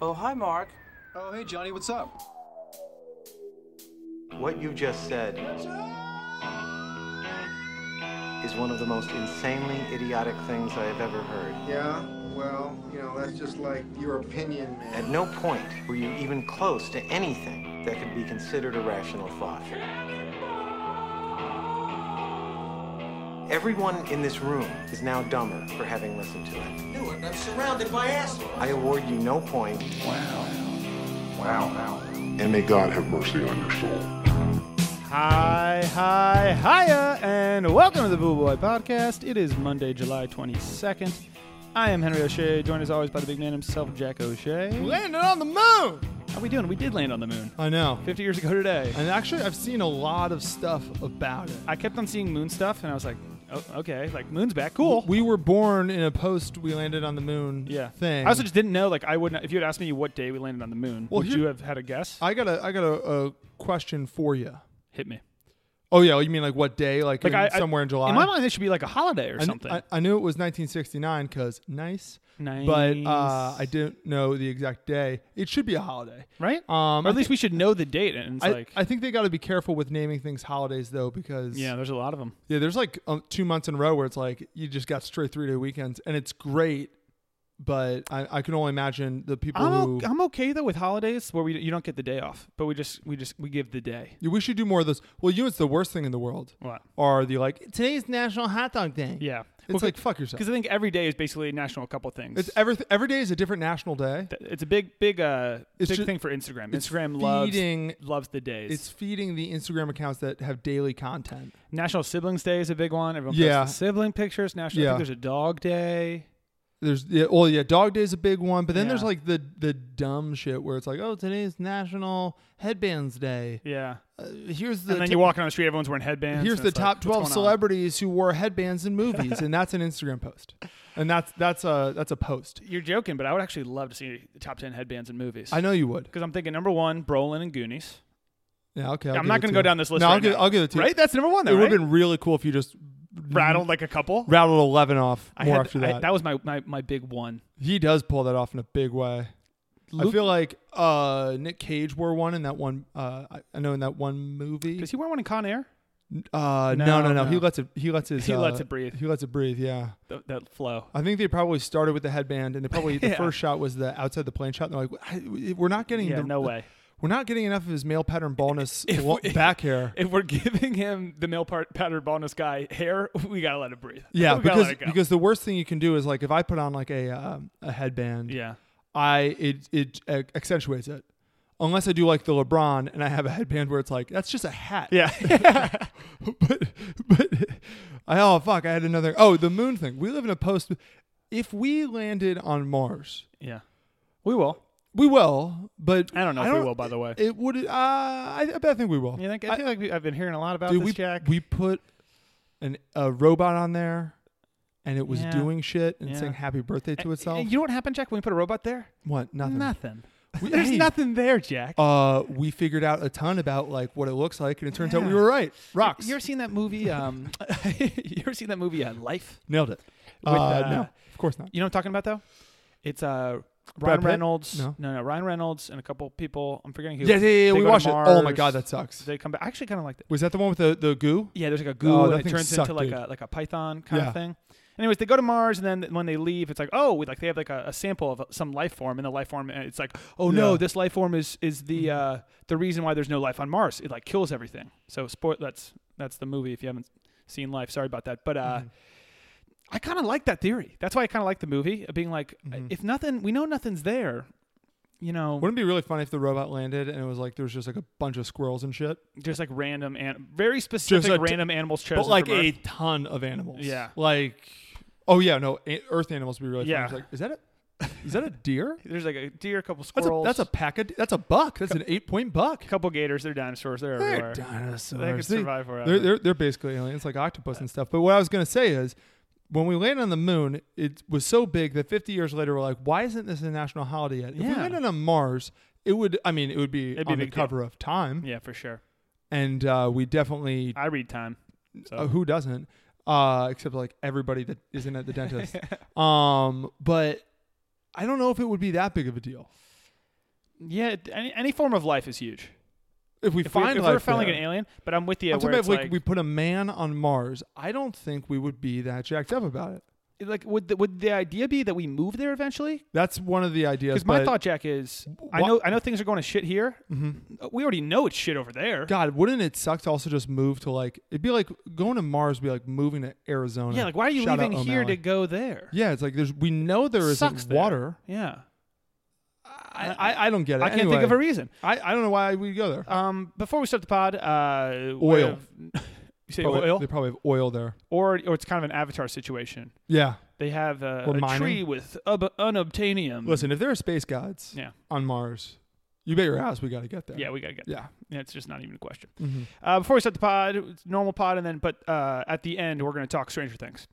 Oh, hi, Mark. Oh, hey, Johnny, what's up? What you just said is one of the most insanely idiotic things I have ever heard. Yeah, well, you know, that's just like your opinion, man. At no point were you even close to anything that could be considered a rational thought. Everyone in this room is now dumber for having listened to it. Do it. I'm surrounded by assholes. I award you no point. Wow, wow. And may God have mercy on your soul. Hi, hi, hiya, and welcome to the Boo Boy Podcast. It is Monday, July 22nd. I am Henry O'Shea, joined as always by the big man himself, Jack O'Shea. Landed on the moon! How we doing? We did land on the moon. I know. 50 years ago today. And actually, I've seen a lot of stuff about it. I kept on seeing moon stuff, and I was like, oh, okay, like, moon's back, cool. We were born in a post we landed on the moon yeah. thing. I also just didn't know, like, I wouldn't, if you had asked me what day we landed on the moon, Well, would here- you have had a guess? I got a I got a, a question for you. Hit me. Oh yeah, you mean like what day? Like, Like, in- I, I- somewhere in July. In my mind, this should be like a holiday or I, kn- something. I, I knew it was 1969 because nice, Nice. but uh, I didn't know the exact day. It should be a holiday, right? Um, or I at least we should know the date. And it's I, like, I think they got to be careful with naming things holidays though because yeah, there's a lot of them. Yeah, there's like um, two months in a row where it's like you just got straight three day weekends, and it's great. But I, I can only imagine the people I'm, who. o- I'm okay though with holidays where we you don't get the day off, but we just we just we give the day. Yeah, we should do more of those. Well, you know, it's the worst thing in the world. What? Are the like today's National Hot Dog Day? Yeah, it's like fuck yourself. because I think every day is basically national. A couple things. It's every every day is a different national day. Th- it's a big big uh It's big ju- thing for Instagram. it's Instagram loves feeding- loves the days. It's feeding the Instagram accounts that have daily content. National Siblings Day is a big one. Everyone Yeah. posts the sibling pictures. National. I Yeah. think there's a dog day. There's yeah, well, yeah, Dog Day is a big one, but then there's Yeah. like the the dumb shit where it's like, oh, today's National Headbands Day. Yeah, Uh, here's the and then t- you're walking on the street. Everyone's wearing headbands. Here's and the it's like, top what's 12 going on? celebrities who wore headbands in movies, and that's an Instagram post, and that's that's a that's a post. You're joking, but I would actually love to see the top ten headbands in movies. I know you would. because I'm thinking number one, Brolin and Goonies. Yeah, okay. I'll I'm give not it gonna to go you. down this list No, I'll, right give, now. I'll give it to you. Right? That's number one, though, It would right? have been really cool if you just Mm-hmm. Rattled like a couple. rattled eleven off I more had- after I- that. was my, my, my big one. he does pull that off in a big way. I Luke- feel like uh, Nick Cage wore one in that one. Uh, I- I know in that one movie. Does he wear one in Con Air? Uh, no, No, no, no, no. He lets it. He lets his. He uh, lets it breathe. He lets it breathe. Yeah. Th- that flow. I think they probably started with the headband, and they probably the Yeah. first shot was the outside the plane shot. And they're like, "I- we're not getting Yeah, the, no way. we're not getting enough of his male pattern baldness If lo- we- back hair. If we're giving him the male part pattern bonus guy hair, we gotta let it breathe. yeah, we gotta because let it go. because the worst thing you can do is like if I put on like a um, a headband, yeah, I it it uh, accentuates it. Unless I do like the LeBron and I have a headband where it's like that's just a hat. yeah. but but I oh fuck I had another oh the moon thing. We live in a post. If we landed on Mars, yeah. We will. we will. But I don't know if we will. By the way, It would. Uh, I, I bet- I think we will. you think, I- I feel like we, I've been hearing a lot about dude, this, we Jack. we put an a robot on there, and it was Yeah. doing shit and Yeah. saying happy birthday to Uh, itself. You know what happened, Jack? When we put a robot there, what? Nothing. nothing. We- There's hey, nothing there, Jack. Uh, we figured out a ton about like what it looks like, and it turns out we Yeah. were right. Rocks. You ever seen that movie? Um, you ever seen that movie? Uh, Life. nailed it. With, uh, uh, no, of course not. You know what I'm talking about though? It's uh Brad Ryan Pitt? Reynolds. No. no, Ryan Reynolds and a couple people. I'm forgetting who. Yeah, yeah, yeah. They We go to watched it. Oh my Mars. god, that sucks. They come back. I actually kind of liked it. Was that the one with the the goo? Yeah, there's like a goo Oh, that and it thing turns sucked, into like dude. a like a python kind Yeah. of thing. Anyways, they go to Mars and then when they leave, it's like oh, we, like they have like a, a sample of uh, some life form and the life form. And it's like oh no, Yeah. Mm-hmm. this life form is is the uh, the reason why there's no life on Mars. It like kills everything. So sport. That's that's the movie. If you haven't seen Life, sorry about that. But uh, Mm-hmm. I kind of like that theory. That's why I kind of like the movie. of Being like, Mm-hmm. if nothing, we know nothing's there. You know, Wouldn't it be really funny if the robot landed and it was like there was just like a bunch of squirrels and shit, just like random and very specific a t- random animals chosen. but like from Earth. a ton of animals. Yeah. Like, oh yeah, no, a- Earth animals would be really funny. Yeah. It's Like, is that a is that a deer? There's like a deer, a couple That's a, squirrels. that's a pack of that's a buck. That's an eight point buck. couple gators. They're dinosaurs. They're, They're everywhere. dinosaurs. They could survive They're, forever. they're, they're basically aliens, like octopus and stuff. But what I was going to say is, when we landed on the moon, it was so big that 50 years later, we're like, why isn't this a national holiday yet? If we Yeah. landed on Mars, it would, I mean, it would be It'd be a on the big deal. cover of Time. yeah, for sure. And uh, we definitely, I read time. So uh, who doesn't? Uh, except like everybody that isn't at the dentist. um, but I don't know if it would be that big of a deal. yeah, it- any, any form of life is huge. If we If, we, find if life we're found like there- an alien, but I'm with you. I'm talking where about it's if like, like, we put a man on Mars. I don't think we would be that jacked up about it. like would the, would the idea be that we move there eventually? That's one of the ideas. Because my but- thought, Jack, is I wha- know I know things are going to shit here. Mm-hmm. We already know it's shit over there. God, wouldn't it suck to also just move to like it'd be like going to Mars would be like moving to Arizona. yeah, like why are you Shout out leaving here to O'Malley. go there? Yeah, it's like there's we know there isn't Sucks there. water. Yeah, I, I, I don't get it. I can't think of a Anyway, reason. I, I don't know why we go there. Um, before we start the pod, uh, what Oil. if- you say Probably- oil, They probably have oil there. or or it's kind of an avatar situation. Yeah. They have a, Or a mining. tree with ub- unobtainium. Listen, if there are space gods Yeah. on Mars, you bet your ass we got to get there. Yeah, we gotta get. Yeah. Yeah, it's just not even a question. Mm-hmm. Uh, before we start the pod, it's normal pod, and then but uh, at the end we're gonna talk Stranger Things.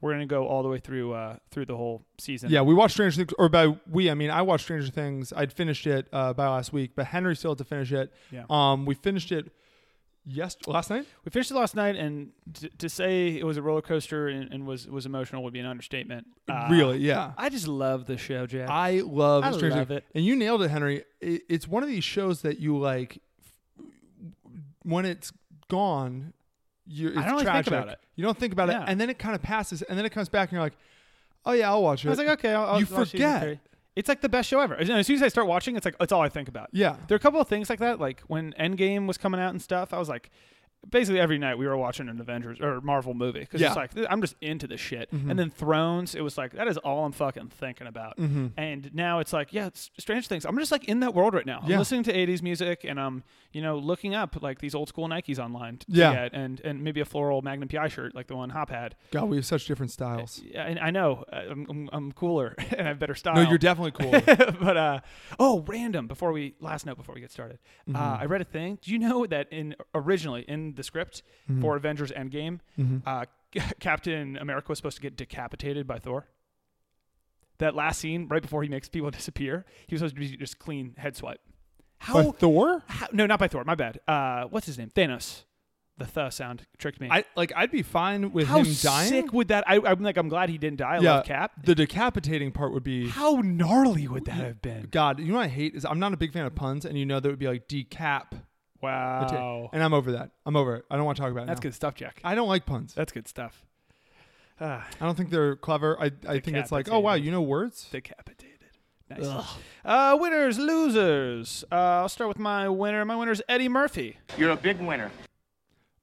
We're gonna go all the way through uh, through the whole season. Mm-hmm. Yeah, we watched Stranger Things, or by we, I mean I watched Stranger Things. I'd finished it uh, by last week, but Henry still had to finish it. Yeah. Um, we finished it yes last night. we finished it last night, and t- to say it was a roller coaster and, and was was emotional would be an understatement. Uh, really? Yeah. I just love the show, Jack. I love I Stranger love Things. it. And you nailed it, Henry. It, it's one of these shows that you like f- when it's gone. You're, it's don't really think tragic. about it. You don't think about Yeah. it, and then it kind of passes, and then it comes back, and you're like, "Oh yeah, I'll watch it." I was like, okay, I'll, I'll you watch season forget. three. It's like the best show ever. As as soon as I start watching, it's like it's all I think about. Yeah. there are a couple of things like that. Like when Endgame was coming out and stuff, I was like, basically every night we were watching an Avengers or Marvel movie because Yeah. Mm-hmm. it's like th- I'm just into this shit. And then Thrones, it was like that is all I'm fucking thinking about. Mm-hmm. And now it's like, yeah, it's Strange Things. I'm just like in that world right now. Yeah. I'm listening to 80s music and I'm you know looking up like these old school Nikes online. To Yeah. get and and maybe a floral Magnum PI shirt like the one Hop had. God, we have such different styles. Yeah, and I know uh, I'm, I'm, I'm cooler and I have better style. No, you're definitely cool. but uh, oh, random. Before we last note before we get started, uh, Mm-hmm. I read a thing. Do you know that in originally in the script Mm-hmm. for Avengers Endgame, uh, Captain America was supposed to get decapitated by Thor. That last scene, right before he makes people disappear, he was supposed to be just clean head swipe. By How? Thor? how no, not by Thor. My bad. Uh, what's his name? Thanos. The th sound tricked me. I like. I'd be fine with how him dying. sick would that? I, I'm like, I'm glad he didn't die. I yeah, love Cap. The decapitating part would be. How gnarly would that have been? God, you know what I hate is I'm not a big fan of puns, and you know that would be like decap. Wow. And I'm over that. I'm over it. I don't want to talk about it. Oh. That's now. good stuff, Jack. I don't like puns. That's good stuff. Ah, I don't think they're clever. I, I think it's like, oh wow, Decapitated. you know words. decapitated. Nice. Uh, winners, losers. Uh, I'll start with my winner. My winner's Eddie Murphy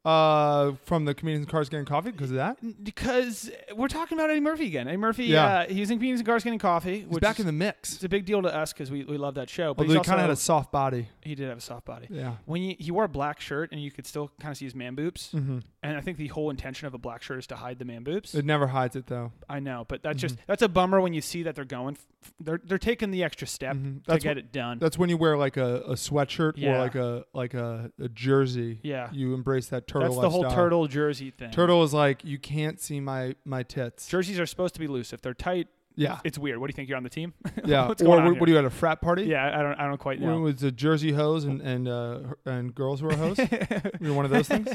Uh, from the comedians and cars getting coffee because of that. He's because we're talking about Eddie Murphy again. Eddie Murphy. Yeah. Uh, he's in Comedians and Cars Getting Coffee, which back is, in the mix. it's a big deal to us because we, we love that show. But Although he's he kind of had also- a soft body. he did have a soft body. Yeah. When you, he wore a black shirt and you could still kind of see his man boobs, mm-hmm. and I think the whole intention of a black shirt is to hide the man boobs. It never hides it though. I know, but that's Mm-hmm. just that's a bummer when you see that they're going, f- they're they're taking the extra step to Mm-hmm. That's get what- it done. That's when you wear like a, a sweatshirt or Yeah. like a like a, a jersey. Yeah. You embrace that turtle. That's the whole lifestyle. turtle jersey thing. Turtle is like you can't see my my tits. jerseys are supposed to be loose. If they're tight, Yeah. it's weird. What do you think? You're on the team? Yeah. What's or going what, on what are you at a frat party? here? Yeah, I don't. I don't quite When it know. was the jersey hose and and uh, her- and girls were hose. You're one of those things.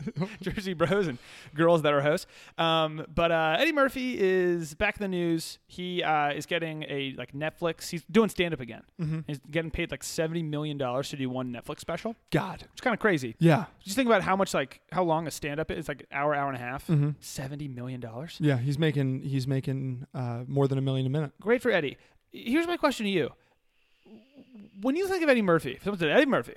Jersey bros and girls that are hosts. Um, but uh, Eddie Murphy is back in the news. He uh, is getting a like Netflix. He's doing stand up again. Mm-hmm. He's getting paid like seventy million dollars to do one Netflix special. God. It's kind of crazy. Yeah. Just think about how much like how long a stand up is. It's like an hour, hour and a half. Mm-hmm. $70 million dollars. Yeah, he's making he's making uh, more than a million a minute. Great for Eddie. Here's my question to you: When you think of Eddie Murphy, if someone said Eddie Murphy,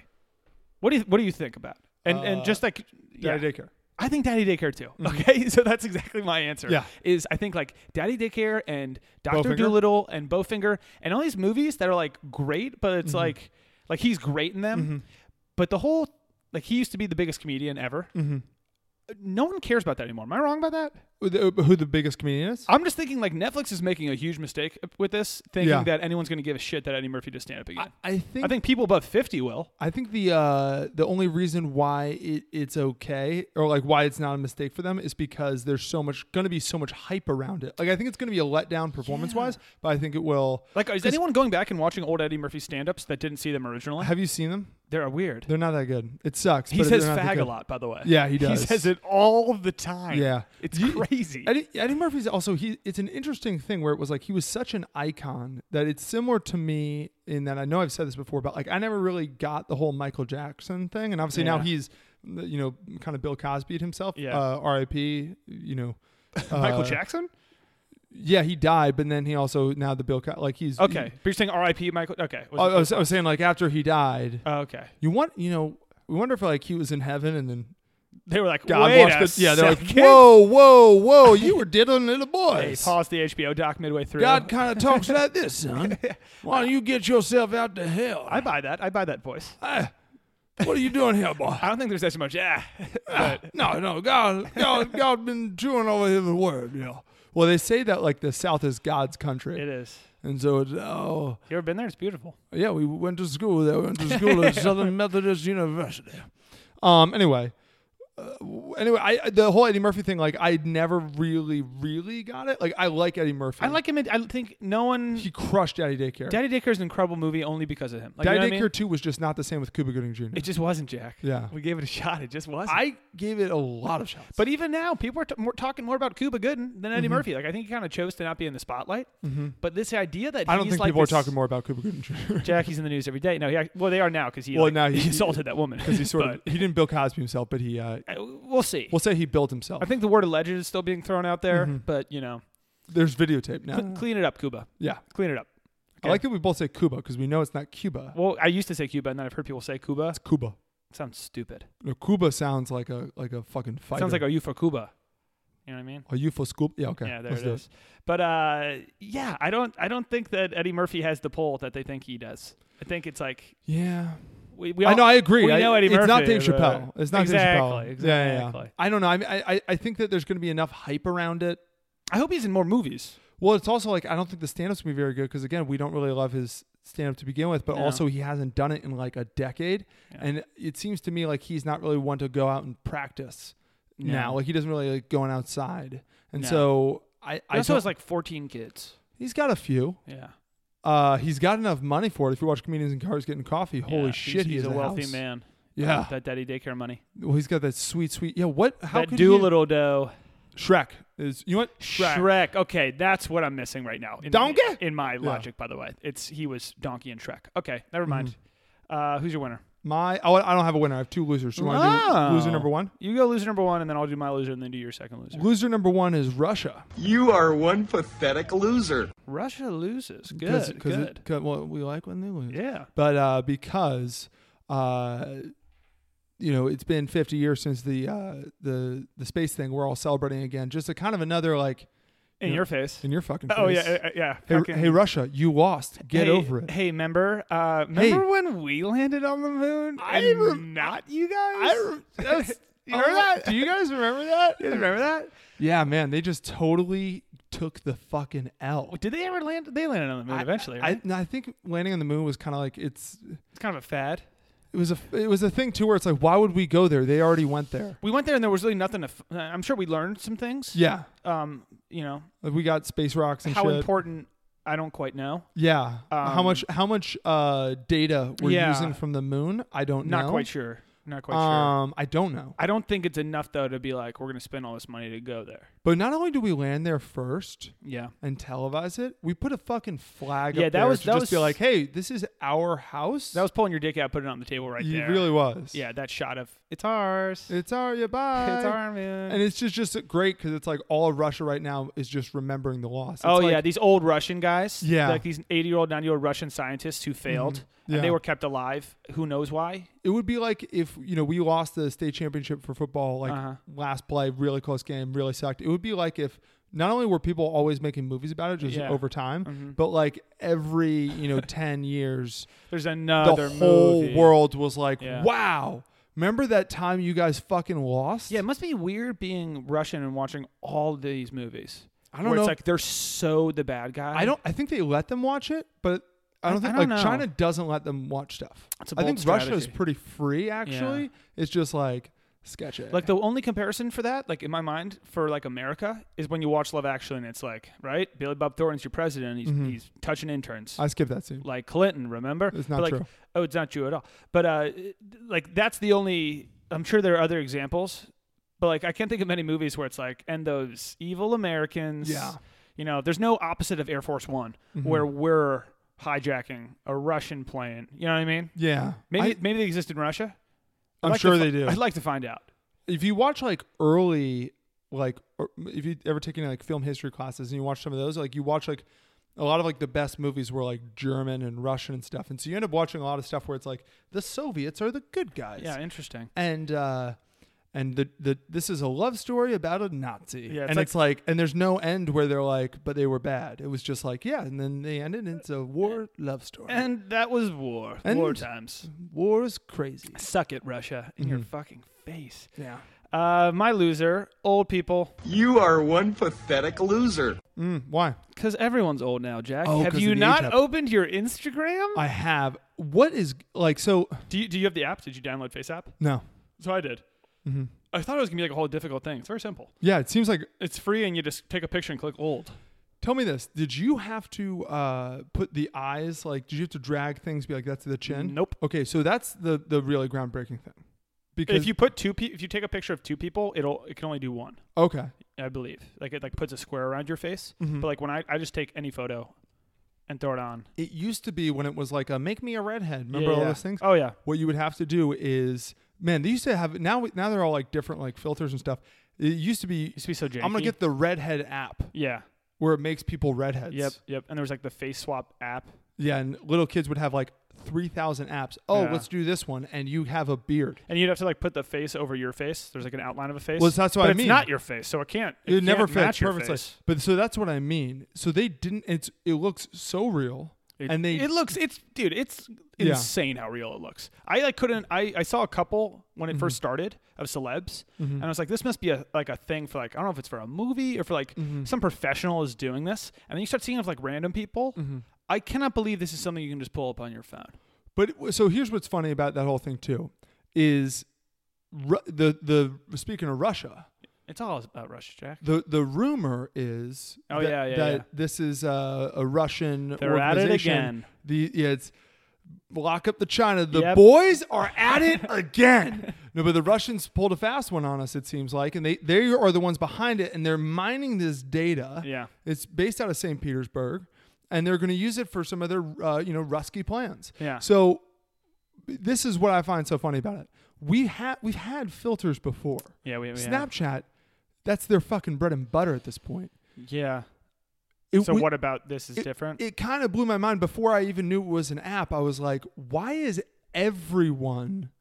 what do you what do you think about? And and just like yeah, Uh, Daddy Daycare. Mm-hmm. I think Daddy Daycare too. Okay, so that's exactly my answer. Yeah. is I think like Daddy Daycare and Doctor Bowfinger? Doolittle and Bowfinger and all these movies that are like great, but Mm-hmm. it's like like he's great in them, but the whole like he used to be the biggest comedian ever. Mm-hmm. No one cares about that anymore. Am I wrong about that? Who the, who the biggest comedian is? I'm just thinking like Netflix is making a huge mistake with this, thinking Yeah. that anyone's going to give a shit that Eddie Murphy does stand up again. I think I think people above 50 will. I think the uh, the only reason why it, it's okay or like why it's not a mistake for them is because there's so much going to be so much hype around it. Like I think it's going to be a letdown performance wise, but I think it will. Like, is anyone going back and watching old Eddie Murphy stand ups that didn't see them originally? Have you seen them? They're weird. They're not that good. It sucks. he but says they're not that fag a good. lot, by the way. Yeah, he He does. says it all the time. Yeah. It's You- crazy. Eddie, Eddie Murphy's also he. It's an interesting thing where it was like he was such an icon that it's similar to me in that I know I've said this before, but like I never really got the whole Michael Jackson thing, and obviously now Yeah. he's you know kind of Bill Cosby himself. Yeah. Uh, R.I.P. You know. Michael uh, Jackson? Yeah, he died, but then he also now the Bill Co- like he's Okay. but you're saying R.I.P. Michael? Okay. I, I was, I was saying like after he died, Oh, okay. you want you know we wonder if like he was in heaven and then They were like, God wait watched a this. Yeah, they're like, second. whoa, whoa, whoa, you were diddling little They boys. paused the HBO doc midway through. God kind of talks like this, son. Why don't you get yourself out to hell? I buy that. I buy that voice. I- what are you doing here, boy? I don't think there's that much. Ah. but no, no, God, God, God been chewing over his word, you know. Well, they say that like the South is God's country, it is. and so it's oh You ever been there? It's beautiful. yeah, we went to school there, we went to school at Southern Methodist University. Um, anyway, uh, anyway, I I- the whole Eddie Murphy thing, like I never really, really got it. Like I like Eddie Murphy. I like him. In, I think no one. he crushed Daddy Daycare. Daddy Daycare is an incredible movie only because of him. Like, you Daddy know what I Daycare mean? Two was just not the same with Cuba Gooding Jr. It just wasn't Jack. Yeah. We gave it a shot. It just wasn't. I gave it a lot of shots, but even now, people are t- more, talking more about Cuba Gooden than Eddie Mm-hmm. Murphy. Like I think he kind of chose to not be in the spotlight. But this idea that I don't he's think like people this- are talking more about Cuba Gooding Jr. Jackie's in the news every day. No, he, act- well they are now because he Well, like, now he- assaulted that woman because he sort of he didn't Bill Cosby himself, but he uh, We'll see. we'll Mm-hmm. say he built himself. I think the word alleged is still being thrown out there, but you know, there's videotape now. cl- clean it up, Cuba. yeah, Clean it up. I like that we both say Cuba because we know it's not Cuba. Well, I used to say Cuba, and then I've heard people say Cuba. It's Cuba. sounds stupid. No, Cuba sounds like a like a fucking fighter. Sounds like are you for Cuba? You know what I mean? Are you for scoop? Yeah, okay. Yeah, there Let's it do is. But uh, yeah, I don't, I don't think that Eddie Murphy has the pull that they think he does. I think it's like Yeah, we, we all, I know. I agree. We I- know Eddie it's Murphy. not Dave but- Chappelle. It's not exactly, Dave Chappelle. Exactly. Yeah, yeah, yeah. I don't know. I mean, I I- I think that there's going to be enough hype around it. I hope he's in more movies. Well, it's also like I don't think the stand-up's gonna be very good because again, we don't really love his stand-up to begin with, but No. also he hasn't done it in like a decade, and it seems to me like he's not really one to go out and practice now. Like he doesn't really like going outside, and No. so I He I also don't- has like 14 kids. he's got a few. Yeah. Uh, he's got enough money for it. If you watch comedians in cars getting coffee, holy Yeah, shit, he's, he he's has a wealthy house. man. Yeah, That daddy daycare money. well, he's got that sweet, sweet. Yeah, what? How that could Doolittle dough. you? Shrek is you know what? Shrek. Okay, that's what I'm missing right now. In, Donkey? In my logic, by the way, it's he was Donkey and Shrek. Okay, never Mm-hmm. mind. Uh, who's your winner? My oh, I don't have a winner. I have two losers. So you want to Wow. do loser number one? You go loser number one, and then I'll do my loser, and then do your second loser. Loser number one is Russia. You are one pathetic loser. Russia loses. Good. Cause, 'cause good. It, 'cause- well, we like when they lose. yeah. But uh, because, uh, you know, it's been 50 years since the uh, the the space thing. We're all celebrating again. Just a kind of another like you In know, your face. in your fucking. oh yeah, face. uh, uh, yeah. Hey, Fucking- hey, Russia, you lost. Get Hey- over it. Hey, remember? Uh, Hey. remember when we landed on the moon? I and rem- not you guys. Oh, I re- that's- you remember that? Do you guys remember that? You remember that? Yeah, man, they just totally took the fucking L. Did they ever land? They landed on the moon eventually. I, Right? no, I think landing on the moon was kind of like it's. it's kind of a fad. It was a it was a thing too where it's like why would we go there? They already went there. We went there and there was really nothing to. F- uh, I'm sure we learned some things. Yeah, Um, you know Like we got space rocks and how shit. important. I don't quite know. yeah. how Um, much how much uh data we're Yeah. using from the moon? I don't know. Not quite sure. Not quite sure. Um, I don't know. I don't think it's enough though to be like we're gonna spend all this money to go there. But not only do we land there first Yeah. and televise it, we put a fucking flag Yeah, up that there was- to that just was- be like, "Hey, this is our house." That was pulling your dick out, putting it on the table right it there. really was. Yeah, that shot of it's ours. It's, It's our yeah, bye. our moon. And it's just just great because it's like all of Russia right now is just remembering the loss. It's oh like- yeah, these old Russian guys. Yeah. Mm-hmm. Like these eighty-year-old, ninety-year-old Russian scientists who failed, Yeah. and they were kept alive. Who knows why? it would be like if you know we lost the state championship for football like Uh-huh. last play really close game really sucked it would be like if not only were people always making movies about it just Yeah. Mm-hmm. over time but like every you know 10 years There's the another whole movie. world was like Yeah. wow remember that time you guys fucking lost Yeah, it must be weird being Russian and watching all these movies. I don't where know. It's like they're so the bad guy. i don't i think they let them watch it but I don't I- I think don't like know. China doesn't let them watch stuff. It's a I bold think Russia is strategy. pretty free actually. It's just like Sketchy. Like the only comparison for that, like in my mind, for like America, is when you watch Love Actually, and it's like, right, Billy Bob Thornton's your president. He's Mm-hmm. he's touching interns. I skipped that scene. like Clinton, remember? It's not But, like, true. Oh, it's not true at all. But uh, like that's the only. I'm sure there are other examples, but like I can't think of many movies where it's like, and those evil Americans. Yeah. Mm-hmm. You know, there's no opposite of Air Force One where we're hijacking a Russian plane. You know what I mean? yeah, Maybe maybe they exist in Russia. I, I'd am like to sure fi- they do. I'd like to find out. if you watch like early like or if you ever taken like film history classes and you watch some of those like you watch like a lot of like the best movies were like German and Russian and stuff and so you end up watching a lot of stuff where it's like the Soviets are the good guys Yeah, interesting. and uh and the, the this is a love story about a Nazi. Yeah, it's and like- it's like and there's no end where they're like, but they were bad. It was just like, yeah, and then they ended and it's a war love story. And that was war. And- war times. war is crazy. Suck it, Russia, in Mm-hmm. your fucking face. Yeah. Uh, my loser, old people. You are one pathetic loser. Mm, why? Because everyone's old now, Jack. Oh, have 'cause you of the not age up. opened your Instagram? I have what is like so Uh, do you Do you have the app? Did you download Face app? no. So I did. Mm-hmm. I thought it was gonna be like a whole difficult thing. It's very simple. Yeah, it seems like It's free, and you just take a picture and click old. Tell me this: Did you have to uh, put the eyes like? Did you have to drag things? Be like that's the chin. Nope. Okay, so that's the the really groundbreaking thing. Because If you put two, pe- if you take a picture of two people, it'll it can only do one. okay, I believe. Like it like puts a square around your face. Mm-hmm. But like when I I just take any photo, and throw it on. it used to be when it was like a make me a redhead. Remember Yeah, all yeah. those things? Oh yeah. What you would have to do is, man, they used to have now. Now they're all like different like filters and stuff. It used to be. Used to be so I'm gonna janky. get the redhead app Yeah. where it makes people redheads. Yep. Yep. And there was like the face swap app. Yeah, and little kids would have like three thousand apps. Oh, Yeah. let's do this one, and you have a beard. And you'd have to like put the face over your face. There's like an outline of a face. Well, that's what but I it's mean. not your face, so it can't. it, can't never fits match your perfectly. face. But so that's what I mean. So they didn't. It's it looks so real, It, and they it looks it's dude it's Yeah. insane how real it looks. I like couldn't I, I saw a couple when it first Mm-hmm. started of celebs and I was like this must be a like a thing for like I don't know if it's for a movie or for like Mm-hmm. some professional is doing this and then you start seeing of like random people. Mm-hmm. I cannot believe this is something you can just pull up on your phone. But it- so here's what's funny about that whole thing too, is Ru- the the speaking of Russia, It's all about Rush Jack. the the rumor is Oh, that, yeah, yeah, that yeah. this is uh, a, a Russian They're at it organization. again. The yeah, it's lock up the China. The Yep. boys are at it again. No, but the Russians pulled a fast one on us. It seems like, and they they are the ones behind it, and they're mining this data. Yeah. it's based out of St. Petersburg, and they're going to use it for some of their uh, you know Rusky plans. Yeah. So this is what I find so funny about it. We had we've had filters before. Yeah, we, we have- Snapchat, that's their fucking bread and butter at this point. Yeah. It, So we- what about this is it- different? It kind of blew my mind before I even knew it was an app. I was like, why is everyone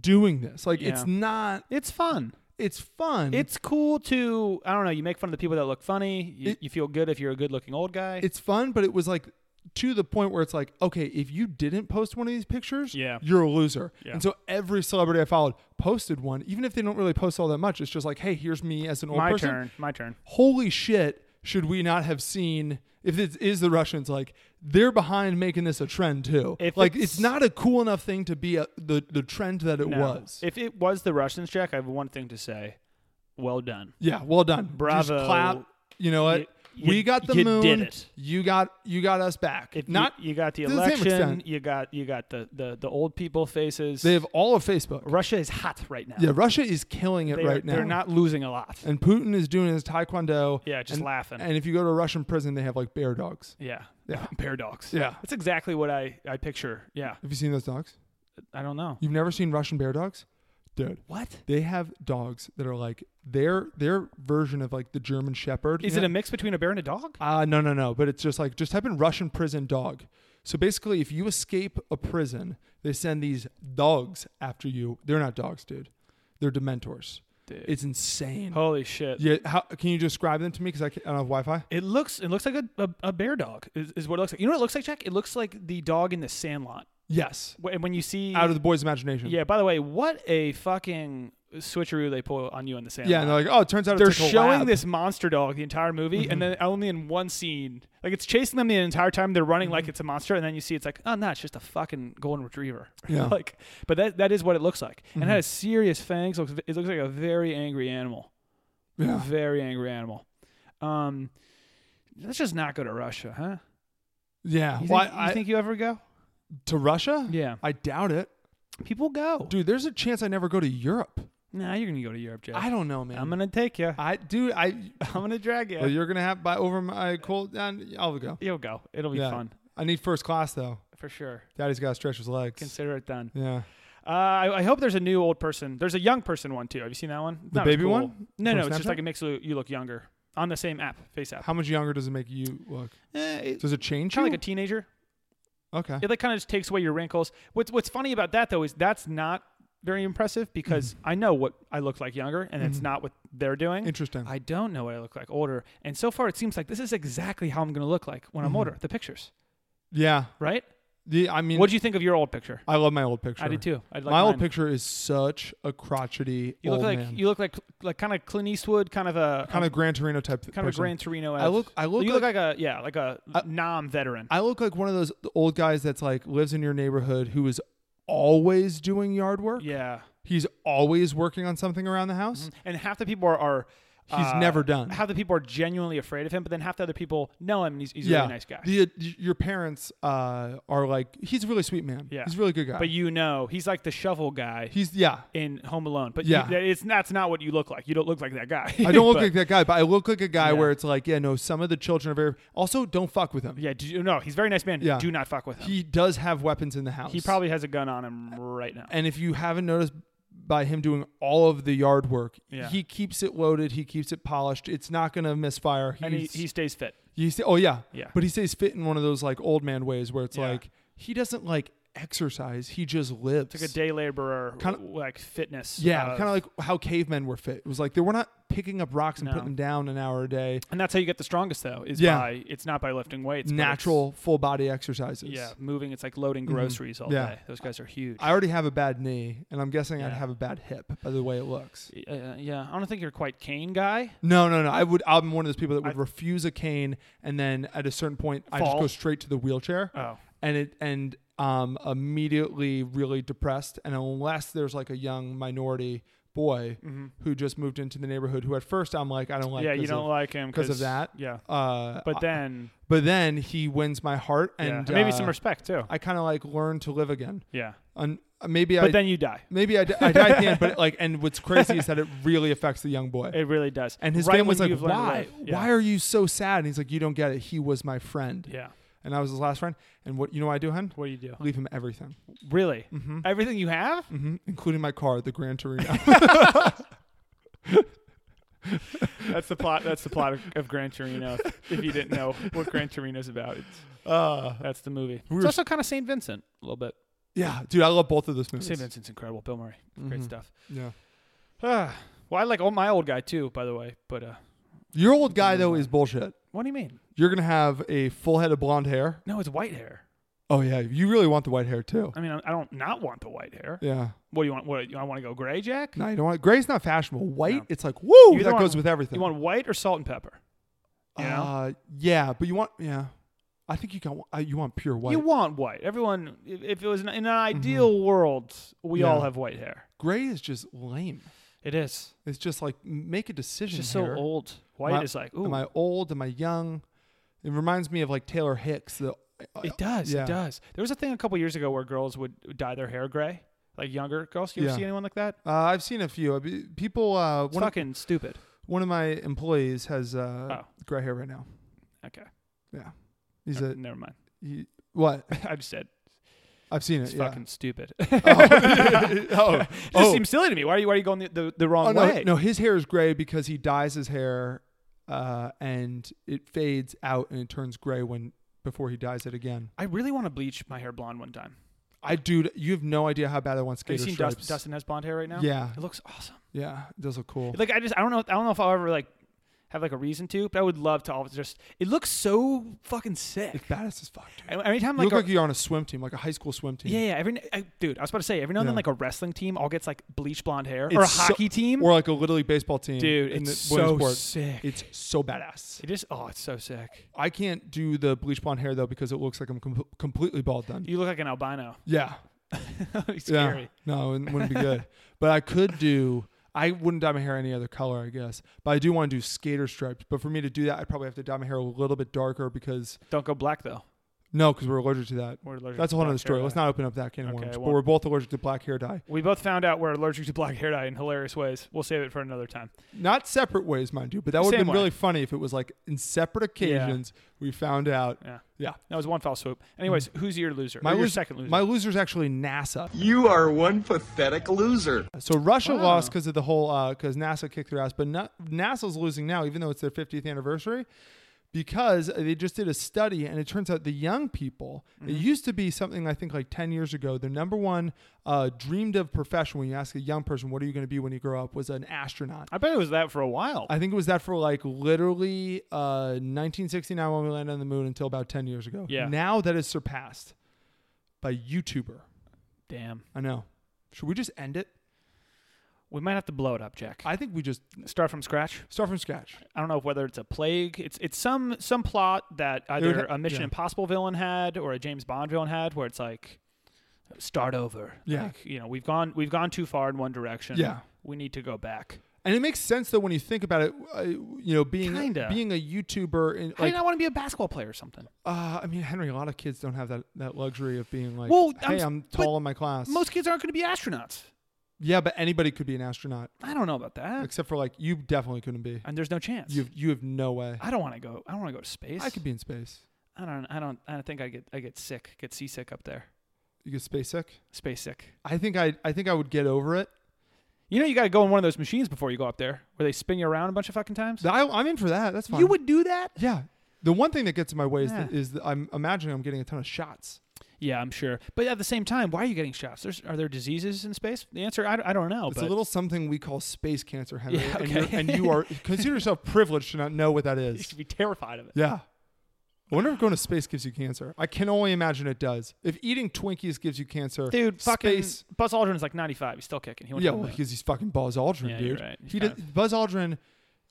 doing this? Like, it's Yeah. not. it's fun. It's fun. It's cool to I don't know. You make fun of the people that look funny. You, It- you feel good if you're a good-looking old guy. it's fun, but it was like to the point where it's like, okay, if you didn't post one of these pictures, Yeah. you're a loser. Yeah. And so every celebrity I followed posted one, even if they don't really post all that much. It's just like, hey, here's me as an old my person. turn. My turn. holy shit, should we not have seen if this is the Russians like they're behind making this a trend too. If like it's, it's- not a cool enough thing to be a, the the trend that it No. was. Um, If it was the Russians, Jack, I have one thing to say. Well done. yeah, well done. Bravo. Just clap. You know what? You- you- we got the you moon. did it. You got you got us back. If you- not you, got the to the same election, extent. you got you got the, the the old people faces. they have all of Facebook. Russia is hot right now. Yeah, Russia is killing it they right are, now. They're not losing a lot. And Putin is doing his taekwondo. Yeah, just and- laughing. And if you go to a Russian prison, they have like bear dogs. yeah. Yeah. Paradox. Yeah. That's exactly what I I picture. Yeah. Have you seen those dogs? I don't know. You've never seen Russian bear dogs? Dude. What? They have dogs that are like their their version of like the German Shepherd. Is You it a know- mix between a bear and a dog? Uh no no no, but it's just like just type in Russian prison dog. So basically if you escape a prison, they send these dogs after you. They're not dogs, dude. They're dementors. Dude. It's insane. Holy shit. Yeah, how can you describe them to me cuz I, can't- I don't have Wi-Fi? It looks it looks like a, a, a bear dog is, is what it looks like. You know what it looks like, Jack? It looks like the dog in the Sandlot. Yes. Wh- And when you see Out of the boy's imagination. yeah. By the way, what a fucking switcheroo they pull on you in the sand. Yeah, and they're like, oh, it turns out they're it's like a showing lab. this monster dog the entire movie, and then only in one scene, like it's chasing them the entire time. They're running like it's a monster, and then you see it's like, oh no, it's just a fucking golden retriever. Yeah. like, but that that is what it looks like, and it has serious fangs. Looks it looks like a very angry animal. Yeah. Very angry animal. Um, let's just not go to Russia, huh? Yeah. You, Why? think, you I, think you ever go? to Russia? Yeah. I doubt it. People go. Dude, there's a chance I never go to Europe. Nah, you're gonna go to Europe, Jay. I don't know, man. I'm gonna take you. I dude, I. I'm gonna drag you. Well, you're gonna have by over my cold. down. I'll go. You'll go. It'll be Yeah. fun I need first class though. for sure. Daddy's gotta stretch his legs. Consider it done. yeah. Uh, I, I hope there's a new old person. There's a young person one too. Have you seen that one? It's The not as baby cool. one? No, From no. It's just Snapchat? like it makes you, you look younger on the same app, Face app. How much younger does it make you look? Does it change kind you? of Eh, like a teenager. okay. It like kind of just takes away your wrinkles. What's What's funny about that though is that's not very impressive because Mm. I know what I look like younger, and it's not what they're doing. Mm-hmm. Interesting. I don't know what I look like older, and so far it seems like this is exactly how I'm going to look like when I'm Mm-hmm. older. The pictures, yeah. right? The, I mean, What'd you think of your old picture? I love my old picture. I did too. I like my old mine. picture is such a crotchety You old look like man. you look like like kind of Clint Eastwood, kind of a kind of Gran Torino type. kind of a person. Gran Torino. I look- I look You look like, a yeah, like a I- nom veteran. I look like one of those old guys that's like lives in your neighborhood who is always doing yard work. yeah, Mm-hmm. He's always working on something around the house. and half the people are. are He's uh, never done. Half the people are genuinely afraid of him, but then half the other people know him and he's, he's a yeah, really nice guy. The, your parents uh, are like, he's a really sweet man. Yeah. he's a really good guy. but you know, he's like the shovel guy he's yeah. in Home Alone. But Yeah. you, it's that's not what you look like. You don't look like that guy. I don't look But- like that guy, but I look like a guy Yeah. where it's like, yeah, no, some of the children are very. Also, don't fuck with him. Yeah, do you, no, he's a very nice man. Yeah. Do not fuck with him. He does have weapons in the house. He probably has a gun on him right now. And if you haven't noticed by him doing all of the yard work, Yeah. he keeps it loaded. He keeps it polished. It's not going to misfire. He's, And he, he stays fit. he sta- oh yeah, Yeah. But he stays fit in one of those like old man ways where it's Yeah. like he doesn't like exercise. He just lives. Like a day laborer, Kinda- like fitness. Yeah, uh, kind of like how cavemen were fit. It was like they were not picking up rocks and No. putting them down an hour a day. And that's how you get the strongest, though. Is Yeah. by it's not by lifting weights. but it's- Natural full body exercises. Yeah, moving. It's like loading groceries all Yeah. day. Those guys are huge. I already have a bad knee, and I'm guessing I'd Yeah. have a bad hip by the way it looks. uh, yeah, I don't think you're quite Kane guy. No, no, no. I would. I'm one of those people that would I- refuse a cane, and then at a certain point, I just Fall. go straight to the wheelchair, Oh, and it and um immediately really depressed. And unless there's like a young minority boy who just moved into the neighborhood, who at first I'm like, I don't like. Mm-hmm. yeah, you 'cause don't of- like him 'cause of that. Yeah, Uh, but I- then but then he wins my heart, yeah. and And maybe uh, some respect too. I kind of like learn to live again. yeah, And maybe but I then you die. maybe I, di- I died at the end, but like, and what's crazy is that it really affects the young boy. It really does. And his Right family's when like, you've learned to "Why? live. Yeah. Why are you so sad?" And he's like, "You don't get it. He was my friend, Yeah. and I was his last friend." And what you know, what I do, Hen? What do you do? Leave him everything, Really? Mm-hmm. Everything you have? hmm including my car, the Gran Torino. That's the plot. That's the plot of, of Gran Torino. If, if you didn't know what Gran Torino's about, it's, uh, that's the movie. We Ah. it's were- also kind of Saint Vincent a little bit. yeah, dude, I love both of those movies. Saint Vincent's incredible. Bill Murray, great stuff. Yeah, Ah, well, I like old, my old guy too, by the way. But uh, your old guy though is bullshit. what do you mean? You're gonna have a full head of blonde hair. No, it's white hair. Oh yeah, you really want the white hair too. I mean, I- I don't not want the white hair. Yeah, What do you want? What I want to go gray, Jack? no, you don't want gray's not fashionable. White, No. it's like woo, You that don't goes want- with everything. You want white or salt and pepper? you know? uh, yeah, but you want yeah. I think you got uh, you want pure white. You want white. Mm-hmm. Everyone, if if it was an, in an ideal world, we Yeah. all have white hair. Gray is just lame. It is. It's just like m- make a It's decision. just here. so old. White Am I- is like, ooh, Am I old? Am I young? It reminds me of like Taylor Hicks. The uh, It does. yeah. It does. There was a thing a couple years ago where girls would dye their hair gray, like younger girls. You ever Yeah. see anyone like that? uh, I've seen a few I be- people. Uh, It's one, of, fucking stupid. one of my employees has uh, Oh. gray hair right now. Okay. Yeah, he's Uh, a Never mind. he, what? I just said I've seen it. it's yeah. fucking stupid. oh, it just oh. seems silly to me. Why are you? Why are you going the, the, the wrong Oh, no, way? no, his hair is gray because he dyes his hair, uh, and it fades out and it turns gray when before he dyes it again. I really want to bleach my hair blonde one time. I dude, you have no idea how bad I want Have you skater seen stripes. Dust, Dustin has blonde hair right now? Yeah. It looks awesome. Yeah, it does look cool. Like I just I don't know I don't know if I'll ever like have like a reason to, but I would love to always just. It looks so fucking sick. Badass as fuck, dude. And Anytime You like, look a- like you're on a swim team, like a high school swim team. yeah, yeah, every I, dude, I was about to say every now and then Yeah. like a wrestling team all gets like bleach blonde hair or a It's so- hockey team. or like a little league baseball team. Dude, in the it's women's so sport. sick. It's so badass. it is. Oh, it's so sick. I can't do the bleach blonde hair though because it looks like I'm com- completely bald then. You look like an albino. Yeah, It's scary. Yeah. No, it wouldn't be good. but I could do. I wouldn't dye my hair any other color, I guess. But I do want to do skater striped. But for me to do that, I'd probably have to dye my hair a little bit darker because Don't go black though. no, because we're allergic to that. We're allergic That's to a whole black other story. hair Let's dye. not open up that can of Okay, worms. I But won't. we're both allergic to black hair dye. We both found out we're allergic to black hair dye in hilarious ways. We'll save it for another time. Not separate ways, mind you. But that would Same have been way. really funny if it was like in separate occasions we found out. Yeah. Yeah. That was one foul swoop. Anyways, who's your loser? My your lose- second loser. Mm. My loser's actually NASA. You are one pathetic loser. So Russia lost because of the whole because NASA kicked their ass, but not, NASA's losing now, even though it's their 50th anniversary, because they just did a study and it turns out the young people. It used to be something I think like 10 years ago. Their number one uh, dreamed of profession when you ask a young person, "What are you going to be when you grow up?" was an astronaut. I bet it was that for a while. I think it was that for like literally uh, 1969 when we landed on the moon until about 10 years ago. Yeah. Now that is surpassed by YouTuber. Damn. I know. Should we just end it? We might have to blow it up, Jack. I think we just Start from scratch. start from scratch. I don't know whether it's a plague. It's it's some some plot that either would ha- a Mission yeah. Impossible villain had or a James Bond villain had, where it's like start over. Yeah. Like, you know, we've gone we've gone too far in one direction. Yeah. We need to go back. And it makes sense though when you think about it. Uh, you know, being Kinda. being a YouTuber and How do like, you not want to be a basketball player or something? uh, I mean, Henry, a lot of kids don't have that, that luxury of being like, Well, I'm hey, s- I'm, but tall in my class. Most kids aren't going to be astronauts. yeah, but anybody could be an astronaut, I don't know about that. except for like you definitely couldn't be. and there's no chance. You have, you have no way. I don't want to go. I don't want to go to space. I could be in space. I don't. I don't. I don't think I get. I get sick. Get seasick up there. You get space sick. Space sick. I think I I think I would get over it. You know, you got to go in one of those machines before you go up there, where they spin you around a bunch of fucking times. I, I'm in for that. That's fine. you would do that? Yeah. The one thing that gets in my way is, Yeah. that, is that I'm imagining I'm getting a ton of shots. Yeah, I'm sure. But at the same time, why are you getting shots? There's, are there diseases in space? The answer, I, I don't know. It's but a little something we call space cancer, Henry. Yeah, and, okay. you're, and you are consider yourself privileged to not know what that you is. should be terrified of it. Yeah. I wonder if going to space gives you cancer. I can only imagine it does. If eating Twinkies gives you cancer, Dude, fucking space. Buzz Aldrin's like 95. He's still kicking. He went Yeah, to the well, moon. because he's fucking Buzz Aldrin, Yeah, you're dude. right. He's He did, kind Buzz Aldrin,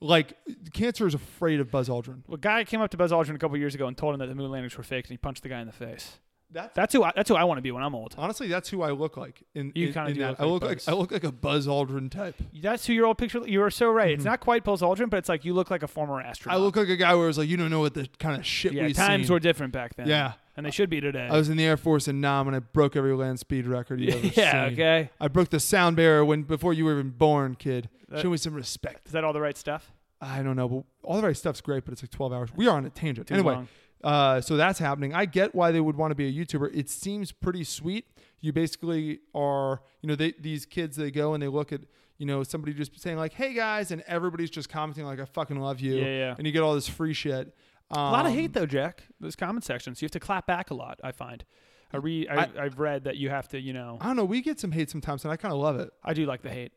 like cancer is afraid of Buzz Aldrin. Well, a guy came up to Buzz Aldrin a couple years ago and told him that the moon landings were fake, and he punched the guy in the face. That's That's who. I, that's who I want to be when I'm old. honestly, that's who I look like. In You in- kinda in do that. look I like look like Buzz. I look like a Buzz Aldrin type. That's who your old picture. You are so right. It's not quite Buzz Aldrin, but it's like you look like a former astronaut. Mm-hmm. I look like a guy where it's like you don't know what the kind of shit Yeah, we times seen. were different back then. Yeah. and they should be today. I was in the Air Force in Nam and I broke every land speed record you ever yeah, seen. okay. I broke the sound barrier when before you were even born, kid. Show me some respect. Is that all the right stuff? I don't know, but all the right stuff's great, but it's like 12 hours. We are on a tangent. Too anyway, long. uh, so that's happening. I get why they would want to be a YouTuber. It seems pretty sweet. You basically are, you know, they, these kids, they go and they look at, you know, somebody just saying like, hey guys, and everybody's just commenting like, I fucking love you. Yeah, yeah. And you get all this free shit. Um, A lot of hate though, Jack. Those comment sections. You have to clap back a lot. I find. I re I, I, have read that you have to. You know, I don't know. We get some hate sometimes, and I kind of love it. I do like the hate.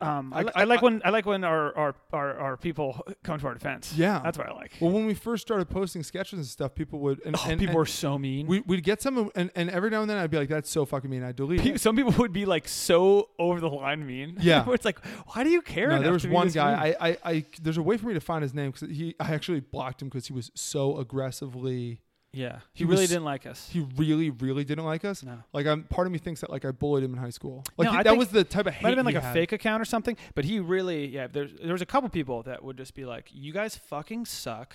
Um, I, I- li- I- I like I- when I like when our, our our our people come to our defense. Yeah. that's what I like. Well, when we first started posting sketches and stuff, people would and, Oh, and- people and were so mean. we, we'd get some, and, and every now and then I'd be like, "That's so fucking mean." I would delete. Pe- It. Some people would be like so over the line mean. Yeah. Where it's like, why do you care? No, enough Uh, there was to be one this mean? guy. I, I, I, there's a way for me to find his name because he, I actually blocked him because he was so aggressively. yeah, he he, really was- didn't like us. He really, really didn't like us. No. Like, I'm part of me thinks that like I bullied him in high school. Like No, he- I that think- was the type of hate. Might have been like he a had. fake account or something, but he really, yeah. There's there was a couple people that would just be like, "You guys fucking suck.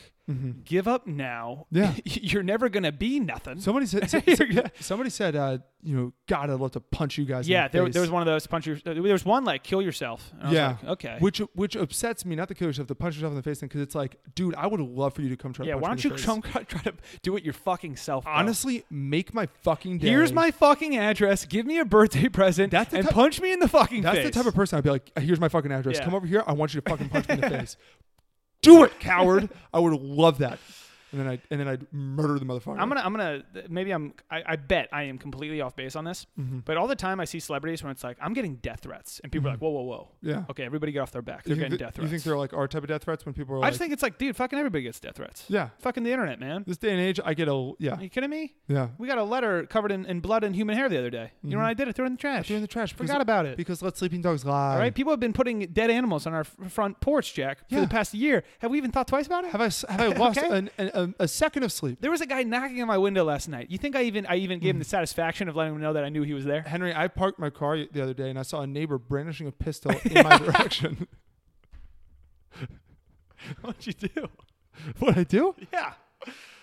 Give up now. Mm-hmm. Yeah. you're never gonna be nothing." Somebody said. so- so- somebody said, uh, you know, God, I'd love to punch you guys. yeah, in the there, face. there was one of those punch. Your, there was one like kill yourself. And I was Yeah. like, okay. Which which upsets me, not the kill yourself, the punch yourself in the face thing, because it's like, dude, I would love for you to come try. yeah. to punch Why me in don't the you face. come try, try to do it your fucking self? bro? Honestly, make my fucking day. Here's my fucking address. Give me a birthday present That's the and type- punch me in the fucking That's face. the type of person I'd be like, here's my fucking address. Yeah. Come over here. I want you to fucking punch me in the face. Do it, coward. I would love that. and then I and then I'd murder the motherfucker. I'm gonna, I'm gonna, maybe I'm, I, I bet I am completely off base on this, Mm-hmm. but all the time I see celebrities when it's like, I'm getting death threats, and people are like, whoa, whoa, whoa. Mm-hmm. Yeah. Okay, everybody get off their back. You They're think getting that- death You threats. think they're like our type of death threats when people are I like, just think it's like, dude, fucking everybody gets death threats. yeah, Fucking the internet, man. this day and age, I get a yeah, Are you kidding me? yeah. We got a letter covered in, in blood and human hair the other day. You know what I did? I threw it in the trash. Mm-hmm. Threw in the trash. because- Forgot about it. because let sleeping dogs lie. all right, people have been putting dead animals on our f- front porch, Jack, for Yeah. the past year. Have we even thought twice about it? Have I s- have I lost Okay. an, an, um, a second of sleep? There was a guy knocking on my window last night. You think I even I even Mm. gave him the satisfaction of letting him know that I knew he was there? Henry, I parked my car y- the other day and I saw a neighbor brandishing a pistol in my direction. What'd you do? What I do? Yeah.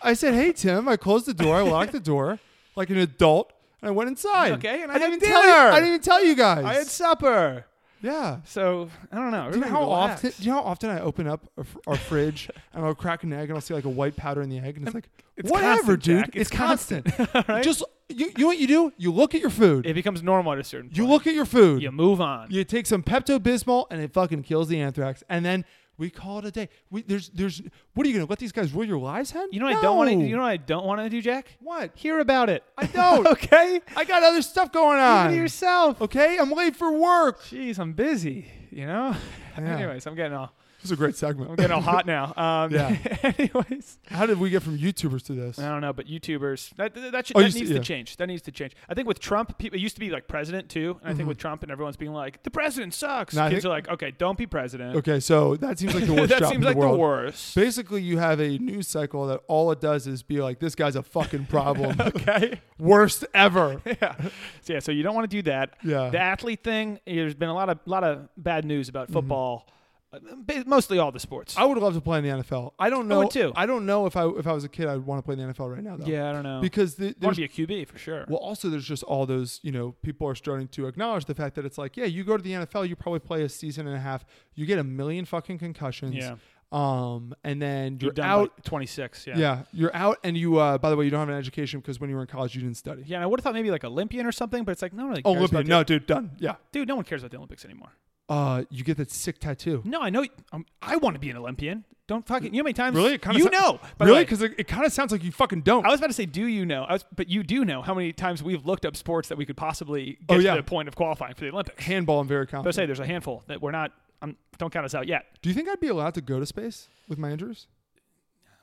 I said, "Hey Tim," I closed the door, I locked the door like an adult, and I went inside. Okay, and I had didn't even tell you. dinner. I didn't even tell you guys. I had supper. yeah. So I don't know. Do you know Everybody how relax. often? Do you know how often I open up our fr- our fridge and I'll crack an egg and I'll see like a white powder in the egg and it's like Um, it's whatever, constant, dude. Jack. It's constant." All right. Just you, you know what you do? You look at your food. It becomes normal at a certain point. you look at your food. You move on. You take some Pepto Bismol and it fucking kills the anthrax. And then we call it a day. We, there's there's what are you gonna let these guys rule your lives, Hen? You know what I don't want to. No. You know what I don't want to do, Jack? What? Hear about it. I don't. okay. I got other stuff going Keep it on. to yourself. Okay, I'm late for work. Jeez, I'm busy. You know. Anyways, I'm getting all This is a great segment. I'm getting all hot now. Um, Yeah. anyways, How did we get from YouTubers to this? I don't know, but YouTubers that that, that should, Oh, you that see- needs yeah. to change. That needs to change. I think with Trump, people it used to be like president too, and I think with Trump and everyone's being like the president sucks. Mm-hmm. No, I Kids think- are like, okay, don't be president. Okay, so that seems like the worst that job in seems the like world. the worst. Basically, you have a news cycle that all it does is be like, "This guy's a fucking problem, Okay. worst ever." yeah. So yeah, so you don't want to do that. Yeah. The athlete thing, there's been a lot of lot of bad news Mm-hmm. about football, uh, ba- mostly all the sports. I would love to play in the NFL. I don't know. would too. I don't know if I if I was a kid, I'd want to play in the NFL right now. Though. yeah, I don't know. Because the, want there's to be a QB for sure. Well, also there's just all those you know people are starting to acknowledge the fact that it's like, yeah, you go to the NFL, you probably play a season and a half, you get a million fucking concussions, Yeah. um, and then You're you're, done by out. 26. Yeah. yeah. you're out, and you. Uh, by the way, you don't have an education because when you were in college, you didn't study. Yeah, and I would have thought maybe like Olympian or something, but it's like no one really cares Olympia, about no, dude, done. Yeah, the, dude. No one cares about the Olympics anymore. uh, you get that sick tattoo. No, I know. Um, I want to be an Olympian. Don't fucking. You know how many times? Really, it kinda you sou- know. by the Really, way. because it, it kind of sounds like you fucking don't. I was about to say, do you know? I was, but you do know how many times we've looked up sports that we could possibly Oh, get yeah. to the point of qualifying for the Olympics. Handball, I'm very But I confident. say there's a handful that we're not. Um, don't count us out yet. Do you think I'd be allowed to go to space with my injuries?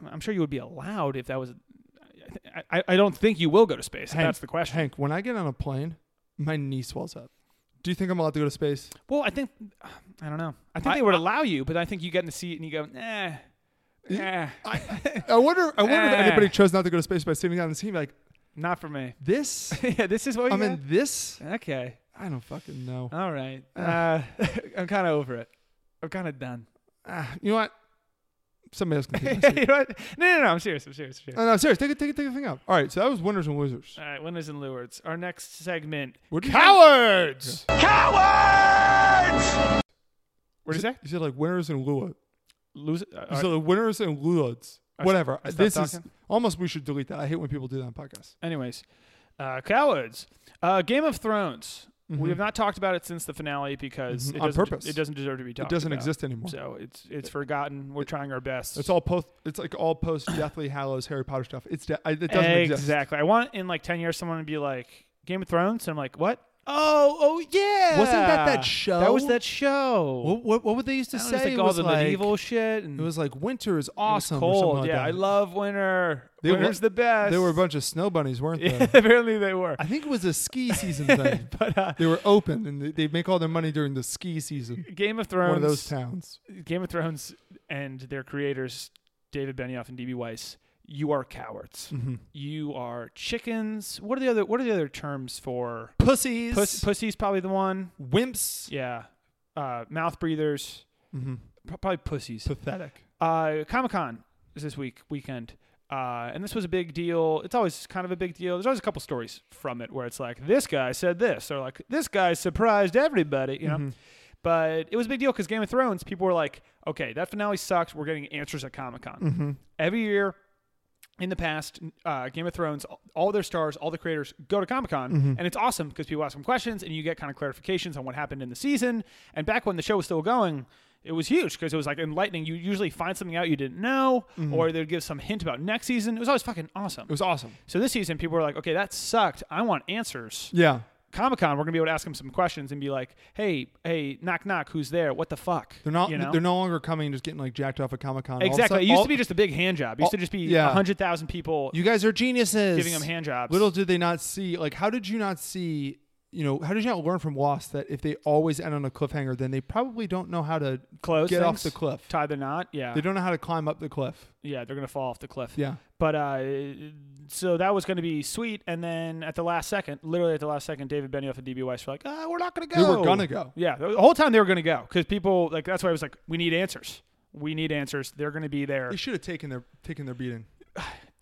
I'm sure you would be allowed if that was. I, I, I don't think you will go to space. if Hank, that's the question. Hank, when I get on a plane, my knee swells up. Do you think I'm allowed to go to space? Well, I think I don't know. I think I- they would allow you, but I think you get in the seat and you go, "Eh, nah, nah, I wonder. I wonder if Eh. anybody chose not to go to space by sitting down and seeing like not for me. this. yeah, this is what I you mean, this. got? Okay, I don't fucking know. all right. Uh, I'm kind of over it. I'm kind of done. Ah, you know what? Somebody else can you take this. know what? No, no, no. I'm serious. I'm serious. I'm serious. Oh, no, serious. Take it. Take it. Take the thing out. All right. So that was winners and losers. All right, winners and lures. Our next segment. What did you- Cowards. What did you say? You said like winners and lullards. Lose. uh, You said like winners and lullards. I- Whatever. I stopped this is talking? almost. We should delete that. I hate when people do that on podcasts. Anyways, uh, cowards. Uh, Game of Thrones. We have not talked about it since the finale because Mhm, it Mm-hmm. on doesn't, purpose. It doesn't deserve to be talked. It doesn't about. exist anymore. So it's it's forgotten. We're trying our best. It's all post. It's like all post Deathly Hallows Harry Potter stuff. It's de- I, it doesn't exactly. exist. I want in like ten years someone to be like Game of Thrones. And I'm like, what? Oh, oh yeah. Wasn't that that show? That was that show. What, what, what would they used to I don't say? know, it's like It all was the like- medieval shit. And It was like winter is It was awesome. or something cold. like yeah, that. I love winter. They were- Winter's the best. They were a bunch of snow bunnies, weren't they? Yeah, apparently they were. I think it was a ski season thing. But uh, they were open, and they, they make all their money during the ski season. Game of Thrones. One of those towns. Game of Thrones and their creators, David Benioff and DB Weiss. You are cowards. You are chickens. What are the other? What are the other terms for? Pussies, Puss, pussy's probably the one. wimps. Yeah. Uh, mouth breathers. Mhm. Pro- Probably pussies. Pathetic. Uh, Comic Con is this week weekend, uh, and this was a big deal. It's always kind of a big deal. There's always a couple stories from it where it's like this guy said this, or like this guy surprised everybody, you know. But it was a big deal because Game of Thrones, people were like, okay, that finale sucks. We're getting answers at Comic Con every year. In the past, uh, Game of Thrones, all their stars, all the creators go to Comic Con, Mm-hmm. and it's awesome because people ask them questions, and you get kind of clarifications on what happened in the season. And back when the show was still going, it was huge because it was like enlightening. You usually find something out you didn't know, or they'd give some hint about next season. It was always fucking awesome. Mm-hmm. It was awesome. so this season, people were like, "Okay, that sucked. I want answers." Yeah. Comic Con, we're gonna be able to ask them some questions and be like, "Hey, hey, knock knock, who's there? What the fuck?" They're not. You know? They're no longer coming and just getting like jacked off at Comic Con. exactly. It used to be just a big hand job. It used all- to just be yeah. a hundred thousand people You guys are geniuses. giving them hand jobs. Little did they not see. Like, how did you not see? You know, how did you not learn from Wasp that if they always end on a cliffhanger, then they probably don't know how to close get off things, the cliff. Tie the knot. Yeah, They don't know how to climb up the cliff. yeah, they're gonna fall off the cliff. Yeah. But uh, so that was going to be sweet, and then at the last second, literally at the last second, David Benioff and DB Weiss were like, "Ah, we're not going to They go." Uh, were gonna go. Yeah, the whole time they were going to go because people like that's why I was like, "We need answers. We need answers. They're going to be there." They should have taken their taken their beating.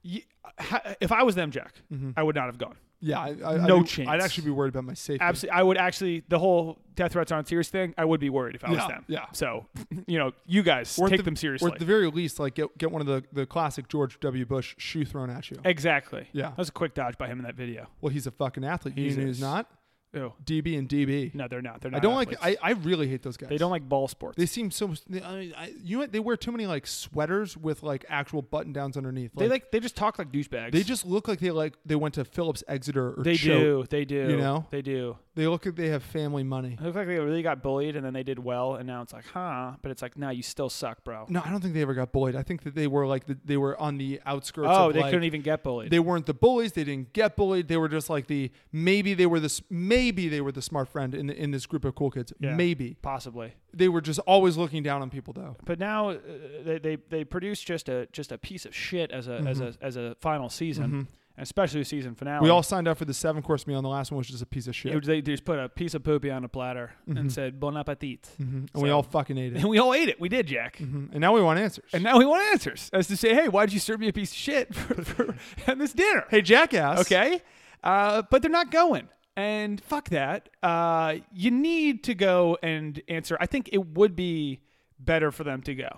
Y- ha- If I was them, Jack, Mm-hmm. I would not have gone. Yeah, I, I, No I'd be- chance. I'd actually be worried about my safety. Absolutely, I would actually the whole death threats aren't serious thing. I would be worried if I was Yeah, them. yeah. So, you know, you guys Or at take the- them seriously. Or at the very least, like get get one of the, the classic George W. Bush shoe thrown at you. exactly. Yeah. That was a quick dodge by him in that video. Well, he's a fucking athlete. He's you know a- who's not? Oh DB and DB. no, they're not. They're not. I don't like. athletes. I, I really hate those guys. they don't like ball sports. They seem so. They, I, I, you know what? They wear too many like sweaters with like actual button downs underneath. they like they just talk like douchebags. They just look like they like they went to Phillips Exeter or They Choate. do. They do. you know? They do. They look like they have family money. It looks like they really got bullied and then they did well and now it's like, huh? But it's like, nah, you still suck, bro. No, I don't think they ever got bullied. I think that they were like the, they were on the outskirts. oh, of, they like- couldn't even get bullied. They weren't the bullies. They didn't get bullied. They were just like the maybe they were this maybe they were the smart friend in in this group of cool kids. Yeah. Maybe Possibly. they were just always looking down on people though. But now uh, they, they they produce just a just a piece of shit as a as a as a final season, and especially the season finale. Mm-hmm. We all signed up for the seven course meal, and the last one was just a piece of shit. Oh. Mm-hmm. It- they just put a piece of poopy on a platter and said bon appetit, and we all fucking ate it. and we all ate it. We did, Jack. and now we want answers. And now we want answers as to say, hey, why did you serve me a piece of shit for, for and this dinner? hey, jackass. Okay. Uh, but they're not going. And fuck that. Uh, you need to go and answer. I think it would be better for them to go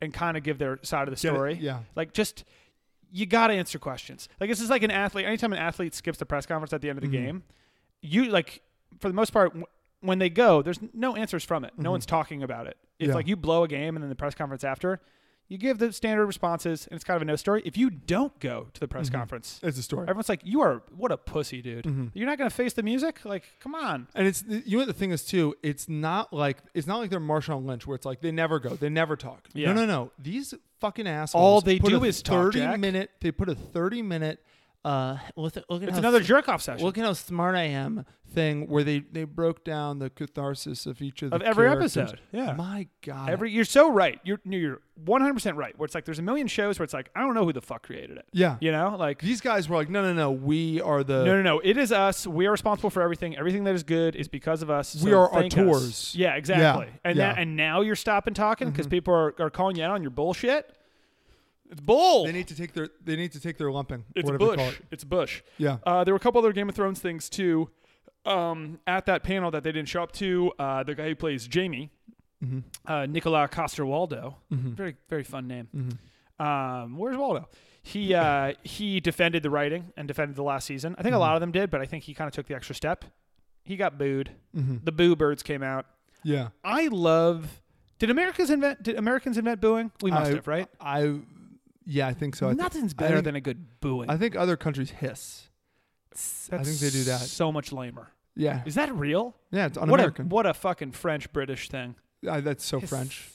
and kind of give their side of the it, story. yeah. Like just you got to answer questions. Like this is like an athlete. Anytime an athlete skips the press conference at the end of the Mm-hmm. game, you like for the most part w- when they go, there's no answers from it. No one's talking about it. If Mm-hmm. Yeah. like you blow a game and then the press conference after, you give the standard responses and it's kind of a no story. If you don't go to the press conference, Mm-hmm. It's a story. Mm-hmm. Everyone's like, "You are what a pussy, dude. You're not gonna face the music. Like, come on." And it's you know what the thing is too. It's not like it's not like they're Marshawn Lynch where it's like they never go, they never talk. Yeah. No, no, no. These fucking assholes. All they put do a is talk, Thirty Jack. minute. They put a thirty minute. Uh, look at, look at It's how another s- jerk off session Look at how smart I am thing where they they broke down the catharsis of each of, of the every characters. episode. Yeah. My God. Every you're so right. You're you're 100 percent right. Where it's like there's a million shows where it's like I don't know who the fuck created it. Yeah. You know, like These guys were like, no, no, no. We are the. no, no, no. It is us. We are responsible for everything. Everything that is good is because of us. We so are our thank us. tours. Yeah, exactly. Yeah, And yeah. Mm-hmm. That, and now you're stopping talking because people are, are calling you out on your bullshit. It's bull. They need to take their. They need to take their lumping. It's whatever they call Bush. it. It's Bush. Yeah. Uh, there were a couple other Game of Thrones things too. Um, at that panel that they didn't show up to, uh, the guy who plays Jamie, Mm-hmm, uh, Nicola Coster Waldo, very very fun name. mm-hmm. Um, where's Waldo? He uh, he defended the writing and defended the last season. I think Mm-hmm. a lot of them did, but I think he kind of took the extra step. He got booed. Mm-hmm. The boo birds came out. Yeah. I love. Did Americans invent? Did Americans invent booing? We must I- have, right? I. Yeah, I think so. I thi- Nothing's I better think- than a good booing. I think other countries hiss. That's think they do that. so much lamer. Yeah. Is that real? yeah, it's What a, un-American. what a fucking French British thing. Uh, that's so French.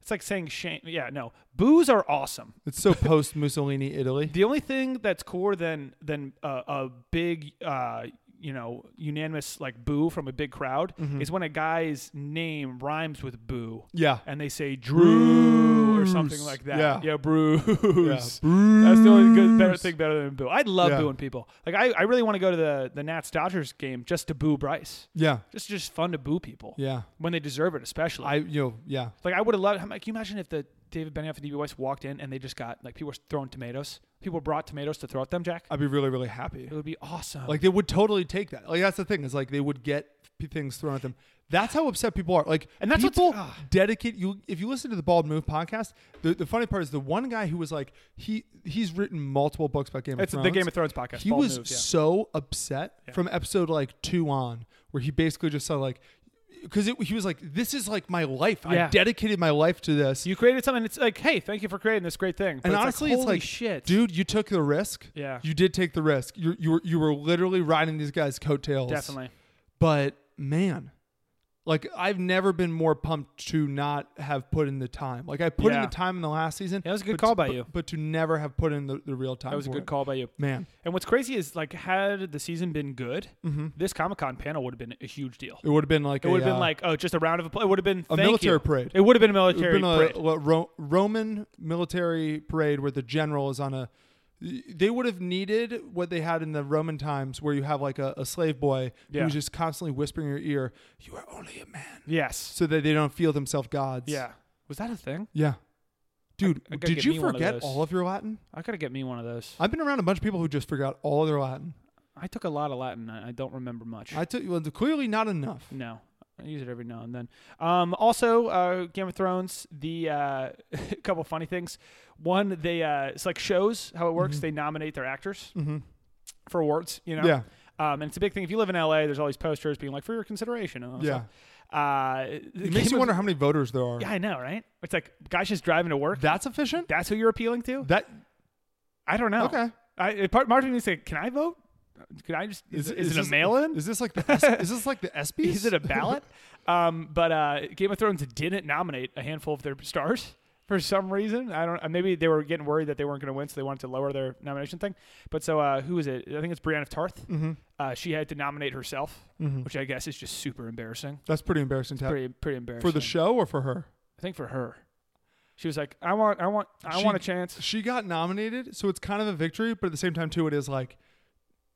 It's like saying shame. Yeah, no. Boos are awesome. It's so post Mussolini Italy. The only thing that's cooler than than uh, a big uh, you know unanimous like boo from a big crowd Mm-hmm. is when a guy's name rhymes with boo. Yeah. And they say Drew or something Bruce. like that. Yeah. yeah Bruce. Bruce. That's the only good better thing better than boo. I love Yeah. booing people. Like I, I really want to go to the the Nats Dodgers game just to boo Bryce. Yeah. Just just fun to boo people. Yeah. When they deserve it, especially. I you know, yeah. Like I would have loved. How, can you imagine if the David Benioff and DB Weiss walked in and they just got like people were throwing tomatoes. People brought tomatoes to throw at them, Jack. I'd be really really happy. it would be awesome. Like they would totally take that. Like that's the thing is like they would get p- things thrown at them. That's how upset people are. Like And that's what's- people ah. dedicate you. If you listen to the Bald Move podcast, the, the funny part is the one guy who was like he he's written multiple books about Game It's the of Thrones. Game of Thrones podcast, He Bald was Move, yeah. so upset from episode like two on, where he basically just said like because he was like, "This is like my life. I Yeah. dedicated my life to this." You created something. It's like, hey, thank you for creating this great thing. But and it's honestly, like, it's holy like, shit, dude, you took the risk. Yeah. you did take the risk. You you were you were literally riding these guys' coattails. Definitely. But man, like I've never been more pumped to not have put in the time. Like I put in Yeah. the time in the last season. Yeah, that was a good but- call by but- you. But to never have put in the, the real time. That was a for good it. call by you. man. And what's crazy is like, had the season been good, Mm-hmm. this Comic Con panel would have been a huge deal. It would have been like It a, would have been uh, like, oh, just a round of applause. It would have been A thank military you. parade. It would have been a it would military have parade. been a, what, Ro- Roman military parade where the general is on a. They would have needed what they had in the Roman times, where you have like a, a slave boy Yeah. who's just constantly whispering in your ear, "You are only a man," yes. so that they don't feel themselves gods. Yeah. Was that a thing? yeah. Dude, I gotta did get you me one of forget those. all of your Latin? I gotta get me one of those. I've been around a bunch of people who just forgot all of their Latin. I took a lot of Latin. I, I don't remember much. I took well, clearly not enough. No, I use it every now and then. Um, also, uh, Game of Thrones. The uh, couple funny things. One, they uh, it's like shows how it works. They nominate their actors for awards. You know. Mm-hmm. Yeah. Um, and it's a big thing. If you live in LA, there's all these posters being like for your consideration. And all that Yeah. stuff. Uh, It makes you wonder how many voters there are. Yeah, I know, right? It's like guys just driving to work. That's efficient. That's who you're appealing to. That I don't know. Okay. I, it, part, part of me said, "Can I vote? Can I just? Is, is, it this- a mail-in? Is this like the S- is this like the ESPYS? Is it a ballot? um, but uh, Game of Thrones didn't nominate a handful of their stars for some reason. I don't. uh, Maybe they were getting worried that they weren't going to win, so they wanted to lower their nomination thing. But so uh, who is it? I think it's Brienne of Tarth. Mm-hmm. Uh, she had to nominate herself, which I guess is just super embarrassing. That's pretty embarrassing. To have. Pretty pretty embarrassing for the show or for her? I think for her, she was like, "I want, I want, I She- want a chance." She got nominated, so it's kind of a victory, but at the same time too, it is like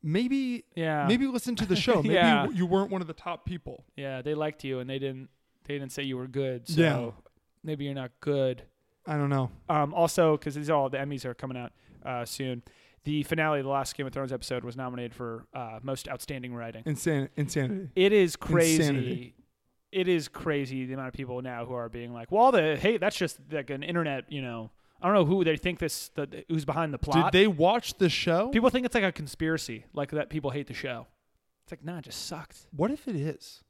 maybe Yeah. maybe listen to the show. Maybe Yeah. you, you weren't one of the top people. Yeah, they liked you, and they didn't. They didn't say you were good. So Yeah. maybe you're not good. I don't know. Um, also, because these all the Emmys are coming out uh, soon. The finale, of the last Game of Thrones episode, was nominated for uh, most outstanding writing. Insan- insanity. It is crazy. Insanity. It is crazy the amount of people now who are being like, "Well, the hey, that's just like an internet, you know." I don't know who they think this, the, who's behind the Did plot. they watch the show? people think it's like a conspiracy, like that people hate the show. It's like, nah, it just sucked. what if it is?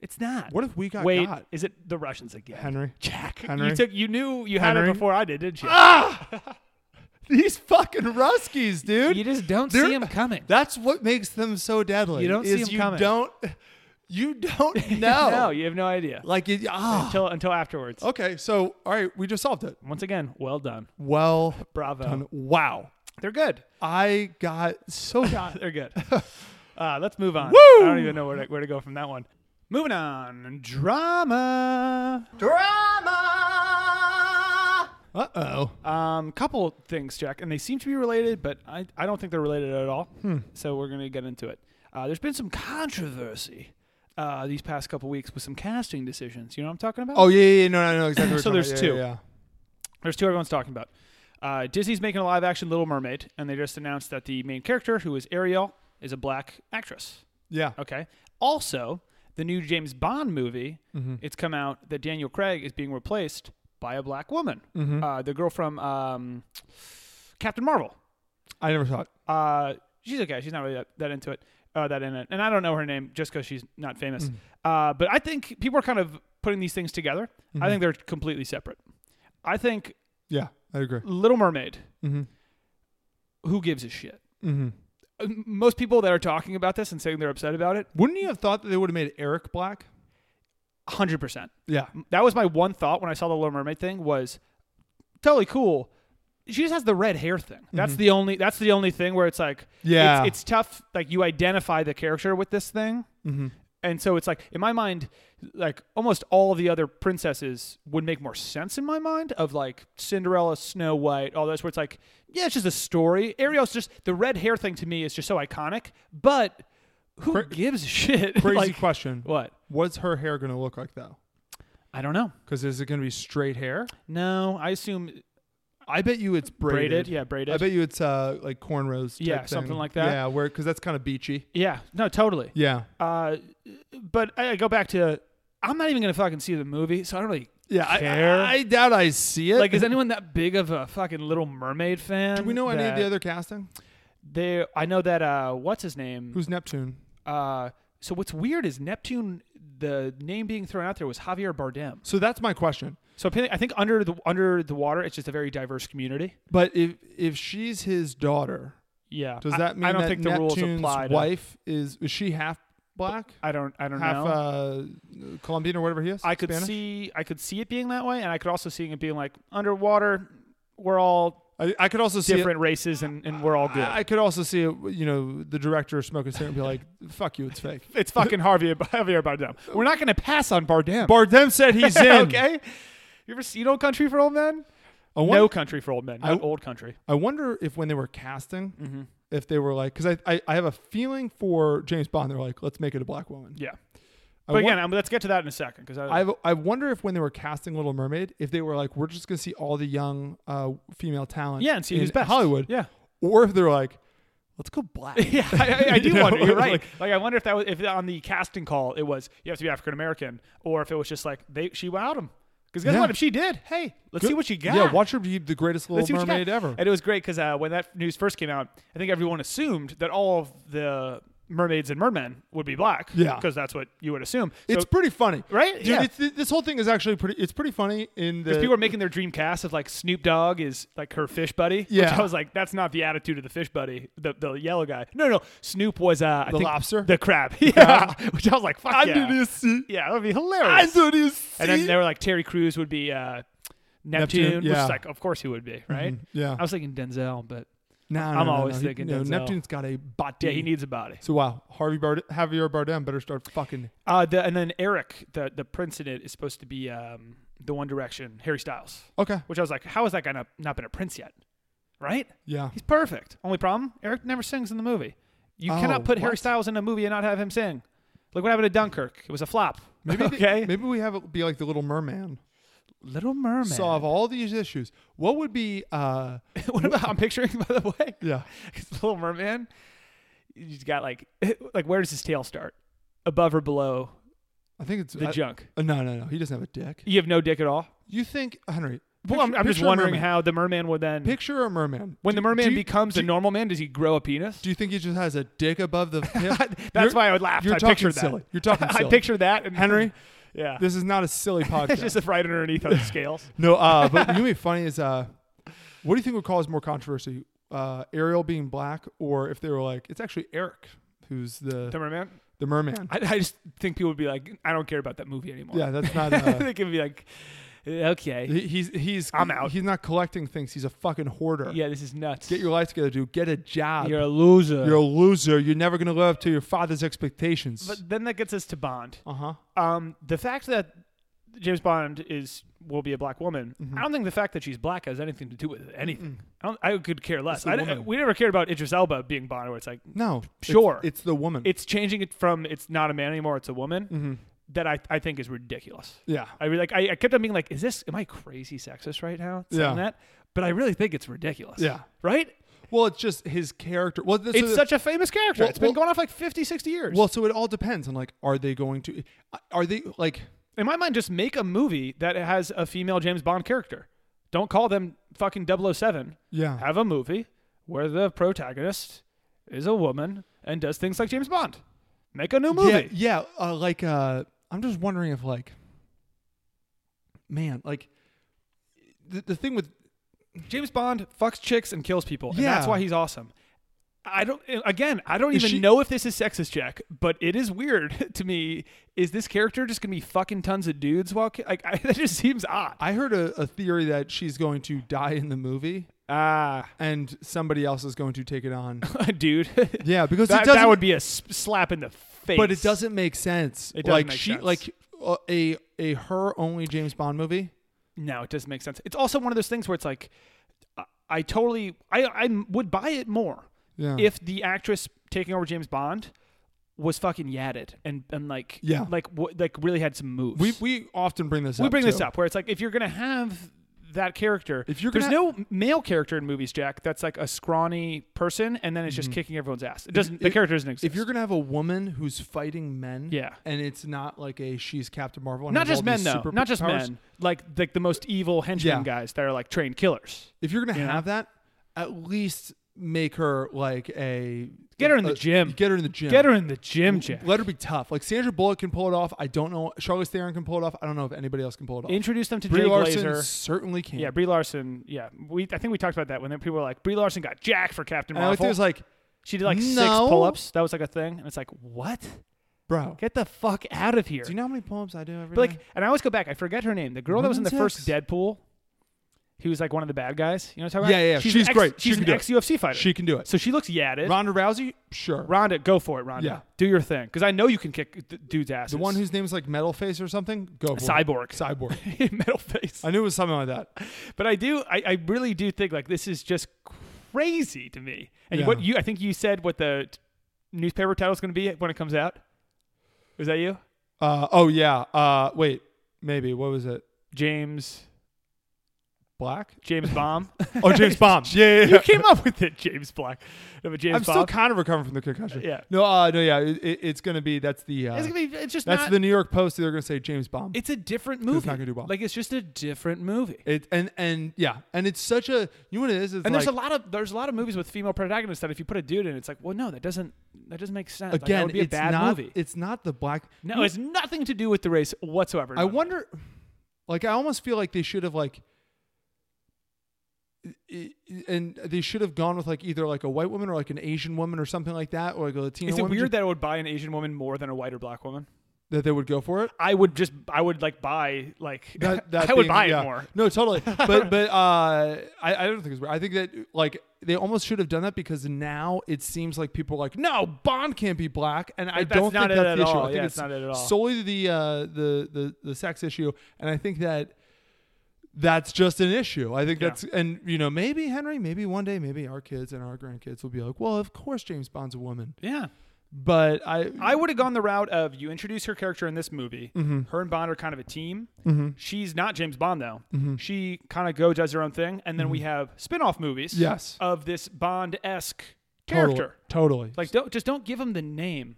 It's not. What if we got Wait, got? is it the Russians again? Henry. Jack, Henry. you took, you knew you had Henry. Ah! it before I did, didn't you? These fucking Ruskies, dude. you just don't They're- see him coming. That's what makes them so deadly. You don't see is 'em you coming. Don't you don't know? no, you have no idea. like it, ah. until until afterwards. Okay, so all right, we just solved it. Once again, well done. Well Bravo. done. Wow. They're good. I got so God, they're good. Uh, let's move on. I don't even know where to, where to go from that one. Moving on. Drama. Uh oh. Um, couple things, Jack, and they seem to be related, but I, I don't think they're related at all. Hmm. So we're going to get into it. Uh, there's been some controversy uh, these past couple weeks with some casting decisions. You know what I'm talking about? Oh yeah, yeah, yeah, no, no, no, exactly. what So you're talking there's about. two. Yeah, yeah, There's two everyone's talking about. Uh, Disney's making a live action Little Mermaid, and they just announced that the main character, who is Ariel, is a black actress. yeah. Yeah. Okay. Also, the new James Bond movie, it's come out that Daniel Craig is being replaced by a black woman, uh, the girl from um, Captain Marvel. I never saw it. Uh, she's okay. She's not really that, that into it, uh, that in it. And I don't know her name just because she's not famous. Uh, but I think people are kind of putting these things together. I think they're completely separate. I think Yeah, I agree. Little Mermaid. Mhm. Who gives a shit? Mm-hmm. Uh, Most people that are talking about this and saying they're upset about it, Wouldn't you have thought that they would have made Eric black? hundred percent. Yeah, That was my one thought when I saw the Little Mermaid thing was totally cool. She just has the red hair thing. That's the only. That's the only thing where it's like, Mm-hmm. Yeah. it's, it's tough. Like you identify the character with this thing, Mm-hmm. and so it's like in my mind, like almost all of the other princesses would make more sense in my mind of like Cinderella, Snow White, all those where it's like, yeah, it's just a story. Ariel's just the red hair thing to me is just so iconic, but. Who gives a shit? crazy Like, question. What? What's her hair going to look like though? I don't know. Because is it going to be straight hair? No, I assume I bet you it's braided. Braided, yeah, braided. I bet you it's uh like cornrows. Type Yeah, thing. something like that. Yeah, where because that's kind of beachy. Yeah, no, totally. Yeah, Uh, but I I go back to I'm not even gonna fucking see the movie, so I don't really yeah. I- care. I, I doubt I see it. like. Is anyone that big of a fucking Little Mermaid fan? Do we know any of the that other casting? They, I know that uh, what's his name? Who's Neptune? uh, so what's weird is Neptune. the name being thrown out there was Javier Bardem. So that's my question. So I think- I think under the under the water, it's just a very diverse community. But if if she's his daughter, Yeah. does I- that mean I don't that think the Neptune's rules apply? To, wife is is she half black, I don't. I don't half know. uh, Colombian or whatever he is? I could Spanish? see. I could see it being that way, and I could also see it being like underwater. We're all I, I could also see it- different races, and, and we're all good. I I could also see it, you know, the director smoking a cigarette and be like, "Fuck you, it's fake." it's fucking Harvey Javier Bardem. We're not going to pass on Bardem. Bardem said he's in. okay. You ever seen Old Country for Old Men? I wonder, No Country for Old Men. Not I- Old Country. I wonder if when they were casting, Mm-hmm. if they were like, because I, I I have a feeling for James Bond, they're like, "Let's make it a black woman." Yeah. I But won- again, um, let's get to that in a second because I, I have- I wonder if when they were casting Little Mermaid, if they were like, "We're just gonna see all the young uh, female talent." yeah, and see in who's best. Hollywood. Yeah. Or if they're like, "Let's go black." Yeah, I, I, I do You know, wonder. You're it's right. like- Like, I wonder if that was if on the casting call it was you have to be African American, or if it was just like they she wowed him. Because guess Yeah. what? If she did, hey, let's see what she got. Yeah, watch her be the greatest Let's see Little what she got. Mermaid ever. And it was great because uh, when that news first came out, I think everyone assumed that all of the mermaids and mermen would be black. Yeah. because that's what you would assume. So, It's pretty funny, Right? Dude, Yeah. it's, this whole thing is actually pretty. It's pretty funny in the. Because people are making their dream cast of like Snoop Dogg is like her fish buddy. Which Yeah. I was like, that's not the attitude of the fish buddy, the, the yellow guy. No, no. Snoop was, uh, I The think lobster? The crab. Yeah. which I was like, fuck yeah. sea. Yeah, that would be hilarious. Under the and then sea. they were like, Terry Crews would be uh, Neptune, Neptune, which yeah. Mm-hmm. is like, of course he would be, right? yeah. I was thinking Denzel, but No, no, I'm no, always no. He- thinking no, Denzel. Neptune's got a body. yeah, he needs a body. So wow, Harvey Bard- Javier Bardem better start fucking. Uh, the, and then Eric, the, the prince in it, is supposed to be um, the One Direction, Harry Styles, Okay. which I was like, how has that guy not, not been a prince yet? Right? Yeah. He's perfect. Only problem, Eric never sings in the movie. You Oh, cannot put Harry what? Styles in a movie and not have him sing. Look what happened to Dunkirk. It was a flop. Maybe they- okay. maybe we have it be like the Little Merman. Little Mermaid. Solve all these issues. What would be? uh what about I'm picturing by the way? Yeah. It's Little Merman. He's got like like where does his tail start? Above or below I think it's the I- junk? uh, No, no, no. He doesn't have a dick. You have no dick at all. You think Henry? well, I'm, picture- I'm just picture a wondering merman. how the merman would then Picture a merman. when the Do- merman do you- becomes do a you- normal man, does he grow a penis? Do you think he just has a dick above the hip? That's You're- why I would laugh. You're I talking pictured that. silly. You're talking silly. I pictured that and Henry. Yeah. This is not a silly podcast. it's just right underneath on the scales. no, uh, but you know what'd be funny is uh, what do you think would cause more controversy? Uh, Ariel being black, or if they were like, it's actually Eric who's the The the, merman. merman. I, I just think people would be like, I don't care about that movie anymore. yeah, that's not. I Uh, think it'd be like, okay, he- he's he's. I'm out. He's not collecting things. He's a fucking hoarder. yeah, this is nuts. Get your life together, dude. Get a job. You're a loser. You're a loser. You're never gonna live up to your father's expectations. but then that gets us to Bond. uh huh. Um, the fact that James Bond is will be a black woman. Mm-hmm. I don't think the fact that she's black has anything to do with anything. I, don't, I could care less. Mm. the I d- woman. we never cared about Idris Elba being Bond, where it's like No. it's- Sure. It's, the woman. it's changing it from it's not a man anymore, it's a woman. Mm-hmm. That I, I think is ridiculous. yeah. I really like. I, I kept on being like, "Is this? Am I crazy sexist right now saying Yeah. that?" But I really think it's ridiculous. Yeah. Right? Well, it's just his character. Well, this, it's such a famous character. Well- it's been well- going on for like 50, 60 years. Well, so it all depends on like, are they going to, are they like, in my mind, just make a movie that has a female James Bond character. Don't call them fucking 007. yeah, Have a movie where the protagonist is a woman and does things like James Bond. Make a new yeah, movie. yeah, uh, like, uh, I'm just wondering if like, man, like, the, the thing with James Bond fucks chicks and kills people, and Yeah. that's why he's awesome. I don't. Again, I don't Is even she- know if this is sexist, Jack. But it is weird to me. Is this character just gonna be fucking tons of dudes while ki- like I, that just seems odd? I heard a, a theory that she's going to die in the movie Ah, and somebody else is going to take it on. dude. yeah, because it that, doesn't, that would be a s- slap in the face. but it doesn't make sense. It doesn't like make she, sense. like uh, a a her only James Bond movie. No, it doesn't make sense. It's also one of those things where it's like, I, I totally, I, I would buy it more Yeah. if the actress taking over James Bond was fucking yatted and and like Yeah. like w- like really had some moves. we we often bring this we up. bring this too. up where it's like if you're gonna have that character If you're there's gonna- no male character in movies jack that's like a scrawny person and then it's just kicking everyone's ass it doesn't the Mm-hmm. if- character doesn't exist If you're gonna have a woman who's fighting men, Yeah. and it's not like a she's Captain Marvel, and not has just all men these though super not just powers, men like like the most evil henchmen Yeah. guys that are like trained killers If you're gonna You know? have that, at least make her like a Get her in the a- gym. Get her in the gym. Get her in the gym, Jack. Let her be tough. Like Sandra Bullock can pull it off. I don't know. Charlize Theron can pull it off. I don't know if anybody else can pull it off. Introduce them to Brie Jay Larson Glazer. certainly can. Yeah, Brie Larson. Yeah, we. I think we talked about that when people were like, Brie Larson got Jack for Captain and I looked Marvel. there, was like, she did like six "No." pull-ups. That was like a thing, and it's like, what? bro, Get the fuck out of here. do you know how many pull-ups I do every But like, day? and I always go back. I forget her name. The girl that was in the Women's first X. Deadpool. He was like one of the bad guys. You know what I'm talking Yeah, about? yeah, yeah. She's, She's an ex- great. She She's can an do it. ex UFC fighter. She can do it. So she looks yadded. Ronda Rousey, sure. Rhonda, go for it, Rhonda. Yeah. Do your thing, because I know you can kick d- dudes' asses. the one whose name's like Metal Face or something. Go for It. Cyborg. Cyborg. metal face. I knew it was something like that. but I do, I, I really do think like this is just crazy to me. And Yeah. what you, I think you said what the t- newspaper title is going to be when it comes out. Was that you, Uh, oh yeah. Uh, wait, maybe what was it? James Black? James Bomb? Oh, James Bomb. Yeah, yeah, yeah. you came up with it, James Black. No, but James I'm still Bomb. kind of recovering from the concussion. Yeah. No, uh, no, yeah. It, it- it's gonna be that's the uh, it's gonna be. It's just that's not, the New York Post. They're gonna say James Bomb. It's a different not movie. gonna do well. Like it's just a different movie. It and and yeah, and it's such a you know what it is. It's like, and there's a lot of there's a lot of movies with female protagonists that if you put a dude in, it's like, well, no, that doesn't that doesn't make sense. Like, that Again, would be it's a bad not movie. it's not the black. no, it's nothing to do with the race whatsoever. I None. wonder, like, I almost feel like they should have like, i- i- and they should have gone with like either like a white woman or like an Asian woman or something like that, or like a Latina. Is it woman, weird ju- that I would buy an Asian woman more than a white or black woman? that they would go for it? I would just I would like buy like That, that I would being- buy yeah. it more. No, totally. But but uh, I I don't think it's weird. I think that like they almost should have done that because now it seems like people are like, no, Bond can't be black, and I That's don't not think it that's at the issue. all. I think Yeah, it's not it at all. Solely the uh, the the the sex issue, and I think that. That's just an issue. I think Yeah. that's, and you know, maybe Henry, maybe one day, maybe our kids and our grandkids will be like, well, of course James Bond's a woman. Yeah. But I, I would have gone the route of you introduce her character in this movie. Mm-hmm. Her and Bond are kind of a team. She's not James Bond though. Mm-hmm. She kind of go does her own thing, and then we have spin-off movies. Yes. of this Bond esque totally, character. totally. Like, don't just don't give him the name.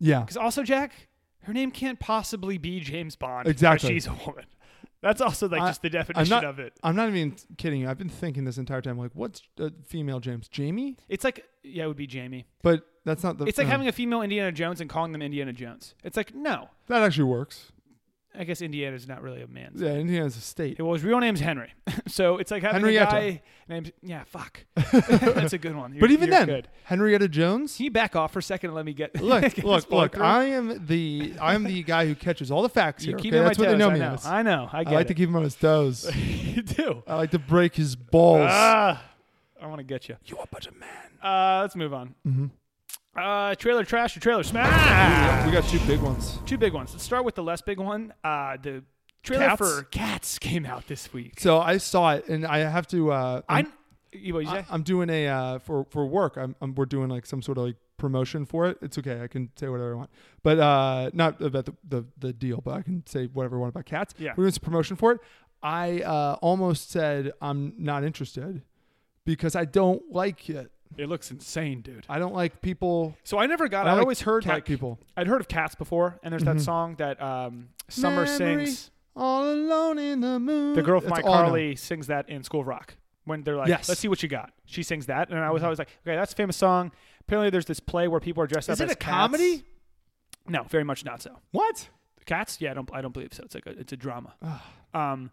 yeah. Because also, Jack, her name can't possibly be James Bond. but Exactly. she's a woman. That's also like I- just the definition I'm not, of it. I'm not even kidding you. I've been thinking this entire time, like, what's a female James? Jamie? It's like yeah, it would be Jamie. But that's not the. uh, It's like having a female Indiana Jones and calling them Indiana Jones. It's like no, that actually works. I guess Indiana's not really a man's. Yeah, Indiana's a state. Well, his real name's Henry, so it's like having Henrietta. a guy named yeah, fuck. That's a good one. You're- but even you're then, good. Henrietta Jones. can you back off for a second and let me get Look, get this look, point look! through? I am the I am the guy who catches all the facts you here. keep okay? me on That's my what they toes, know I me know. as. I know. I get I like it. to Oh, keep him on his toes. you do. I like to break his balls. Ah, I want to get you. you Mm-hmm. a bunch of men. Uh, let's move on. Uh, trailer trash or trailer smash? We got two big ones. Two big ones. Let's start with the less big one. Uh, the trailer Cats? for Cats came out this week. So I saw it, and I have to. Uh, I, you, what you say? I, am doing a uh, for for work. I'm, I'm we're doing like some sort of like promotion for it. It's okay. I can say whatever I want, but uh, not about the, the the deal. But I can say whatever I want about cats. Yeah. we're doing some promotion for it. I uh, almost said I'm not interested because I don't like it. it looks insane, dude. I don't like people. So I never got. I I, like always heard cat like people. Mm-hmm. I'd heard of Cats before, and there's that song that um, Summer Memory sings. all alone in the moon. The girl from That's Mike all I know. Carly sings that in School of Rock when they're like, Yes. Mm-hmm. "Let's see what you got." She sings that, and I was always like, "Okay, that's a famous song." Apparently, there's this play where people are dressed Is up it as a comedy? cats. No, very much not so. What? Cats? Yeah, I don't. I don't believe so. It's like a, it's a drama. um,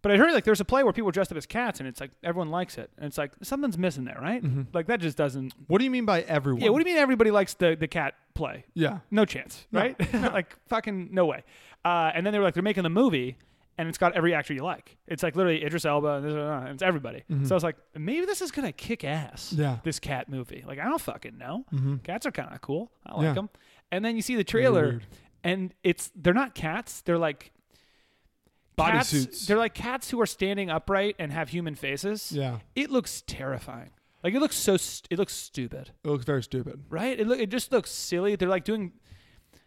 but I heard like there's a play where people are dressed up as cats, and it's like everyone likes it, and it's like something's missing there, right? Like that just doesn't. Mm-hmm. What do you mean by everyone? Yeah. What do you mean everybody likes the the cat play? Yeah. No chance, right? like fucking no way. Uh, and then they were like, they're making the movie, and it's got every actor you like. It's like literally Idris Elba, and, this, and it's everybody. So I was like, maybe this is gonna kick ass. Mm-hmm. Yeah. Mm-hmm. This cat movie, like I don't fucking know. Cats are kind of cool. I like Yeah. them. And then you see the trailer, weird. and it's they're not cats. They're like. Cats, Bodysuits. They're like cats who are standing upright and have human faces. Yeah. it looks terrifying. Like it looks so. St- it looks stupid It looks very stupid. right? It look it just looks silly. They're like doing,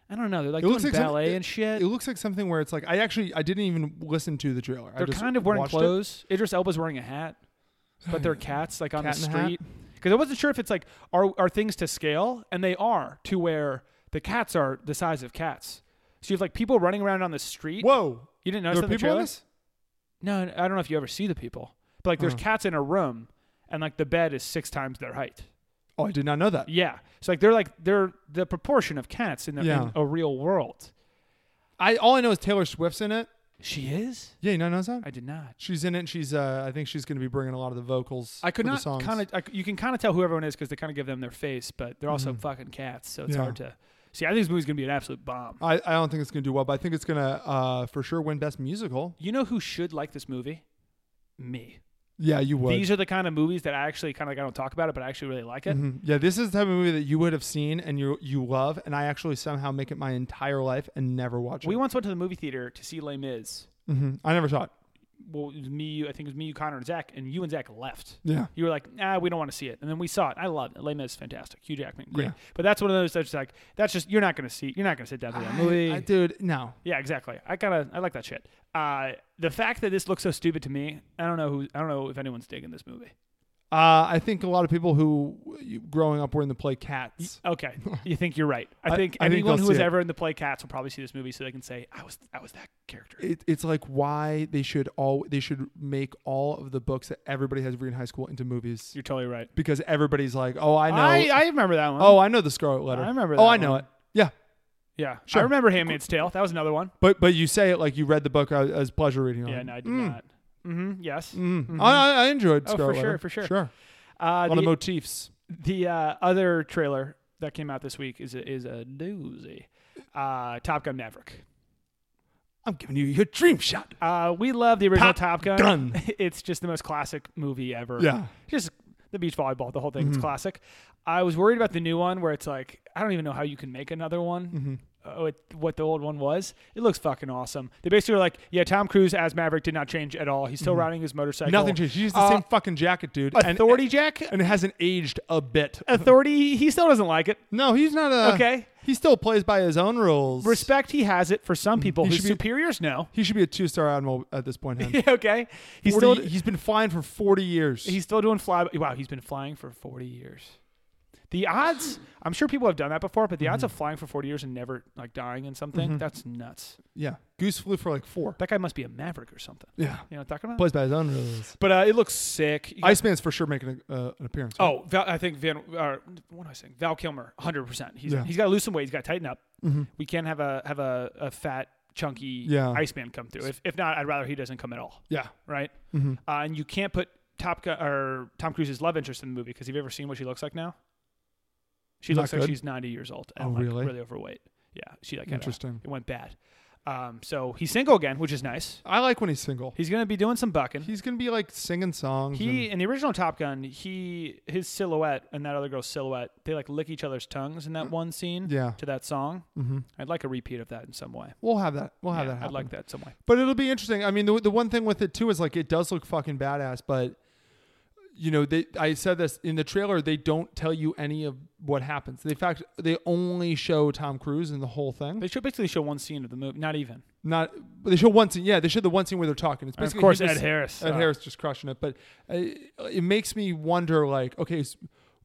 I don't know, they're like It doing looks like some- ballet it- and shit. It looks like something where it's like I actually I didn't even listen to the trailer. I they're just kind of wearing watched it. clothes. Idris Elba's wearing a hat, but they're cats like on Cat the in a hat? street. Because I wasn't sure if it's like are are things to scale, and they are to where the cats are the size of cats. So you have like people running around on the street. Whoa! You didn't There notice are that in the people in trailer? this? Uh-huh. No, I don't know if you ever see the people, but like there's cats in a room, and like the bed is six times their height. Oh, I did not know that. Yeah. So like they're like they're the proportion of cats in, the, Yeah. in a real world. I all I know is Taylor Swift's in it. She is. Yeah, you know knows that. I did not. she's in it. And she's uh, I think she's going to be bringing a lot of the vocals. I could for not the songs. kind of. You can kind of tell who everyone is because they kind of give them their face, but they're also fucking cats, so it's Mm. Yeah. hard to see. I think this movie's gonna be an absolute bomb. I, I don't think it's going to do well, but I think it's going to uh, for sure win best musical. You know who should like this movie? Me. Yeah, you would. These are the kind of movies that I actually kind of like. I don't talk about it, but I actually really like it. Mhm. Yeah, this is the type of movie that you would have seen and you you love, and I actually somehow make it my entire life and never watch it. We once went to the movie theater to see Les Mis. Mhm. I never saw it. Well, it was me, you, I think it was me, you, Connor, and Zach, and you and Zach left. Yeah. You were like, nah, we don't want to see it. And then we saw it. I loved it. Les Mis, fantastic. Hugh Jackman, great. Yeah. But that's one of those that's just like, that's just, you're not going to see, you're not going to sit down through that movie. I- I- dude, no. yeah, exactly. I kind of, I like that shit. Uh, the fact that this looks so stupid to me, I don't know who, I don't know if anyone's digging this movie. Uh, I think a lot of people who you- growing up were in the play Cats. Okay. you think you're right. I I- think I think anyone they'll who was see it. ever in the play Cats will probably see this movie so they can say, I was, I was that character. It, it's like why they should all they should make all of the books that everybody has read in high school into movies you're totally right. because everybody's like, oh, I know. I, I remember that one. oh, I know the Scarlet Letter. I remember Oh, that I know one. it. Yeah, yeah. I sure. remember Handmaid's Tale. That was another one. but but you say it like you read the book as, as pleasure reading. on Yeah, it. no, I did not. Mm-hmm. Yes. Mm. I, I- I enjoyed Oh, for Scarlet sure, Letter. for sure. Sure. Uh, A lot the of motifs. the uh, other trailer that came out this week is a, is a doozy. Uh, Top Gun Maverick. I'm giving you your dream shot. Uh, we love the original Top Top, Gun. Gun. it's just the most classic movie ever. Yeah. Mm-hmm. Just the beach volleyball, the whole thing. It's classic. I was worried about the new one where it's like I don't even know how you can make another one. Mm-hmm. Oh, it, what the old one was. It looks fucking awesome. They basically were like, yeah, Tom Cruise as Maverick did not change at all. He's still riding his motorcycle. Mm-hmm. Nothing changed. She's the Uh, same fucking jacket, dude. Authority and, Jack. and it hasn't aged a bit. Authority. He still doesn't like it. No, he's not a. Okay. He still plays by his own rules. Respect he has it for some people. Mm-hmm. He His should be- superiors know. He should be a two-star admiral at this point. Hen. okay, he's 40 still he's been flying for forty years. he's still doing fly. Wow, he's been flying for forty years. The odds, I'm sure people have done that before, but the odds of flying for forty years and never like dying in something, that's nuts. yeah. Goose flew for like four. That guy must be a maverick or something. Yeah. You know what I'm talking about? Plays by his own rules. but uh, it looks sick. You got- Iceman's for sure making a, uh, an appearance. right? oh, Val, I think Van. Or, what am I saying? Val Kilmer, 100. percent He's Yeah. he's got to lose some weight. He's got to tighten up. Mm-hmm. We can't have a have a, a fat chunky Yeah. Iceman come through. If if not, I'd rather he doesn't come at all. yeah. right? Mm-hmm. Uh, and you can't put Top Gun or Tom Cruise's love interest in the movie because have you ever seen what she looks like now? She Not looks like good. she's 90 years old and Oh, like, really? really overweight. Yeah, she like had a- Interesting. it went bad. Um, so he's single again, which is nice. I like when he's single. He's gonna be doing some bucking. He's gonna be like singing songs. he and- in the original Top Gun, he his silhouette and that other girl's silhouette, they like lick each other's tongues in that one scene. Mm, Yeah. To that song, mm-hmm. I'd like a repeat of that in some way. we'll have that. We'll have Yeah, that. I'd Happen. like that some way. But it'll be interesting. I mean, the, the one thing with it too is like it does look fucking badass, but you know, they I said this in the trailer. They don't tell you any of what happens. In fact, they only show Tom Cruise in the whole thing. They should basically show one scene of the movie. Not even. Not they show one scene. Yeah, they show the one scene where they're talking. It's And of basically course, he just- Ed Harris, Ed uh, Harris just crushing it. But uh, it makes me wonder. Like, okay, s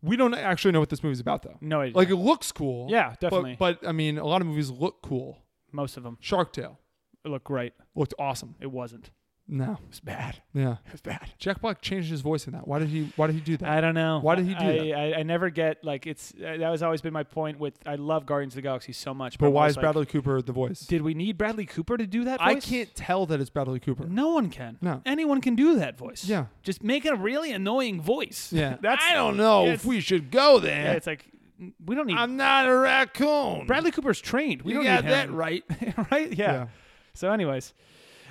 we don't actually know what this movie's about though. No idea. Like it looks cool. Yeah, but- definitely. but I mean, a lot of movies look cool. Most of them Shark Tale look great. looked awesome. It wasn't. No. It's bad. Yeah. It's bad. Jack Black changed his voice in that. Why did he? Why did he do that? I don't know. Why did he do I, that? I, I never get like it's uh, that was always been my point with I love Guardians of the Galaxy so much. but I'm why always is like, Bradley Cooper the voice? Did we need Bradley Cooper to do that? I voice? can't tell that it's Bradley Cooper. No one can. No. Anyone can do that voice. Yeah. Just make a really annoying voice. Yeah. That's I don't know yeah, if it's- we should go there. Yeah, it's like we don't need I'm not a raccoon. Bradley Cooper's trained. We you don't got need that him. right. right. right? Yeah. Yeah. So, anyways,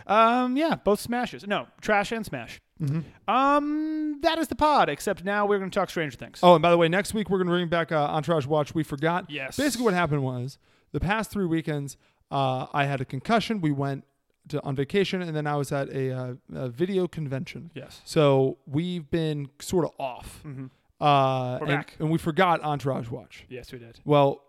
um, yeah, both smashes. No, trash and smash. Mm-hmm. Um, that is the pod. Except now we're going to talk Stranger Things. Oh, and by the way, next week we're going to bring back uh, Entourage Watch. We forgot. Yes. Basically, what happened was the past three weekends, uh, I had a concussion. We went to, on vacation, and then I was at a, uh, a video convention. Yes. Mm-hmm. So we've been sort of off. Uh, and, We're back. and we forgot Entourage Watch. Yes, we did. Well,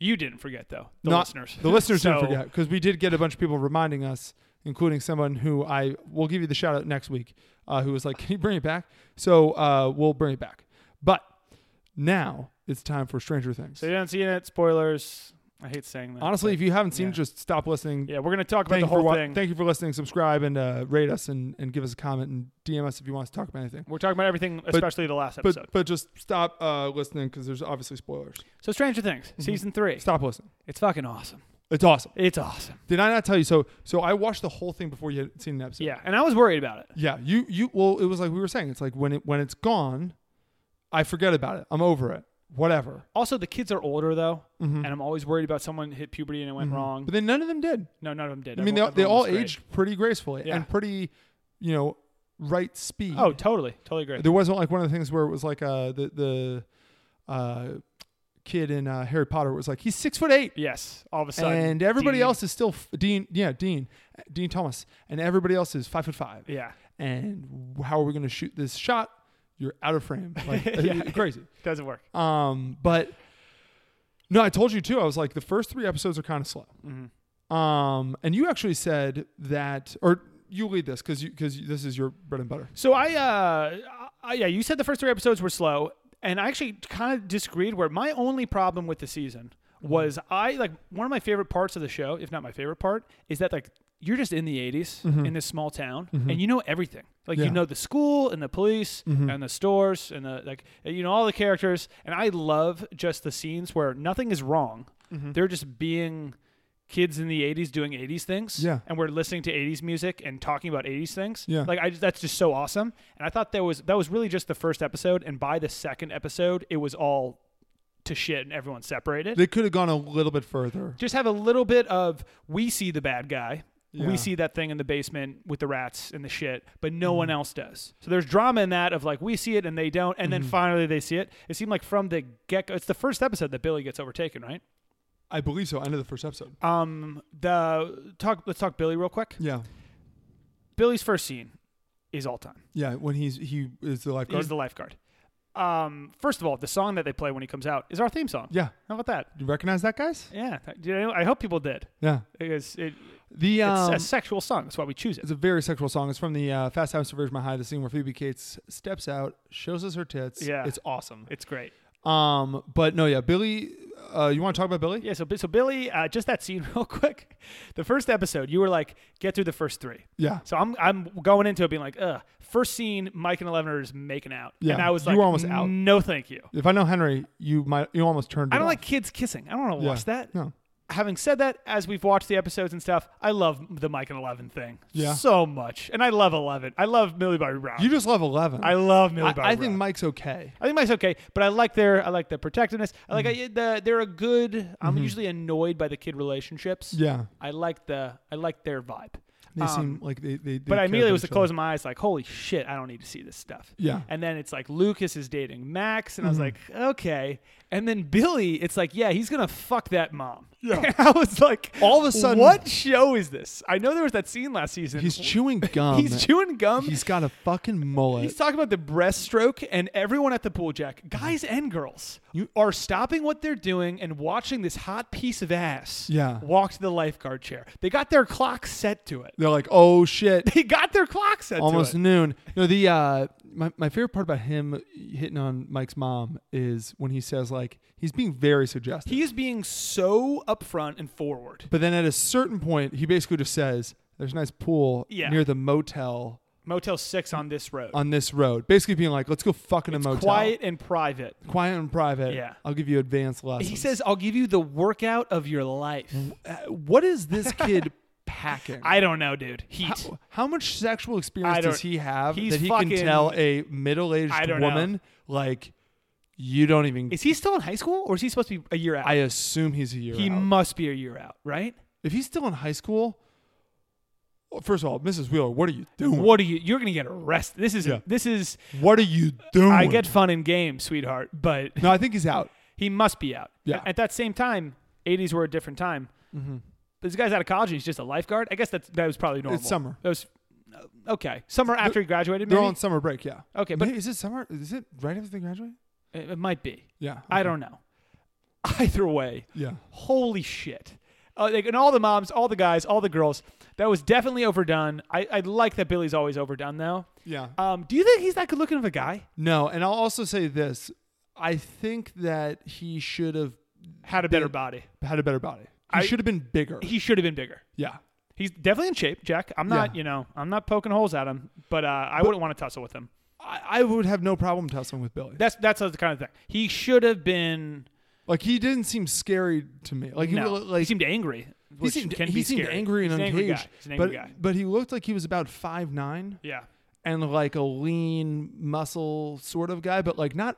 You didn't forget though. The not- listeners. The listeners So, didn't forget because we did get a bunch of people reminding us, including someone who I will give you the shout out next week, uh, who was like, "Can you bring it back?" So uh, we'll bring it back. But now it's time for Stranger Things. So you haven't seen it. Spoilers. I hate saying that. Honestly, but- if you haven't seen, yeah. it, just stop listening. yeah, we're gonna talk about Thank the you, for whole wa- thing. thank you for listening. Subscribe and uh, rate us and, and give us a comment and DM us if you want us to talk about anything. we're talking about everything, especially the last But episode. but just stop uh, listening because there's obviously spoilers. so Stranger Things, season three. Mhm. Stop listening. It's fucking awesome. It's awesome. It's awesome. Did I not tell you? So so I watched the whole thing before you had seen an episode. Yeah, and I was worried about it. Yeah. You you well, it was like we were saying. It's like when it when it's gone, I forget about it. I'm over it. Whatever. Also, the kids are older though, and I'm always worried about someone hit puberty and it went wrong. Mm-hmm. But then none of them did. no, none of them did. I mean, they, Everyone- they all everyone was great. aged pretty gracefully Yeah. and pretty, you know, right speed. Oh, totally, totally agree. there wasn't like one of the things where it was like uh the the uh kid in uh, Harry Potter was like he's six foot eight yes, all of a sudden, and everybody Dean- else is still f- Dean yeah Dean Dean Thomas and everybody else is five foot five Yeah, and how are we going to shoot this shot you're out of frame like Yeah. crazy doesn't work. um but no I told you too I was like the first three episodes are kind of slow um and you actually said that or you lead this because you because this is your bread and butter So I, uh, I, yeah, you said the first three episodes were slow, and I actually kind of disagreed. Where my only problem with the season Mm-hmm. was, I like one of my favorite parts of the show, if not my favorite part, is that like you're just in the '80s in this small town, and you know everything. Like Mm-hmm. Yeah. Mm-hmm. you know the school and the police and the stores and the like, you know all the characters. And I love just the scenes where nothing is wrong. Mm-hmm. They're just being kids in the 80s doing 80s things Yeah. and we're listening to 80s music and talking about 80s things Yeah. like I, that's just so awesome and i thought that was that was really just the first episode and by the second episode it was all to shit and everyone separated they could have gone a little bit further just have a little bit of we see the bad guy Yeah. we see that thing in the basement with the rats and the shit but no Mm-hmm. one else does so there's drama in that of like we see it and they don't and Mm-hmm. then finally they see it it seemed like from the get-go it's the first episode that billy gets overtaken right I believe so. End of the first episode. um the talk let's talk billy real quick yeah, Billy's first scene is all time. yeah. When he's he is the lifeguard. He's the lifeguard. Um, first of all, the song that they play when he comes out is our theme song. yeah, How about that? you recognize that, guys? Yeah. that- you know, I hope people did. Yeah. Because it, The it's um, a it's, sexual song. That's why we choose it. a very sexual song. It's from the uh, Fast Times at Ridgemont High. The scene where Phoebe Cates steps out, shows us her tits. Yeah. it's awesome. It's great. Um, but no, yeah, Billy. Uh, you want to talk about Billy? Yeah. So, so Billy, uh, just that scene real quick. The first episode, you were like, get through the first three. Yeah. So I'm I'm going into it being like, ugh. First scene, Mike and Eleven are just making out. Yeah, And I was you like, were almost out. No, thank you. If I know Henry, you might you almost turned. I it don't off. like kids kissing. I don't want to Yeah. watch that. No. having said that, as we've watched the episodes and stuff, I love the Mike and Eleven thing Yeah. so much, and I love Eleven. I love Millie Bobby Brown. You just love Eleven. I love Millie I, Bobby I Brown. think Mike's okay. I think Mike's okay, but I like their I like the protectiveness. I like Mm-hmm. I, the they're a good. I'm usually annoyed by the kid relationships. Yeah. I like the I like their vibe. They Um, seem like they. they, they But I care immediately about was to each other. close my eyes, like, holy shit, I don't need to see this stuff. Yeah. Mm-hmm. And then it's like Lucas is dating Max, and I was like, okay. And then Billy, it's like, yeah, he's gonna fuck that mom. Yeah. I was like, All of a sudden- what show is this? I know there was that scene last season. He's chewing gum. He's chewing gum. He's got a fucking mullet. He's talking about the breaststroke, and everyone at the pool, Jack, Mm-hmm. guys and girls, you are stopping what they're doing and watching this hot piece of ass Yeah. walk to the lifeguard chair. They got their clock set to it. They're like, oh shit. They got their clock set almost to it. noon. No, the uh, my my favorite part about him hitting on Mike's mom is when he says like he's being very suggestive. He is being so upfront and forward. but then at a certain point, he basically just says, "There's a nice pool Yeah. near the motel Motel Six on this road. on this road." Basically, being like, "Let's go fuck in a It's motel, quiet and private. Quiet and private." Yeah. I'll give you advanced lessons. He says, "I'll give you the workout of your life." "What is this kid packing?" I don't know, dude. Heat. how, how much sexual experience I don't- does he have he's that he fucking- can tell a middle-aged I don't know. woman like you don't even is he still in high school, or is he supposed to be a year out? I assume he's a year he out. must be a year out, right? if he's still in high school, well, first of all, Mrs. Wheeler, what are you doing? What are you? You're gonna get arrested. This is Yeah. this is. What are you doing? I get fun and games, sweetheart, but No, I think he's out. he must be out. Yeah. Mm-hmm. At that same time, 80s were a different time. This guy's out of college and he's just a lifeguard. I guess that's, that was probably normal. summer. That was okay. Summer after he graduated, They're maybe. on summer break, yeah. Okay, Maybe- but- is it summer? Is it right after they graduate? It, it might be. Yeah. I okay. don't know. Either way, Yeah. holy shit. Uh, like, and all the moms, all the guys, all the girls. That was definitely overdone. I, I like that Billy's always overdone though. Yeah. Um, do you think he's that good looking of a guy? no, and I'll also say this. I think that he should have had a better body. had a better body. He I- should have been bigger. He should have been bigger. yeah. He's definitely in shape, Jack. I'm not, Yeah. you know, I'm not poking holes at him, but uh, I wouldn't want to tussle with him. I, I would have no problem tussling with Billy. That's that's the kind of thing. He should have been. like he didn't seem scary to me. Like he no, was like he seemed angry. he Which seemed, can he be seemed scary. angry and He's an uncaged. angry guy. He's an angry but guy. but he looked like he was about five nine Yeah, and like a lean muscle sort of guy, but like not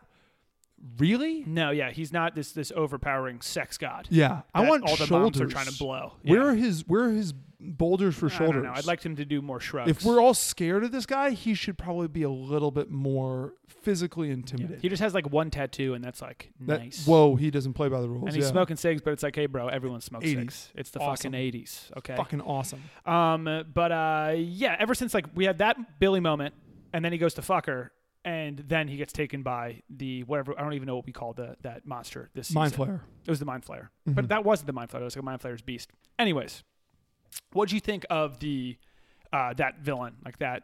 really. no, yeah, he's not this this overpowering sex god. Yeah, I that want all the moms shoulders. are trying to blow. Where Yeah. are his Where are his boulders for I shoulders? don't know. I'd like him to do more shrugs. If we're all scared of this guy, he should probably be a little bit more physically intimidating. he just has like one tattoo, and that's like That- nice. Whoa, he doesn't play by the rules. and he's yeah. smoking cigs, but it's like, hey, bro, everyone smokes 80s. cigs. It's the Awesome. fucking eighties. Okay. Fucking awesome. Um, but uh, yeah, ever since like we had that Billy moment, and then he goes to fuck her, and then he gets taken by the whatever I don't even know what we call the that monster this season. Mind Mm-hmm. flayer. It was the mind flayer, but that wasn't the mind flayer. It was like a mind flayer's beast. Anyways, what do you think of the uh, that villain, like that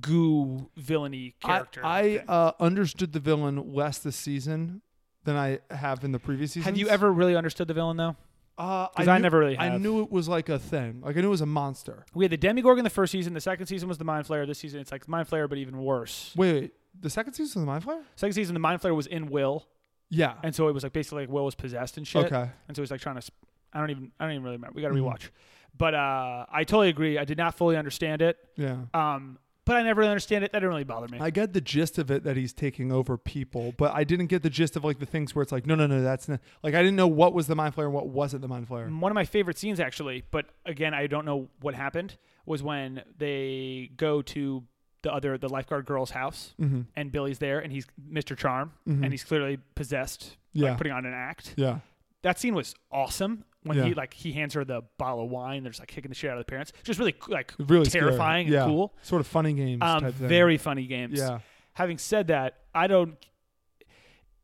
goo villainy character? I, thing? I uh, understood the villain less this season than I have in the previous season. have you ever really understood the villain though? Uh, 'Cause I knew- never really I have. knew it was like a thing. Like I knew it was a monster. We had the Demigorgon the first season. The second season was the Mind Flayer. This season it's like the Mind Flayer, but even worse. Wait, wait. The second season of the Mind Flayer? Second season, the Mind Flayer was in Will. Yeah. and so it was like basically like Will was possessed and shit. Okay. And so he's like trying to. Sp- I don't even. I don't even really remember. We got to rewatch. But uh, I totally agree. I did not fully understand it. yeah. Um, but I never really understand it. That didn't really bother me. I get the gist of it that he's taking over people, but I didn't get the gist of like the things where it's like, no, no, no, that's not. Like I didn't know what was the Mind Flayer and what wasn't the Mind Flayer. One of my favorite scenes actually, but again, I don't know what happened. Was when they go to the other the lifeguard girl's house, Mm-hmm. and Billy's there, and he's Mr. Charm, and he's clearly possessed, Yeah. like putting on an act. Yeah. that scene was awesome when Yeah. he like he hands her the bottle of wine. They're just like kicking the shit out of the parents. Just really like Really scary. terrifying yeah. and cool. Sort of funny games Um, type thing. very funny games. Yeah. Having said that, I don't.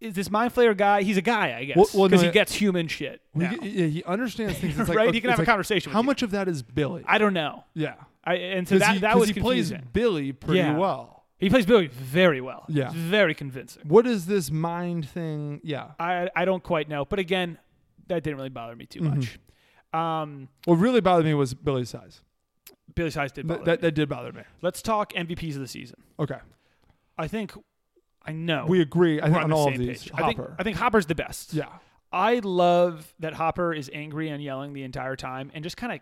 Is this mind flayer guy? He's a guy, I guess, Well- because well, no, he it- gets human shit. We now. get- yeah, he understands things. It's like, Right? okay, He can have it's like, a conversation with How you. much of that is Billy? I don't know. yeah, I, and so because that he, that 'cause was he plays confusing. Billy pretty Yeah. well. he plays Billy very well. Yeah. very convincing. What is this mind thing? Yeah. I I don't quite know, but again, that didn't really bother me too Mm-hmm. much. Um, What really bothered me was Billy's size. Billy Size did bother. That, that, me. that did bother me. Let's talk MVPs of the season. Okay, I think I know we agree. I we're think on, on the all of same these. page. I think, Hopper. I think Hopper's the best. yeah. I love that Hopper is angry and yelling the entire time and just kind of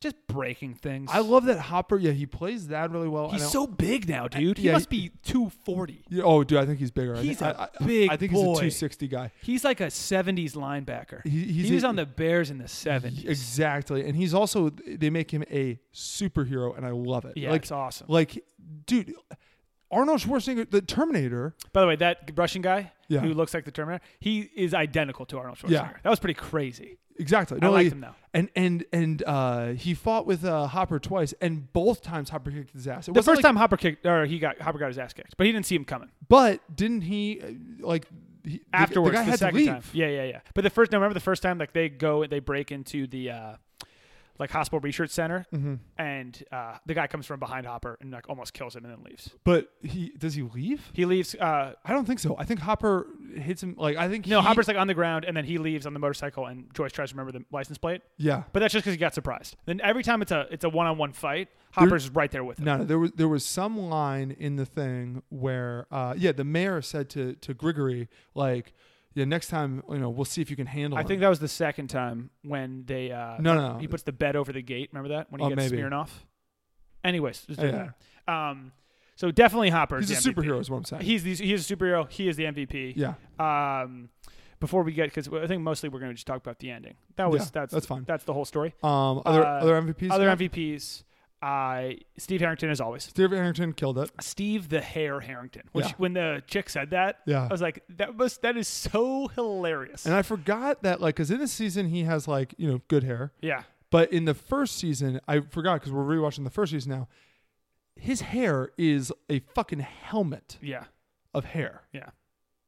just breaking things. I love that Hopper. Yeah, he plays that really well. I He's don't- so big now, dude. He yeah, must he- be 240. Yeah, oh, dude, I think he's bigger. He's I a think, I- I- big I think he's boy. a 260 guy. He's like a 70s linebacker. He- he's he was a- on the Bears in the 70s. Exactly. And he's also, they make him a superhero, and I love it. Yeah, like, it's awesome. Like, dude, Arnold Schwarzenegger, the Terminator, By the way, that Russian guy Yeah. who looks like the Terminator, he is identical to Arnold Schwarzenegger. Yeah. That was pretty crazy. Exactly. I liked like- him, though. And and and uh, he fought with uh, Hopper twice, and both times Hopper kicked his ass. It The wasn't first like- time Hopper kicked, or he got Hopper got his ass kicked, but he didn't see him coming. but didn't he uh, like he, the- afterwards The, guy had to second leave. time. Yeah, yeah, yeah. But the first, now remember the first time, like they go and they break into the uh, like hospital research center, Mm-hmm. and uh, the guy comes from behind Hopper and like almost kills him and then leaves. But he does he leave? He leaves. Uh, I don't think so. I think Hopper hits him. Like I think no, he- Hopper's like on the ground, and then he leaves on the motorcycle, and Joyce tries to remember the license plate. yeah. But that's just because he got surprised. Then every time it's a it's a one on one fight, Hopper's right there with him. No, no, there was there was some line in the thing where uh, yeah, the mayor said to to Grigory like yeah, next time you know we'll see if you can handle. I him. think that was the second time when they uh, No, no, no. he puts the bed over the gate. Remember that when he Oh, gets maybe. Oh, smearing off. Anyways, it doesn't Yeah. matter. Um, so definitely Hopper. he's a the MVP. superhero. Is what I'm saying. He's the, he is a superhero. He is the MVP. yeah. Um, before we get, because I think mostly we're going to just talk about the ending. That was Yeah, that's that's fine. That's the whole story. Um. Other Uh, other MVPs. Other Yeah. MVPs. Uh, Steve Harrington, as always. Steve Harrington killed it. Steve the Hair Harrington. Which Yeah. when the chick said that, Yeah. I was like, that was that is so hilarious. And I forgot that, like, because in this season he has like you know good hair, yeah. but in the first season I forgot because we're rewatching the first season now. His hair is a fucking helmet Yeah. of hair, Yeah.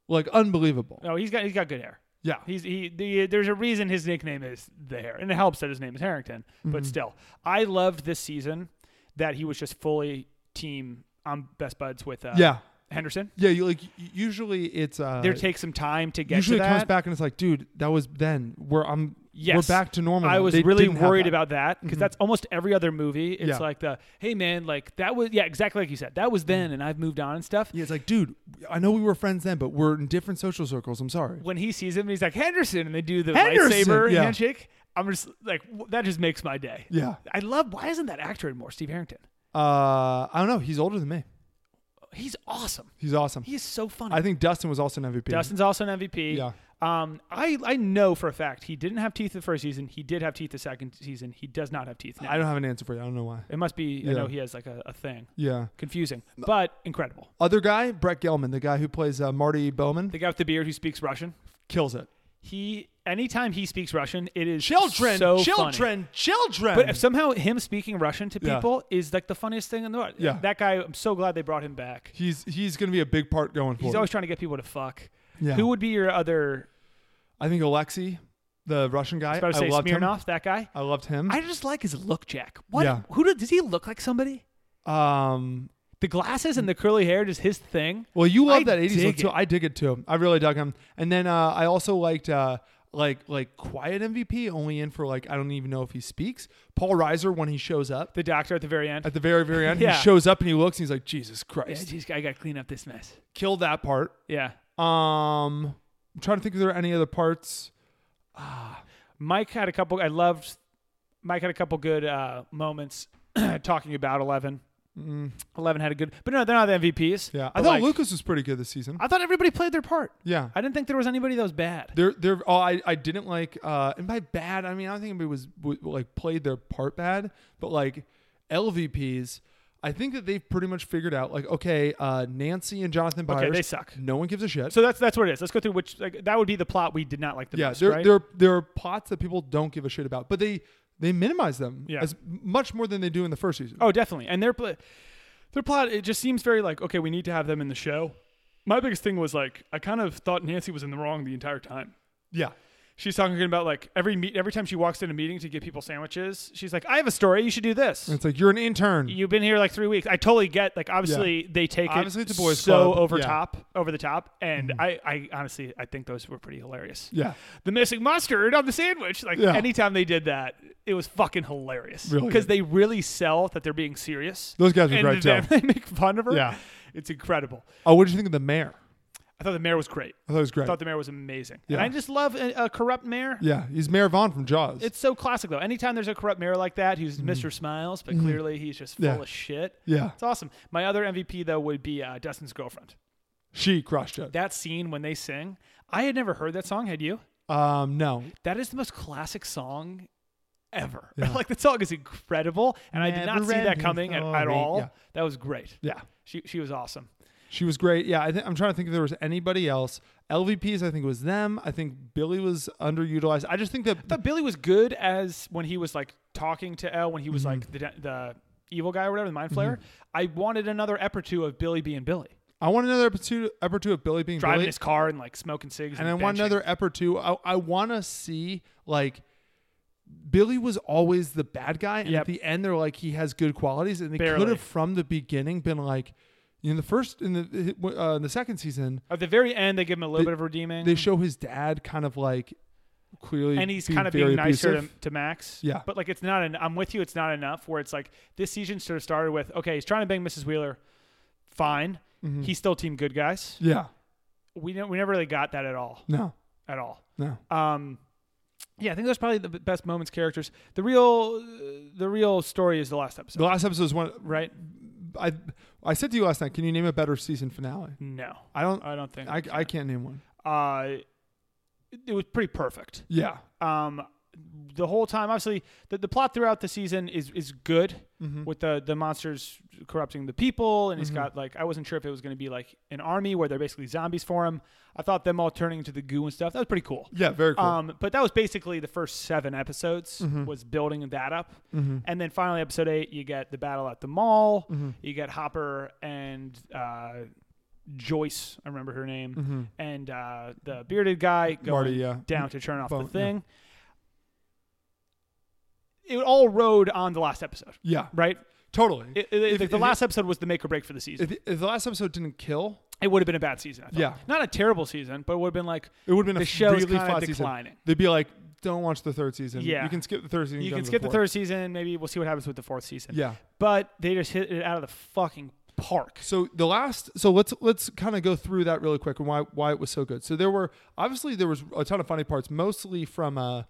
like unbelievable. No, he's got he's got good hair. Yeah, He's he. The, there's a reason his nickname is the Hair, and it helps that his name is Harrington. Mm-hmm. But still, I loved this season that he was just fully team. I'm um, best buds with uh, yeah. Henderson. Yeah, you like y- usually it's uh There takes some time to get usually to it that. comes back and it's like, dude, that was then. We're I'm Yes. we're back to normal. I now. was They really didn't have worried that. Mm-hmm. about that because that's almost every other movie. It's Yeah. Mm-hmm. like the hey man, like that was yeah, exactly like you said. That was then, and I've moved on and stuff. Yeah, it's like, dude, I know we were friends then, but we're in different social circles. I'm sorry. When he sees him, he's like Henderson, and they do the Henderson! lightsaber Yeah. handshake. I'm just like w- that just makes my day. Yeah. I love. Why isn't that actor anymore? Steve Harrington. Uh, I don't know. He's older than me. He's awesome. He's awesome. He is so funny. I think Dustin was also an MVP. Dustin's also an MVP. Yeah. Um, I, I know for a fact he didn't have teeth the first season. He did have teeth the second season. He does not have teeth now. I don't have an answer for you. I don't know why. it must be, I Yeah. know he has like a, a thing. Yeah. Confusing, but incredible. Other guy, Brett Gelman, the guy who plays uh, Marty Bowman, The guy with the beard who speaks Russian. kills it. He, anytime he speaks Russian, it is Children, so funny. children, children. But if somehow him speaking Russian to Yeah. people is like the funniest thing in the world. Yeah. That guy, I'm so glad they brought him back. he's he's going to be a big part going forward. He's always trying to get people to fuck. Yeah. Who would be your other? I think Alexei, the Russian guy, I was about to say loved Smirnoff, him. that guy. I loved him. I just like his look, Jack. What? Yeah. Who do, does he look like? Somebody? um, The glasses and the curly hair is his thing. Well, you love I that '80s dig look too. it. I dig it too. I really dug him. And then uh, I also liked uh, like like quiet MVP, only in for like I don't even know if he speaks. Paul Reiser when he shows up the doctor at the very end. at the very very end, Yeah. he shows up and he looks and he's like Jesus yeah, Christ, geez, I got to clean up this mess. kill that part. Yeah. Um, I'm trying to think if there are any other parts. Mike had a couple. I loved. Mike had a couple good uh, moments talking about Eleven. Eleven had a good, but no, they're not the MVPs. Mm. Yeah, I But, thought like, Lucas was pretty good this season. I thought everybody played their part. yeah, I didn't think there was anybody that was bad. They're they're oh I, I didn't like uh and by bad I mean I don't think anybody was w- like played their part bad but like LVPs I think that they've pretty much figured out like okay uh Nancy and Jonathan Okay, Byers they suck. no one gives a shit So that's that's what it is. Let's go through which like, that would be the plot we did not like the yeah most. there right? there there are plots that people don't give a shit about but they they minimize them Yeah. as much more than they do in the first season Oh, definitely. And their pl- their plot it just seems very like okay, we need to have them in the show. My biggest thing was like I kind of thought Nancy was in the wrong the entire time. yeah She's talking about like every meet every time she walks in a meeting to give people sandwiches, she's like, "I have a story. You should do this. it's like you're an intern You've been here like three weeks." I totally get like obviously they take Obviously it it's a boys' so club. over Yeah. Mm. top over the top, and I I honestly I think those were pretty hilarious. yeah The missing mustard on the sandwich. Like Yeah. anytime they did that, it was fucking hilarious. Really Because good. they really sell that they're being serious. Those guys were and great, then too. They make fun of her. Yeah. It's incredible. oh what did you think of the mayor I thought the mayor was great. I thought it was I great thought the mayor was amazing. Yeah. And I just love a, a corrupt mayor. yeah he's Mayor Vaughn from Jaws It's so classic though. Anytime there's a corrupt mayor like that who's Mr. Smiles, but clearly he's just full Mm-hmm. Yeah. of shit. Yeah. It's awesome. My other MVP though would be uh, Dustin's girlfriend. she crushed it That scene when they sing, I had never heard that song. Had you? um no That is the most classic song ever. like the song is incredible, and I did not see that Never-ending coming at, at story. all. Yeah. That was great. yeah She she was awesome. She was great. Yeah, I th- I'm trying to think if there was anybody else. LVPs, I think it was them. I think Billy was underutilized. I just think that But Billy was good as when he was like talking to Elle when he Mm-hmm. was like the the evil guy or whatever, the mind flayer. I wanted another ep or two of Billy being Billy, I want another ep or two, ep or two of Billy being driving Billy, his car and like smoking cigs. and And, I want benching. another ep or two. I, I want to see like Billy was always the bad guy, and Yep. at the end they're like he has good qualities, and they Barely. could have from the beginning been like in the first in the uh, in the second season At the very end, they give him a little They- bit of redeeming. they show his dad kind of like clearly Mm. and he's being kind of very being nicer to, abusive. to Max. Yeah. But like, it's not. En- I'm with you. It's not enough. Where it's like this season sort of started with okay, he's trying to bang Mrs. Wheeler. Fine. He's still team good guys. Mm-hmm. yeah We ne- we never really got that at all. no At all. no Um, yeah, I think those are probably the b- best moments, characters. The real uh, the real story is the last episode, the last episode was one right? I I said to you last night, can you name a better season finale? No, I don't. Hmm. I don't think. I, I can't name one. uh, it- it was pretty perfect. Yeah, um, the whole time. Obviously, the, the plot throughout the season is is good with the the monsters corrupting the people, and he's got like I wasn't sure if it was going to be like an army where they're basically zombies for him. I thought them all turning into the goo and stuff that was pretty cool. yeah, very cool. Mm-hmm. Um, but that was basically the first seven episodes was building that up, and then finally episode eight, you get the battle at the mall, Mm-hmm. you get Hopper and uh, Joyce, I remember her name, and uh, the bearded guy going Mm-hmm. Marty, yeah. down to turn off Bone, the yeah. thing. It all rode on the last episode, yeah, right? Totally. It, it- If- like the if- last episode was the make or break for the season. If, if the last episode didn't kill, it would have been a bad season. I thought. Yeah. not a terrible season, but it would have been like it would have been the a show's really kinda flat declining. season. They'd be like, "Don't watch the third season. Yeah. you can skip the third season. You go can to skip the fourth." third season. Maybe we'll see what happens with the fourth season. Yeah. but they just hit it out of the fucking park. So the last, so let's let's kind of go through that really quick and why why it was so good. So there were obviously there was a ton of funny parts, mostly from uh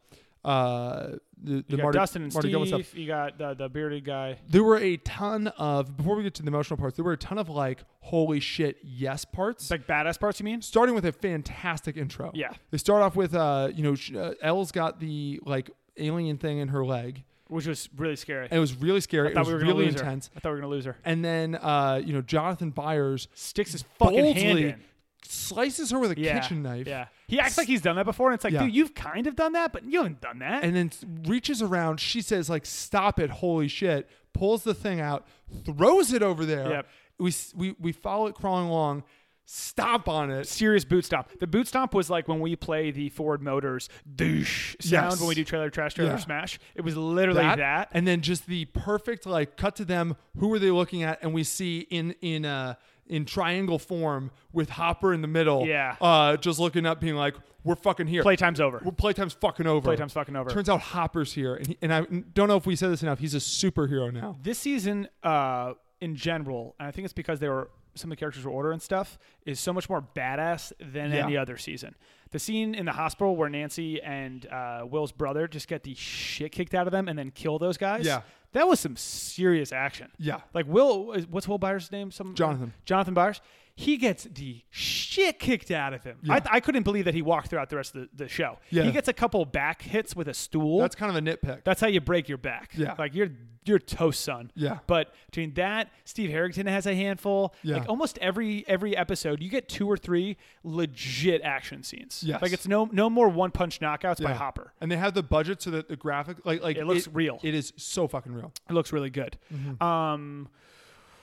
uh the, the You got Marty, Dustin and Marty Gilman Steve. stuff. You got the, the bearded guy. There were a ton of before we get to the emotional parts, there were a ton of like holy shit yes parts. Like badass parts, you mean? starting with a fantastic intro. Yeah. they start off with uh you know sh- uh, Elle's got the like alien thing in her leg. Which was really scary. And it was really scary. I It thought was we were gonna really lose intense. her. I thought we were gonna lose her. And then uh, you know Jonathan Byers Sticks his fucking hand boldly in. slices her with a Yeah. kitchen knife. Yeah. He acts like he's done that before, and it's like, Yeah. dude, you've kind of done that, but you haven't done that. and then s- reaches around. She says, "Like, stop it! Holy shit!" Pulls the thing out, throws it over there. Yep. We s- we we follow it crawling along, stomp on it. serious boot stomp. The boot stomp was like when we play the Ford Motors douche sound Yes. when we do trailer trash trailer Yeah. smash. It was literally that. and then just the perfect like cut to them. Who were they looking at? And we see in in uh in triangle form with Hopper in the middle. Yeah. uh, just looking up, being like, "We're fucking here." Playtime's over. Well, playtime's fucking over. Playtime's fucking over. Turns out Hopper's here, and, he, and I don't know if we said this enough. He's a superhero now. This season, uh, in general, and I think it's because they were some of the characters were older and stuff, is so much more badass than Yeah. any other season. The scene in the hospital where Nancy and uh, Will's brother just get the shit kicked out of them and then kill those guys. Yeah. That was some serious action. Yeah. Like Will, is- what's Will Byers' name? Some Jonathan. Jonathan Byers. He gets the shit kicked out of him. I, I couldn't believe that he walked throughout the rest of the, the show. Yeah. He gets a couple back hits with a stool. That's kind of a nitpick. That's how you break your back. Yeah. Like you're you're toast, son. Yeah. But between that, Steve Harrington has a handful. Yeah. Like almost every every episode, you get two or three legit action scenes. Yes. Like it's no no more one punch knockouts by Yeah. Hopper. And they have the budget so that the graphic, like, like It looks real. It is so fucking real. It looks really good. Mm-hmm. Um,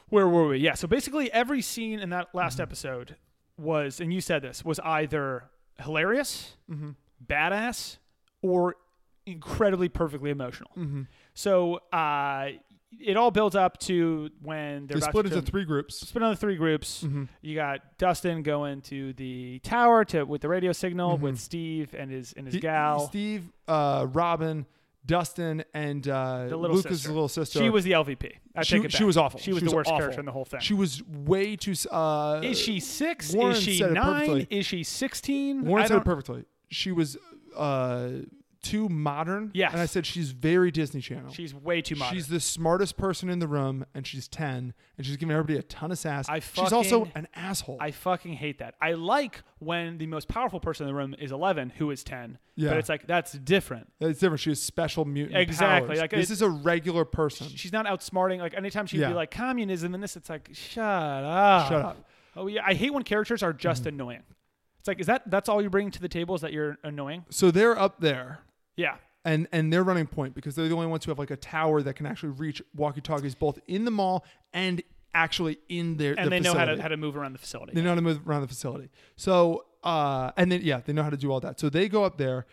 where were we? Yeah. So basically, every scene in that Mm-hmm. last episode was, and you said this was either hilarious, Mm-hmm. badass, or incredibly perfectly emotional. Mm-hmm. So uh, it all builds up to when they're They about split to into turn- three groups. split into three groups. Mm-hmm. You got Dustin going to the tower to with the radio signal with Steve and his and his Mm-hmm. He- gal. Steve, uh, Robin, Dustin, and uh, the little Lucas' sister. little sister. She was the LVP. I she, take it she back. was awful. She was the worst character in the whole thing. She was way too. Uh, Is she six? Warren is she said it nine? perfectly. Is she sixteen? Warren said it perfectly. She was uh, too modern. Yes. And I said she's very Disney Channel. She's way too modern. She's the smartest person in the room, and she's ten, and she's giving everybody a ton of sass. I she's also fucking- an asshole. I fucking hate that. I like when the most powerful person in the room is eleven, who is ten. Yeah. But it's like that's different. It's different. She has special mutant Exactly, powers. like, this it- is a regular person. She's not outsmarting. Like anytime she'd Yeah. be like communism and this, it's like shut up. Shut up. Mm-hmm. Oh yeah, I hate when characters are just annoying. It's like is that that's all you bring to the table is that you're annoying? so they're up there, Yeah. and and they're running point because they're the only ones who have like a tower that can actually reach walkie-talkies both in the mall and actually in their. And the they know how to facility. how to move around the facility. They know how to move around the facility. So, uh, and then yeah, they know how to do all that. So they go up there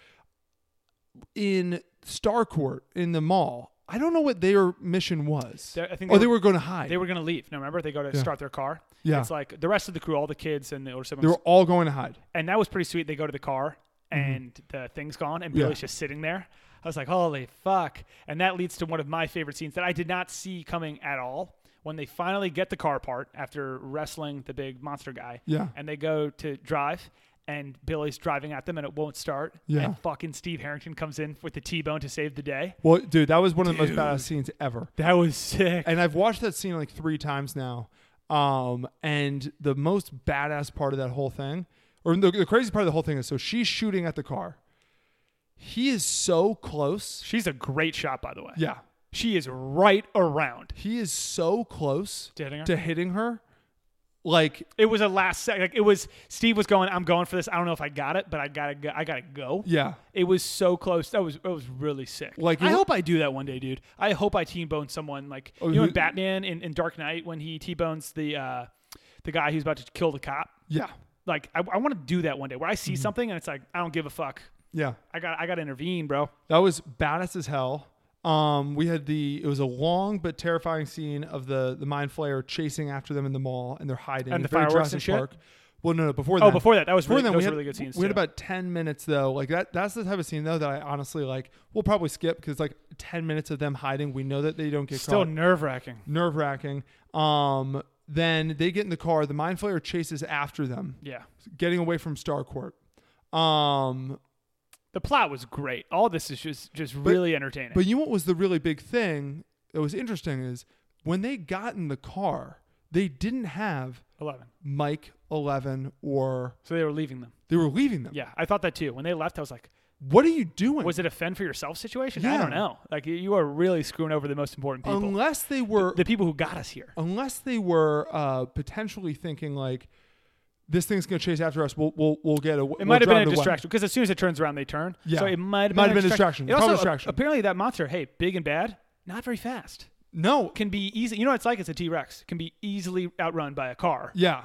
in Starcourt in the mall. I don't know what their mission was. They're- I think oh, they they were- were going to hide. They were gonna leave. Now remember they go to start their car. Yeah. It's like the rest of the crew, all the kids and the older siblings. They were all going to hide. and that was pretty sweet. They go to the car and the thing's gone, and Mm-hmm. Yeah. Billy's just sitting there. I was like, holy fuck! And that leads to one of my favorite scenes that I did not see coming at all. When they finally get the car part after wrestling the big monster guy, Yeah. and they go to drive. And Billy's driving at them, and it won't start. Yeah. And fucking Steve Harrington comes in with the T-bone to save the day. Well, dude, that was one of the most badass scenes ever. That was sick. and I've watched that scene like three times now. Um, and the most badass part of that whole thing, or the, the crazy part of the whole thing is so she's shooting at the car. He is so close. She's a great shot, by the way. Yeah. She is right around. He is so close To hitting her? her. Like, It was a last second. Like it was Steve was going. I'm going for this. I don't know if I got it, but I gotta go. I gotta go. yeah. It was so close. That was that was really sick. Like, I it- hope I do that one day, dude. I hope I T bone someone like Oh, you know who- in Batman in, in Dark Knight when he T bones the uh the guy who's about to kill the cop. Yeah. Like I, I want to do that one day where I see Mm-hmm. something and it's like I don't give a fuck. Yeah. I got I got to intervene, bro. That was badass as hell. Um, we had the it was a long but terrifying scene of the the mind flayer chasing after them in the mall and they're hiding And the It's very fireworks and Jurassic shit? Park. Well, no, no, before Oh, then. before that. That was before really- then, those we had, were really good scenes, We had too. about ten minutes though. Like that. That's the type of scene though that I honestly like. We'll probably skip because like ten minutes of them hiding. We know that they don't get Still caught nerve wracking. nerve wracking. Um, then they get in the car. The mind flayer chases after them, Yeah. getting away from Starcourt. Um, The plot was great. All this is just just really entertaining. but you know what was the really big thing that was interesting is when they got in the car, they didn't have Eleven. Mike Eleven or So they were leaving them. they were leaving them. Yeah, I thought that too. When they left, I was like, What are you doing? was it a fend for yourself situation? I Yeah. don't know. Like you- you are really screwing over the most important people, unless they were the people who got us here. unless they were uh, potentially thinking like this thing's going to chase after us. We'll we'll, we'll get away. It might have been a distraction because as soon as it turns around, they turn. Yeah. So it might have Might been, have been a a distraction. It Probably also, uh, a distraction. Apparently, that monster, hey, big and bad, not very fast. No. Can be easy. You know what it's like? It's a T Rex. Can be easily outrun by a car. yeah.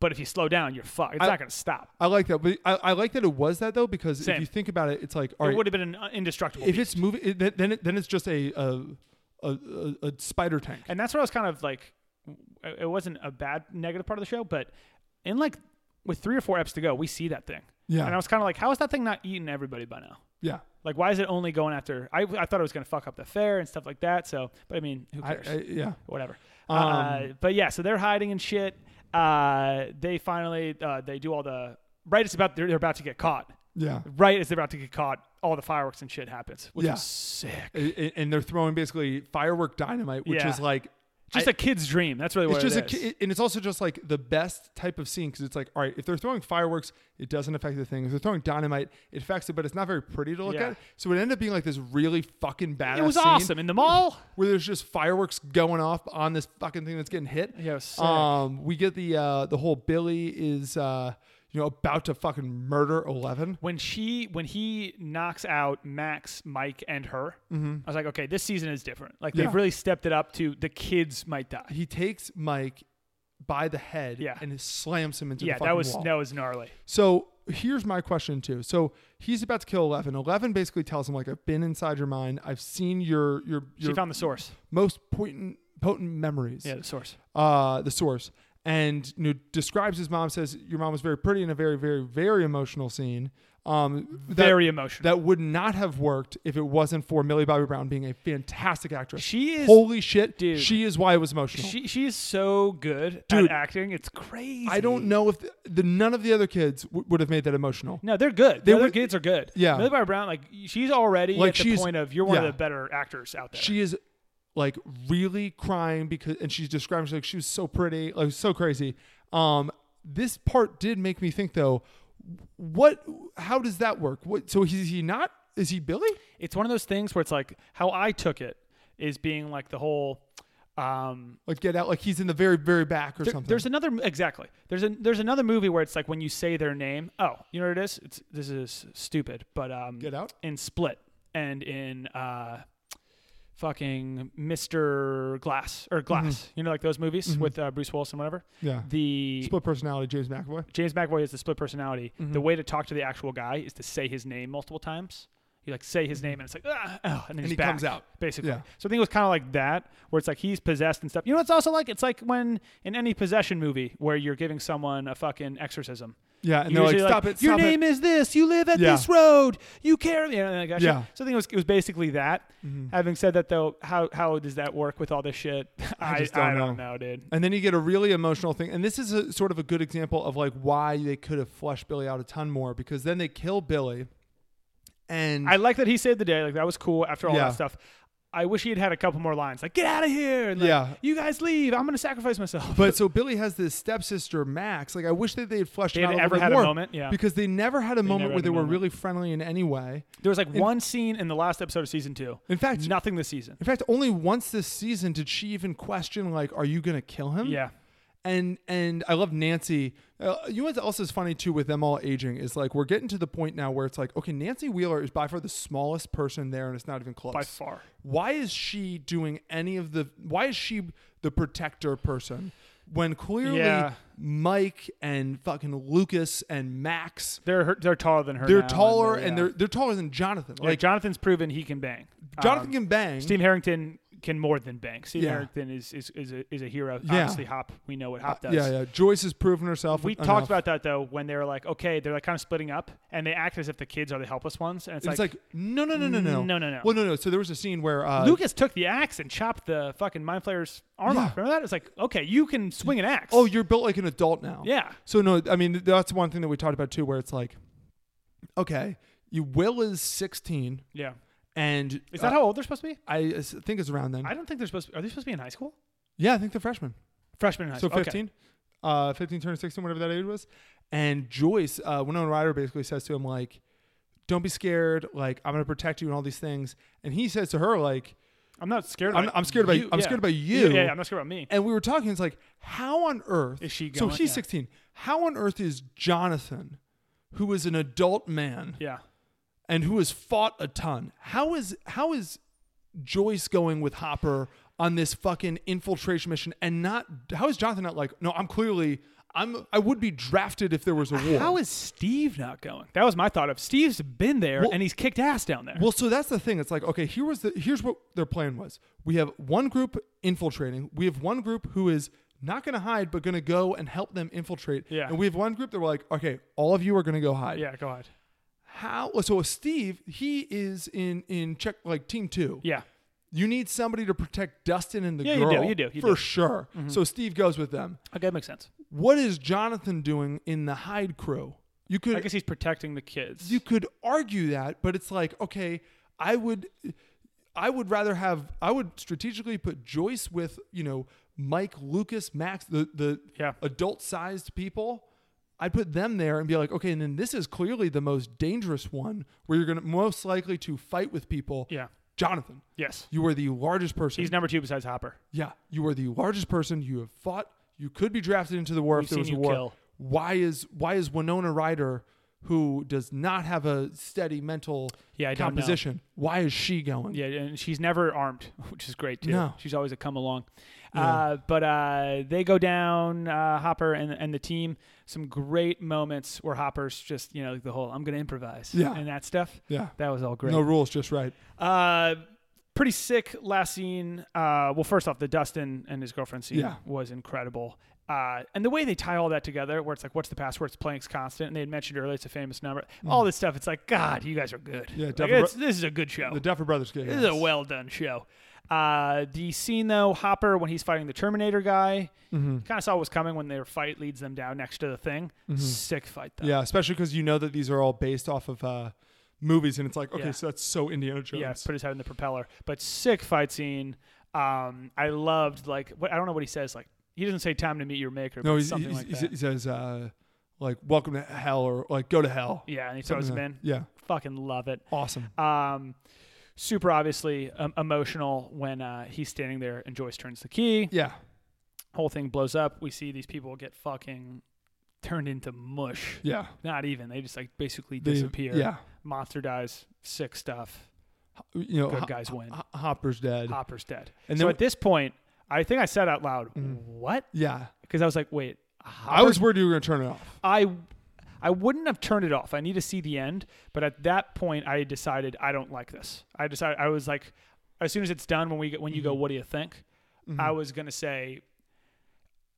But if you slow down, you're fucked. It's I- not going to stop. I like that, but I, I like that it was that though because if Same. you think about it, it's like all It right, would have been an uh, indestructible. if beast. it's moving, it, then- then it, then it's just a a, a, a, a spider tank. and that's what I was kind of like. It wasn't a bad negative part of the show, but in like with three or four eps to go, we see that thing. Yeah. And I was kind of like, how is that thing not eating everybody by now? yeah, Like, why is it only going after? I, I thought it was going to fuck up the fair and stuff like that. So, but I mean, who I, cares? I, yeah. Whatever. uh, Um, but yeah, so they're hiding and shit. Uh, they finally uh, they do all the right. It's about they're, they're about to get caught. Yeah, Right as they're about to get caught, all the fireworks and shit happens, which Yeah. is sick. A- a- and they're throwing basically firework dynamite, which Yeah. is like Just I- a kid's dream. That's really what it's it just a is. ki- and it's also just like the best type of scene because it's like all right, if they're throwing fireworks, it doesn't affect the thing. If they're throwing dynamite, it affects it, but it's not very pretty to look Yeah. at. So it ended up being like this really fucking badass. It was scene awesome in the mall. where there's just fireworks going off on this fucking thing that's getting hit. Yeah, it was sick. Um, we get the uh, the whole Billy is uh, you know about to fucking murder Eleven. when she when he knocks out Max, Mike, and her, I was like, okay, this season is different. Like Yeah. they've really stepped it up to the kids might die. He takes Mike by the head Yeah. and slams him into yeah, the fucking that was wall. that was gnarly. So here's my question too. So he's about to kill Eleven. Eleven basically tells him like I've been inside your mind. I've seen your your She your found the source. most potent potent memories. Yeah, the source. uh, the source, and you know, describes his mom. Says your mom was very pretty in a very, very, very emotional scene. Um, that, Very emotional. That would not have worked if it wasn't for Millie Bobby Brown being a fantastic actress. She is- holy shit, dude. She is why it was emotional. She she is so good Dude. at acting. It's crazy. I don't know if the, the none of the other kids w- would have made that emotional. No, they're good. The They other were- kids are good. Yeah. Millie Bobby Brown, like she's already Like, at the she's- point of you're one yeah. of the better actors out there. She is like really crying because, and she's describing she's like she was so pretty, like so crazy. Um, this part did make me think though, what? How does that work? What? So is he not? Is he Billy? it's one of those things where it's like how I took it is being like the whole um Like get out? Like he's in the very very back or There- something? There's another exactly. There's a there's another movie where it's like when you say their name. Oh, you know what it is? It's this is stupid, but um, Get Out? in Split and in uh, fucking Mr. Glass or Glass. You know, like those movies with uh, Bruce Willis and whatever. Mm-hmm. yeah. The split personality, James McAvoy. James McAvoy is the split personality. Mm-hmm. The way to talk to the actual guy is to say his name multiple times. You like say his name and it's like ah, oh, and, then he's he comes back, out. basically. Yeah. So I think it was kind of like that, where it's like he's possessed and stuff. You know, what it's also like it's like when in any possession movie where you're giving someone a fucking exorcism. Yeah, and You're they're like, usually stop it, Your stop name it. is this. You live at Yeah. this road. You care. You know, and that kind of shit. Yeah. Mm-hmm. So I think it was it was basically that. Having said that, though, how how does that work with all this shit? I, just don't don't know. know, dude. And then you get a really emotional thing. And this is a sort of a good example of like why they could have flushed Billy out a ton more because then they kill Billy. And I like that he saved the day. Like that was cool after all Yeah. that stuff. I wish he had had a couple more lines, like "Get out of here!" And like, Yeah. you guys leave. I'm gonna sacrifice myself. But so Billy has this stepsister Max. Like I wish that they had flushed They him out had a little ever bit had a more moment, yeah. because they never had a moment never where had they a were moment. really friendly in any way. there was like one scene in the last episode of season two. In fact- nothing this season. In fact, only once this season did she even question like, "Are you gonna kill him?" Yeah, and and I love Nancy. Uh, you know what else is funny too with them all aging is like we're getting to the point now where it's like okay, Nancy Wheeler is by far the smallest person there, and it's not even close. by far. why is she doing any of the? Why is she the protector person? when clearly Yeah. Mike and fucking Lucas and Max They're her- they're taller than her. they're now, taller yeah. and they're they're taller than Jonathan. Yeah, Like Jonathan's proven he can bang. Jonathan Um, can bang. Steve Harrington can more than bang. Steve Yeah. Harrington is is is a, is a hero. Yeah. Uh, Obviously, Hop. We know what Hop does. yeah, yeah. Joyce has proven herself. We enough. talked about that though when they were like, okay, they're like kind of splitting up, and they act as if the kids are the helpless ones, and it's, It's, like, no, no, no, no, no, No, no, no. Well, no, no. So there was a scene where uh, Lucas took the axe and chopped the fucking mind flayer's arm Yeah. off. Remember that? It's like, okay, you can swing an axe. Oh, you're built like an adult now. Yeah. So no, I mean that's one thing that we talked about too, where it's like, okay, you Will is 16, yeah. and Is that uh, how old they're supposed to be? I uh, s- think it's around then? I don't think they're supposed. To, are they supposed to be in high school? yeah, I think they're freshmen. Freshman in high So school. Okay. 15, uh, 15 turning 16, whatever that age was. And Joyce, uh, Winona Ryder basically says to him like, "Don't be scared. Like I'm gonna protect you and all these things." And he says to her like, I'm not scared. I'm- about I'm scared about- you. I'm yeah. scared about you. Yeah, yeah, I'm not scared about me. and we were talking. It's like, how on earth Is she So going- he's yeah. 16. How on earth is Jonathan, who is an adult man yeah. and who has fought a ton, how is how is Joyce going with Hopper on this fucking infiltration mission and not? How is Jonathan not like? No, I'm clearly. I'm. I would be drafted if there was a war. How is Steve not going? That was my thought of Steve's been there Well- and he's kicked ass down there. Well, so that's the thing. It's like, okay, here was the here's what their plan was. We have one group infiltrating. We have one group who is not going to hide, but going to go and help them infiltrate. Yeah. And we have one group that were like, okay, all of you are going to go hide. yeah, go ahead. How? So Steve, he is in in check like team two. Yeah. You need somebody to protect Dustin and the Yeah, you do, girl. you do, Mm-hmm. you for do. sure. So Steve goes with them. Okay, that makes sense. What is Jonathan doing in the hide crew? You could I guess he's protecting the kids. you could argue that, but it's like, okay, I would I would rather have I would strategically put Joyce with, you know, Mike, Lucas, Max, the the Yeah. adult sized people. I'd put them there and be like, okay, and then this is clearly the most dangerous one where you're gonna most likely to fight with people. Yeah. Jonathan. yes. You are the largest person. He's number two besides Hopper. Yeah, you are the largest person. You have fought. You could be drafted into the war We've if there was a seen you war. kill. Why is why is Winona Ryder, who does not have a steady mental Yeah, I don't know. composition, why is she going? Yeah, and she's never armed, which is great too. No. She's always a come along. Uh, but uh, they go down uh, Hopper and and the team. Some great moments where Hopper's just you know like the whole I'm gonna improvise Yeah. and that stuff. Yeah. that was all great. no rules, just right. Uh, pretty sick last scene. Uh, well, first off, the Dustin and his girlfriend scene Yeah. was incredible. Uh, and the way they tie all that together, where it's like, what's the password? It's Planck's constant. And they had mentioned earlier, it's a famous number. All this stuff. It's like, God, you guys are good. Mm. Yeah, Like, Duffer it's- Bro- this is a good show. The Duffer Brothers kick. This is a well done show. Uh, the scene though, Hopper when he's fighting the Terminator guy, Mm-hmm. kind of saw what was coming when their fight leads them down next to the thing. Sick fight though. Mm-hmm. Yeah, especially because you know that these are all based off of uh, movies, and it's like, okay, Yeah. so that's so Indiana Jones. Yeah, put his head in the propeller. But sick fight scene. Um, I loved like what I don't know what he says. Like he doesn't say time to meet your maker. no, but he, something he- like he- that. he says uh, like welcome to hell or like go to hell. yeah, and he Something throws him like in. that. Yeah, Fucking love it. awesome. Um, super obviously um, emotional when uh, he's standing there and Joyce turns the key. yeah, Whole thing blows up. We see these people get fucking turned into mush. yeah. Not even. They just like basically They- disappear. yeah. Monster dies. Sick stuff. You know, Good Ho- guys win. Ho- Hopper's dead. Hopper's dead. Mm. And And so then- at this point, I think I said out loud, "What?" Yeah. because I was like, wait, I was worried you were going to turn it off. I, I wouldn't have turned it off. I need to see the end. But at that point, I decided I don't like this. I decided I was like, as soon as it's done, when we when you go, Mm-hmm. what do you think? I was gonna say,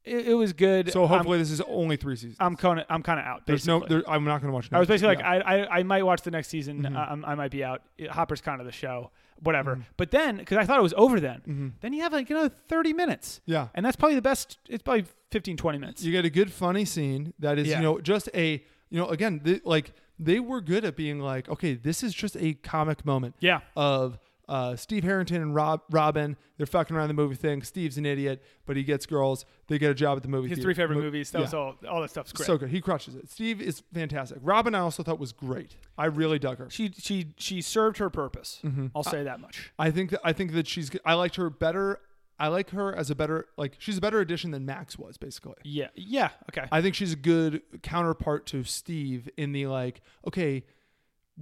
it, it was good. So hopefully this is only three seasons. I'm, I'm kind of I'm kind of out. There's no. basically. There, I'm not going to watch. It. I was basically like, I, I, I might watch the next season. Mm-hmm. I, I might be out. It- Hopper's kind of the show, whatever. But then, because I thought it was over then, then you have like another 30 minutes. Mm-hmm. Yeah. And that's probably the best. It's probably 15, 20 minutes. you get a good funny scene that is Yeah. you know just a you know again th- like they were good at being like okay this is just a comic moment. Yeah. Of. Uh, Steve Harrington and Rob Robin, they're fucking around the movie thing. Steve's an idiot, but he gets girls. They get a job at the movie. His theater. three favorite Mo- movies. That yeah. was all. All that stuff's great. So good. He crushes it. Steve is fantastic. Robin, I also thought was great. I really dug her. she she she served her purpose. I'll say that much. Mm-hmm. I think that I think that she's. I liked her better. I like her as a better like she's a better addition than Max was basically. Yeah. Yeah. Okay. I think she's a good counterpart to Steve in the like okay,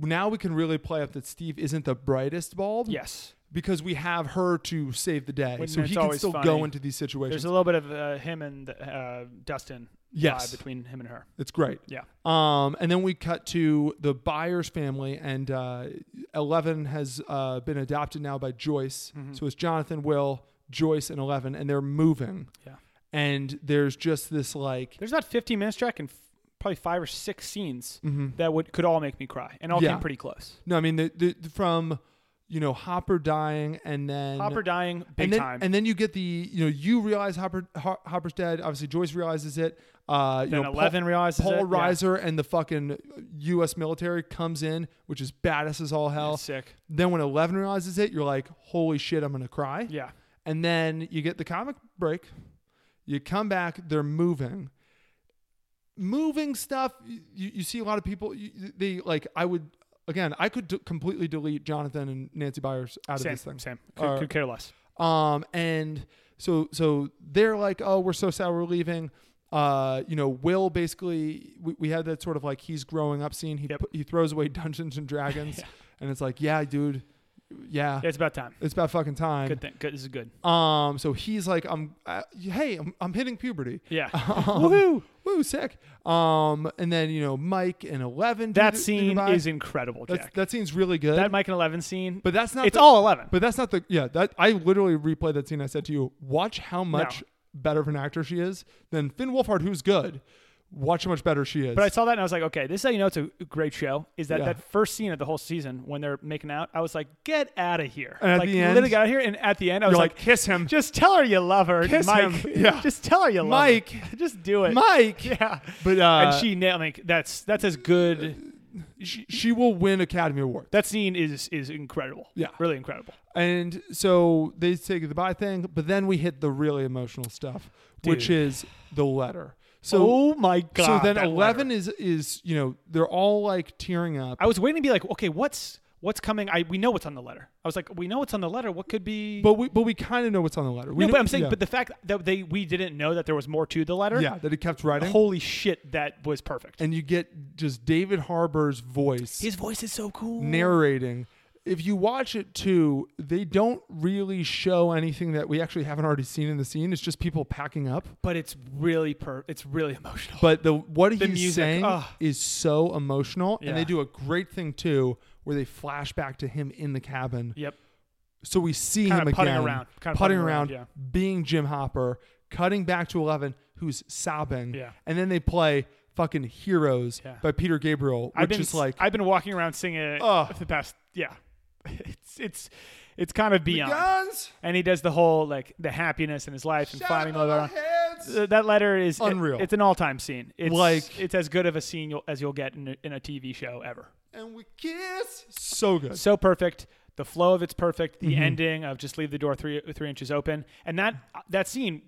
now we can really play up that Steve isn't the brightest bulb. yes. because we have her to save the day, Wouldn't so it's he can always still funny? go into these situations. There's a little bit of uh, him and uh, Dustin Yes. vibe between him and her. it's great. Yeah. Um, and then we cut to the buyer's family, and uh, Eleven has uh, been adopted now by Joyce. Mm-hmm. So it's Jonathan, Will, Joyce, and Eleven, and they're moving. Yeah. And there's just this like, There's about 15 minutes track and f- probably five or six scenes that would could all make me cry and all Mm-hmm. Yeah. came pretty close. no, I mean, the, the, from you know Hopper dying, and then Hopper dying big and then, time. And then you get the you know you realize Hopper Ho- Hopper's dead. Obviously Joyce realizes it. Uh, you Then know, Eleven Paul, realizes Paul it, yeah. Reiser and the fucking U.S. military comes in, which is badass as all hell. It's sick. Then when Eleven realizes it, you're like, holy shit, I'm gonna cry. Yeah. And then you get the comic break. You come back. They're moving. Moving stuff. You, you see a lot of people. You, they like. I would again. I could d- completely delete Jonathan and Nancy Byers out of Same. this thing. Uh, Same. Could, Or- could care less. um, and so so they're like, oh, we're so sad we're leaving. Uh, you know, Will basically we, we had that sort of like he's growing up scene. He Yep. put- he throws away Dungeons and Dragons, and it's like, yeah, dude, yeah, Yeah, it's about time. it's about fucking time. Good thing. Good. This is good. Um, so he's like, I'm, uh, hey, I'm, I'm hitting puberty. Yeah. Woohoo! Woo, sick. Um, and then you know Mike and Eleven. do that the- do the scene vibe. is incredible, That's- Jack. that scene's really good. that Mike and Eleven scene. but that's not. it's the- all Eleven. but that's not the yeah. That I literally replayed that scene. I said to you, watch how much better of an actor she is than Finn Wolfhard, who's good. Watch how much better she is. But I saw that and I was like, okay, this is how you know it's a great show. Is that Yeah. that first scene of the whole season when they're making out? I was like, get out of here! And at like the end- literally got out of here. And at the end, I was You're like, like, "Kiss him." Just tell her you love her, Kiss Mike. him. Yeah. Just tell her you love Mike. her. Just do it, Mike. Yeah. But uh, and she nailed. Like that's that's as good. she she will win Academy Award. That scene is is incredible. Yeah. Really incredible. And so they say the goodbye thing, but then we hit the really emotional stuff, which Dude. is the letter. So oh my god. so then that eleven letter. is is you know they're all like tearing up, I was waiting to be like, okay, what's what's coming? I we know what's on the letter. I was like, we know what's on the letter. What could be? but we but we kind of know what's on the letter. We no, know, but I'm saying, yeah. but the fact that they we didn't know that there was more to the letter. yeah that it kept writing, Holy shit, that was perfect. and you get just David Harbour's voice His voice is so cool. narrating. If you watch it too, they don't really show anything that we actually haven't already seen in the scene. It's just people packing up. but it's really per. It's really emotional. But the what he's music, saying ugh. is so emotional, and Yeah. they do a great thing too, where they flash back to him in the cabin, yep. so we see Kinda him putting again, around, putting kinda putting around, around, yeah. being Jim Hopper, cutting back to Eleven, who's sobbing, Yeah. and then they play fucking Heroes Yeah. by Peter Gabriel, which I've been is like Oh. I've been walking around singing it Ugh. the past. Yeah. It's it's it's kind of beyond. guns, And he does the whole like the happiness in his life and climbing shadow over. heads. Uh, that letter is it- Unreal. it's an all-time scene. It's Like- like it's as good of a scene you'll, as you'll get in a, in a TV show ever. and we kiss, so good. So perfect. The flow of it's perfect. Mm-hmm. The ending of just leave the door three three inches open, and that uh, that scene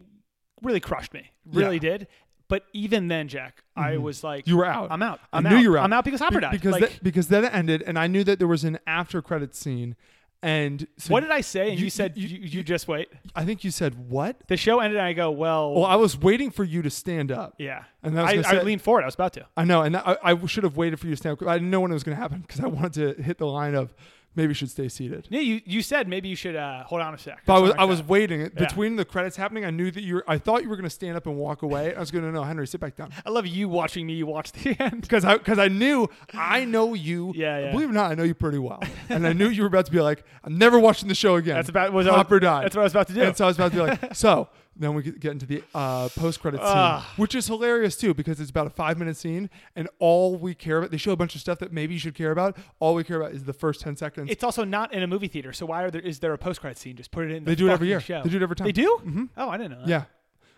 really crushed me. Really Yeah. Mm-hmm. did. But even then, Jack, I was like, You were out. I'm out. I I'm knew out. you were out. I'm out because Hopper Be- died. Because Like- that, because then it ended, and I knew that there was an after credit scene. And so What did I say? And you, you- said you- you, you, just wait. I think you said what? The show ended, and I go, well, Well, I was waiting for you to stand up. yeah. and I was I, gonna I say- leaned forward. I was about to. I know, and I, I should have waited for you to stand up. I didn't know when it was going to happen because I wanted to hit the line of maybe you should stay seated. Yeah, you, you said maybe you should uh, hold on a sec. or But I was something I like was that. waiting between the credits happening. I knew that you. Were, I thought you were going to stand up and walk away. I was going to know Henry, sit back down. I love you watching me watch the end. because I because I knew I know you. Yeah, yeah. Believe it or not, I know you pretty well, and I knew you were about to be like, I'm never watching the show again. That's about- was- Hopper died. that's what I was about to do. And so I was about to be like, so then we get into the uh, post credit scene, Ah. which is hilarious too because it's about a five minute scene, and all we care about they show a bunch of stuff that maybe you should care about. All we care about is the first ten seconds. It's also not in a movie theater, so why are there, is there a post credit scene? Just put it in. The They do it every fucking year. Show. They do it every time. They do. Mm-hmm. Oh, I didn't know. That. yeah.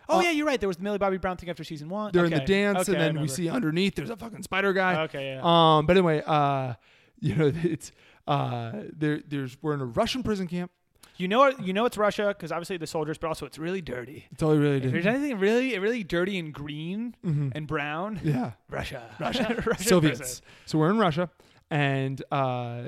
Oh Uh, yeah, you're right. There was the Millie Bobby Brown thing after season one. They're in the Okay. dance, Okay, I and then we remember. see underneath there's a fucking spider guy. Okay, yeah. Um, but anyway, uh, you know, it's uh, there. There's we're in a Russian prison camp. You know, you know it's Russia because obviously the soldiers, but also it's really dirty. That's all we really If there's did. anything really, really dirty and green and brown, Mm-hmm. Yeah. Russia, Russia, Russia Soviets. prison. So we're in Russia, and uh,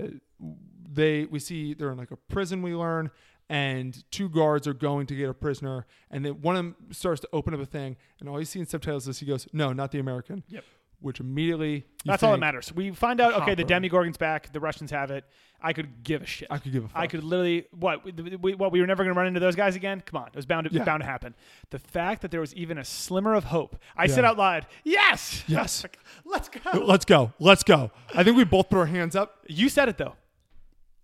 they we see they're in like a prison. We learn, and two guards are going to get a prisoner, and then one of them starts to open up a thing, and all you see in subtitles is he goes, "No, not the American." Yep. which immediately you That's all that think, matters. We find out okay, the Hopper. Demigorgon's back. The Russians have it. I could give a shit. I could give a I fuck. could literally what we, we- what we were never going to run into those guys again. Come on, it was bound to Yeah. bound to happen. The fact that there was even a slimmer of hope, I said Yeah. out loud, "Yes, Yes. Like, let's go." "Oh, Let's go. Let's go. I think we both put our hands up. you said it though.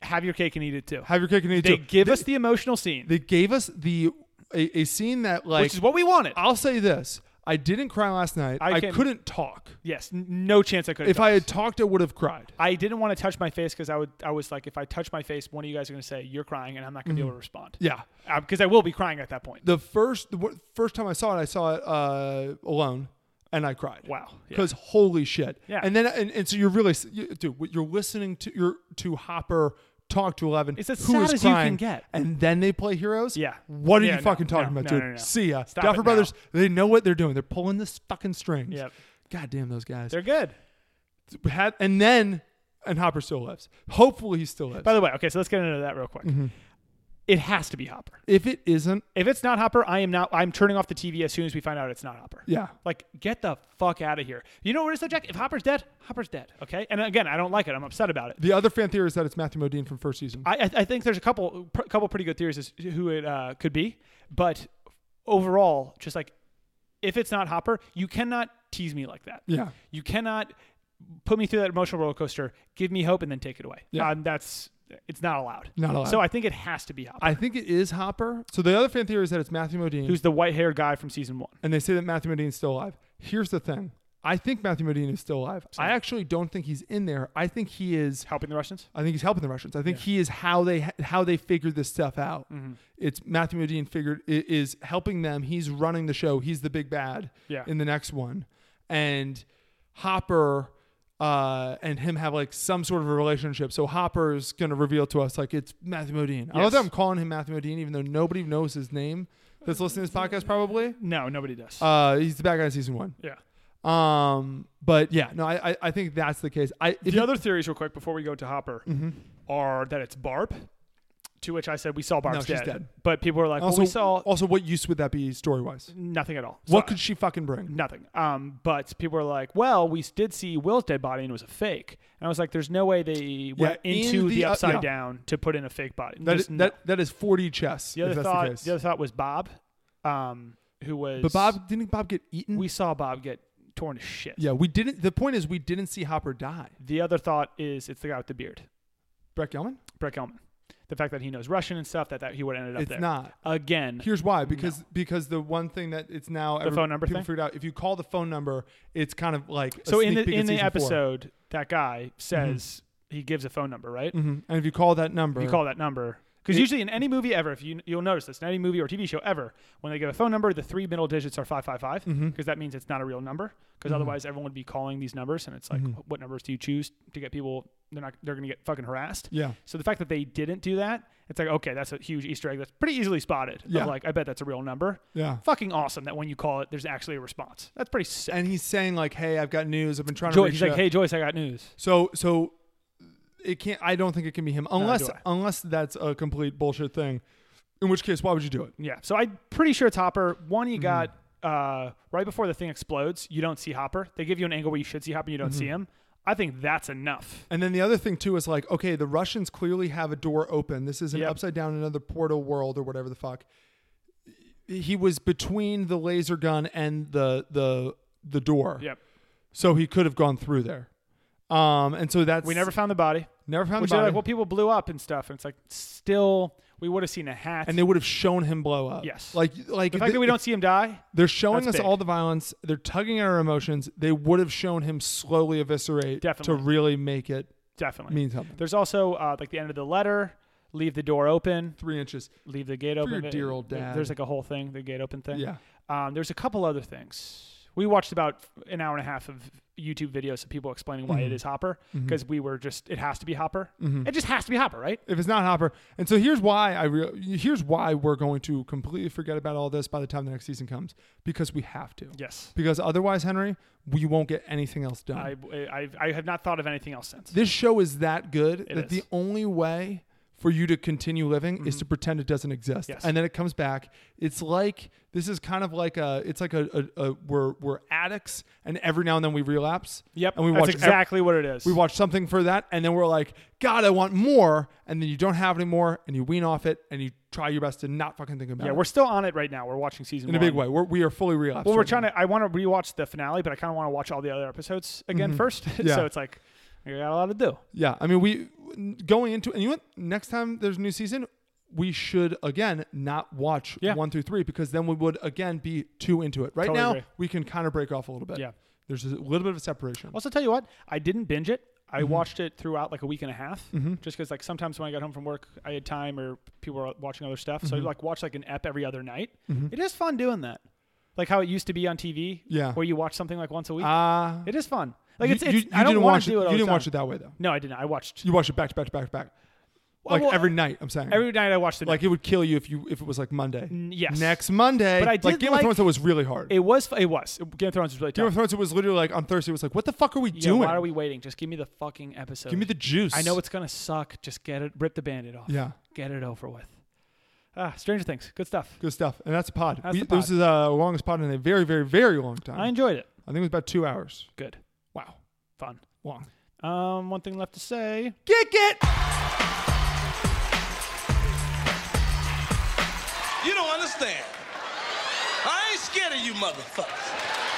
Have your cake and eat it too. Have your cake and eat it they too. give They- us the emotional scene, They gave us the a, a scene that like which is what we wanted. I'll say this. I didn't cry last night. I I, can- couldn't talk. yes, n- no chance I could. If I had talked, I would have cried. I didn't want to touch my face because I would. I was like, if I touch my face, one of you guys are going to say you're crying, and I'm not going to be able to respond. Mm-hmm. Yeah. because I will be crying at that point. The first the wor- first time I saw it, I saw it uh, alone, and I cried. Wow. Yeah. Because holy shit. Yeah. And then and, and so you're really you, dude. what You're listening to your to Hopper talk to Eleven. It's as who sad is as you can crying, get. And then they play heroes. Yeah. What are Yeah, you no, fucking no, talking about, no, dude? no, no. See ya. Stop it Duffer now. Brothers. They know what they're doing. They're pulling this fucking strings. Yep. God damn those guys. They're good. had, and then and Hopper still lives. Hopefully he still lives. By the way, okay, so let's get into that real quick. Mm-hmm. It has to be Hopper. if it isn't, If it's not Hopper, I am not. I'm turning off the TV as soon as we find out it's not Hopper. yeah, Like, get the fuck out of here. You know what it is though, Jack? If Hopper's dead, Hopper's dead. Okay. And again, I don't like it. I'm upset about it. the other fan theory is that it's Matthew Modine from first season. I, I- I think there's a couple, pr- couple pretty good theories as to who it uh, could be, but overall, just like if it's not Hopper, you cannot tease me like that. Yeah. You cannot put me through that emotional roller coaster, give me hope, and then take it away. Yeah. Um, that's it's not allowed. Not allowed. So I think it has to be Hopper. I think it is Hopper. So the other fan theory is that it's Matthew Modine, who's the white haired guy from season one. and they say that Matthew Modine's still alive. Here's the thing: I think Matthew Modine is still alive. I actually don't think he's in there. I think he is. Helping the Russians? I think he's helping the Russians. I think he is how they how they figured this stuff out. Mm-hmm. It's Matthew Modine figured i- is helping them. He's running the show. He's the big bad Yeah. in the next one, and Hopper uh, and him have like some sort of a relationship. So Hopper's gonna reveal to us like it's Matthew Modine. I love that I'm calling him Matthew Modine, even though nobody knows his name. That's listening to this podcast probably. No, nobody does. Uh, he's the bad guy in season one. yeah. Um, but yeah, no, I I, I think that's the case. I if The you- Mm-hmm. other theories, real quick, before we go to Hopper, are that it's Barb, to which I said we saw Barb's she's dead. dead. But people were like, also well, we saw also what use would that be story wise? nothing at all. What So- could she fucking bring? nothing. Um, but people were like, well, we did see Will's dead body and it was a fake. And I was like, there's no way they went in into the the, up- upside yeah. down to put in a fake body. That is, Just no. that, that is 4D chess. the if other that's thought, the case. the other thought was Bob, um, who was but Bob didn't Bob get eaten? We saw Bob get torn to shit. yeah, we didn't. The point is, we didn't see Hopper die. The other thought is it's the guy with the beard. Brett Gelman. Brett Gelman. The fact that he knows Russian and stuff, that, that he would have ended up It's there. not. Again, Here's why because because the one thing that it's now the phone number people thing? figured out if you call the phone number, it's kind of like a so in sneak the peek at in the season four. Mm-hmm. episode, that guy says he gives a phone number, right? Mhm. and if you call that number, You call that number because usually in any movie ever, if you you'll notice this in any movie or TV show ever, when they give a phone number, the three middle digits are five five five Mm-hmm. because that means it's not a real number. Because otherwise, everyone would be calling these numbers, and it's like, Mm-hmm. what numbers do you choose to get people? They're not. They're going to get fucking harassed. Yeah. So the fact that they didn't do that, it's like, okay, that's a huge Easter egg. That's pretty easily spotted. Yeah. Of like, I bet that's a real number. yeah. Fucking awesome that when you call it, there's actually a response. That's pretty sick. And he's saying like, "Hey, I've got news. I've been trying to." Joyce, reach he's like, out." hey Joyce, I got news. So so it can't. I don't think it can be him unless do I. unless that's a complete bullshit thing. In which case, why would you do it? Yeah. So I'm pretty sure it's Hopper. One Mm-hmm. you got uh, right before the thing explodes. You don't see Hopper. They give you an angle where you should see Hopper. and You don't see Mm-hmm. him. I think that's enough. And then the other thing too is like, okay, the Russians clearly have a door open. This is an Yep. upside down another portal world or whatever the fuck. He was between the laser gun and the the the door. Yep. So he could have gone through there. Um and so that's We never found the body. never found Which the they're body. like, well, people blew up and stuff. And it's like, still, we would have seen a hat. and they would have shown him blow up. Yes. Like like the fact that we don't see him die. they're showing us That's big. all the violence, they're tugging at our emotions. They would have shown him slowly eviscerate Definitely. to really make it Definitely mean something. There's also uh, like the end of the letter. Leave the door open. Three inches. Leave the gate open. uh, your dear old dad. There's like a whole thing, the gate open thing. Yeah. Um, there's a couple other things. We watched about an hour and a half of YouTube videos of people explaining why it Mm-hmm. is Hopper because we were just it has to be Hopper. It just has to be Hopper, right? if it's not Hopper. And so here's why I real here's why we're going to completely forget about all this by the time the next season comes because we have to. Yes. Because otherwise, Henry, we won't get anything else done. I I, I have not thought of anything else since. this show is that good that is. Mm-hmm. the only way for you to continue living is to pretend it doesn't exist Yes. and then it comes back it's like this is kind of like a it's like a, a, a we're we're addicts and every now and then we relapse Yep. and we that's watch ev- exactly what it is. we watch something for that and then we're like god i want more and then you don't have any more and you wean off it and you try your best to not fucking think about yeah, it we're still on it right now. We're watching season in a one. big way we're, we are fully relapsed Well, we're right trying now. to. I want to rewatch the finale, but I kind of want to watch all the other episodes again first. Mm-hmm. Yeah. so it's like I got a lot to do. Yeah, I mean, we going into and you know what? Next time there's a new season, we should again not watch Yeah. one through three because then we would again be too into it. Right Totally now, agree. we can kind of break off a little bit. Yeah. there's a little bit of a separation. Also, tell you what, I didn't binge it. I Mm-hmm. watched it throughout like a week and a half, just because like sometimes when I got home from work, I had time or people were watching other stuff. Mm-hmm. So I like watch like an ep every other night. It is fun doing that, like how it used to be on TV. Yeah. where you watch something like once a week. Ah, it is fun. Like you, it's, it's you- you I don't didn't want watch to do it. You all the didn't time. watch it that way though. No, I didn't. I watched You watched it back to back to back to back, like well, every night. I'm saying every night. I watched it. Like it would kill you if you if it was like Monday. yes. Next Monday. But I like did Game like- of Thrones. That was really hard. it was. It was Game of Thrones was really tough. Game of Thrones. It was literally like on Thursday. It was like, what the fuck are we Yeah, doing? Why are we waiting? Just give me the fucking episode. Give me the juice. I know it's gonna suck. Just get it. Rip the band-aid off. Yeah. Get it over with. Ah, Stranger Things. Good stuff. Good stuff. And that's a pod. That's we, the pod. This is uh, the longest pod in a very, very, very long time. I enjoyed it. I think it was about two hours. Good. Wow. Fun. Long. Um, one thing left to say. Kick it! You don't understand. I ain't scared of you motherfuckers.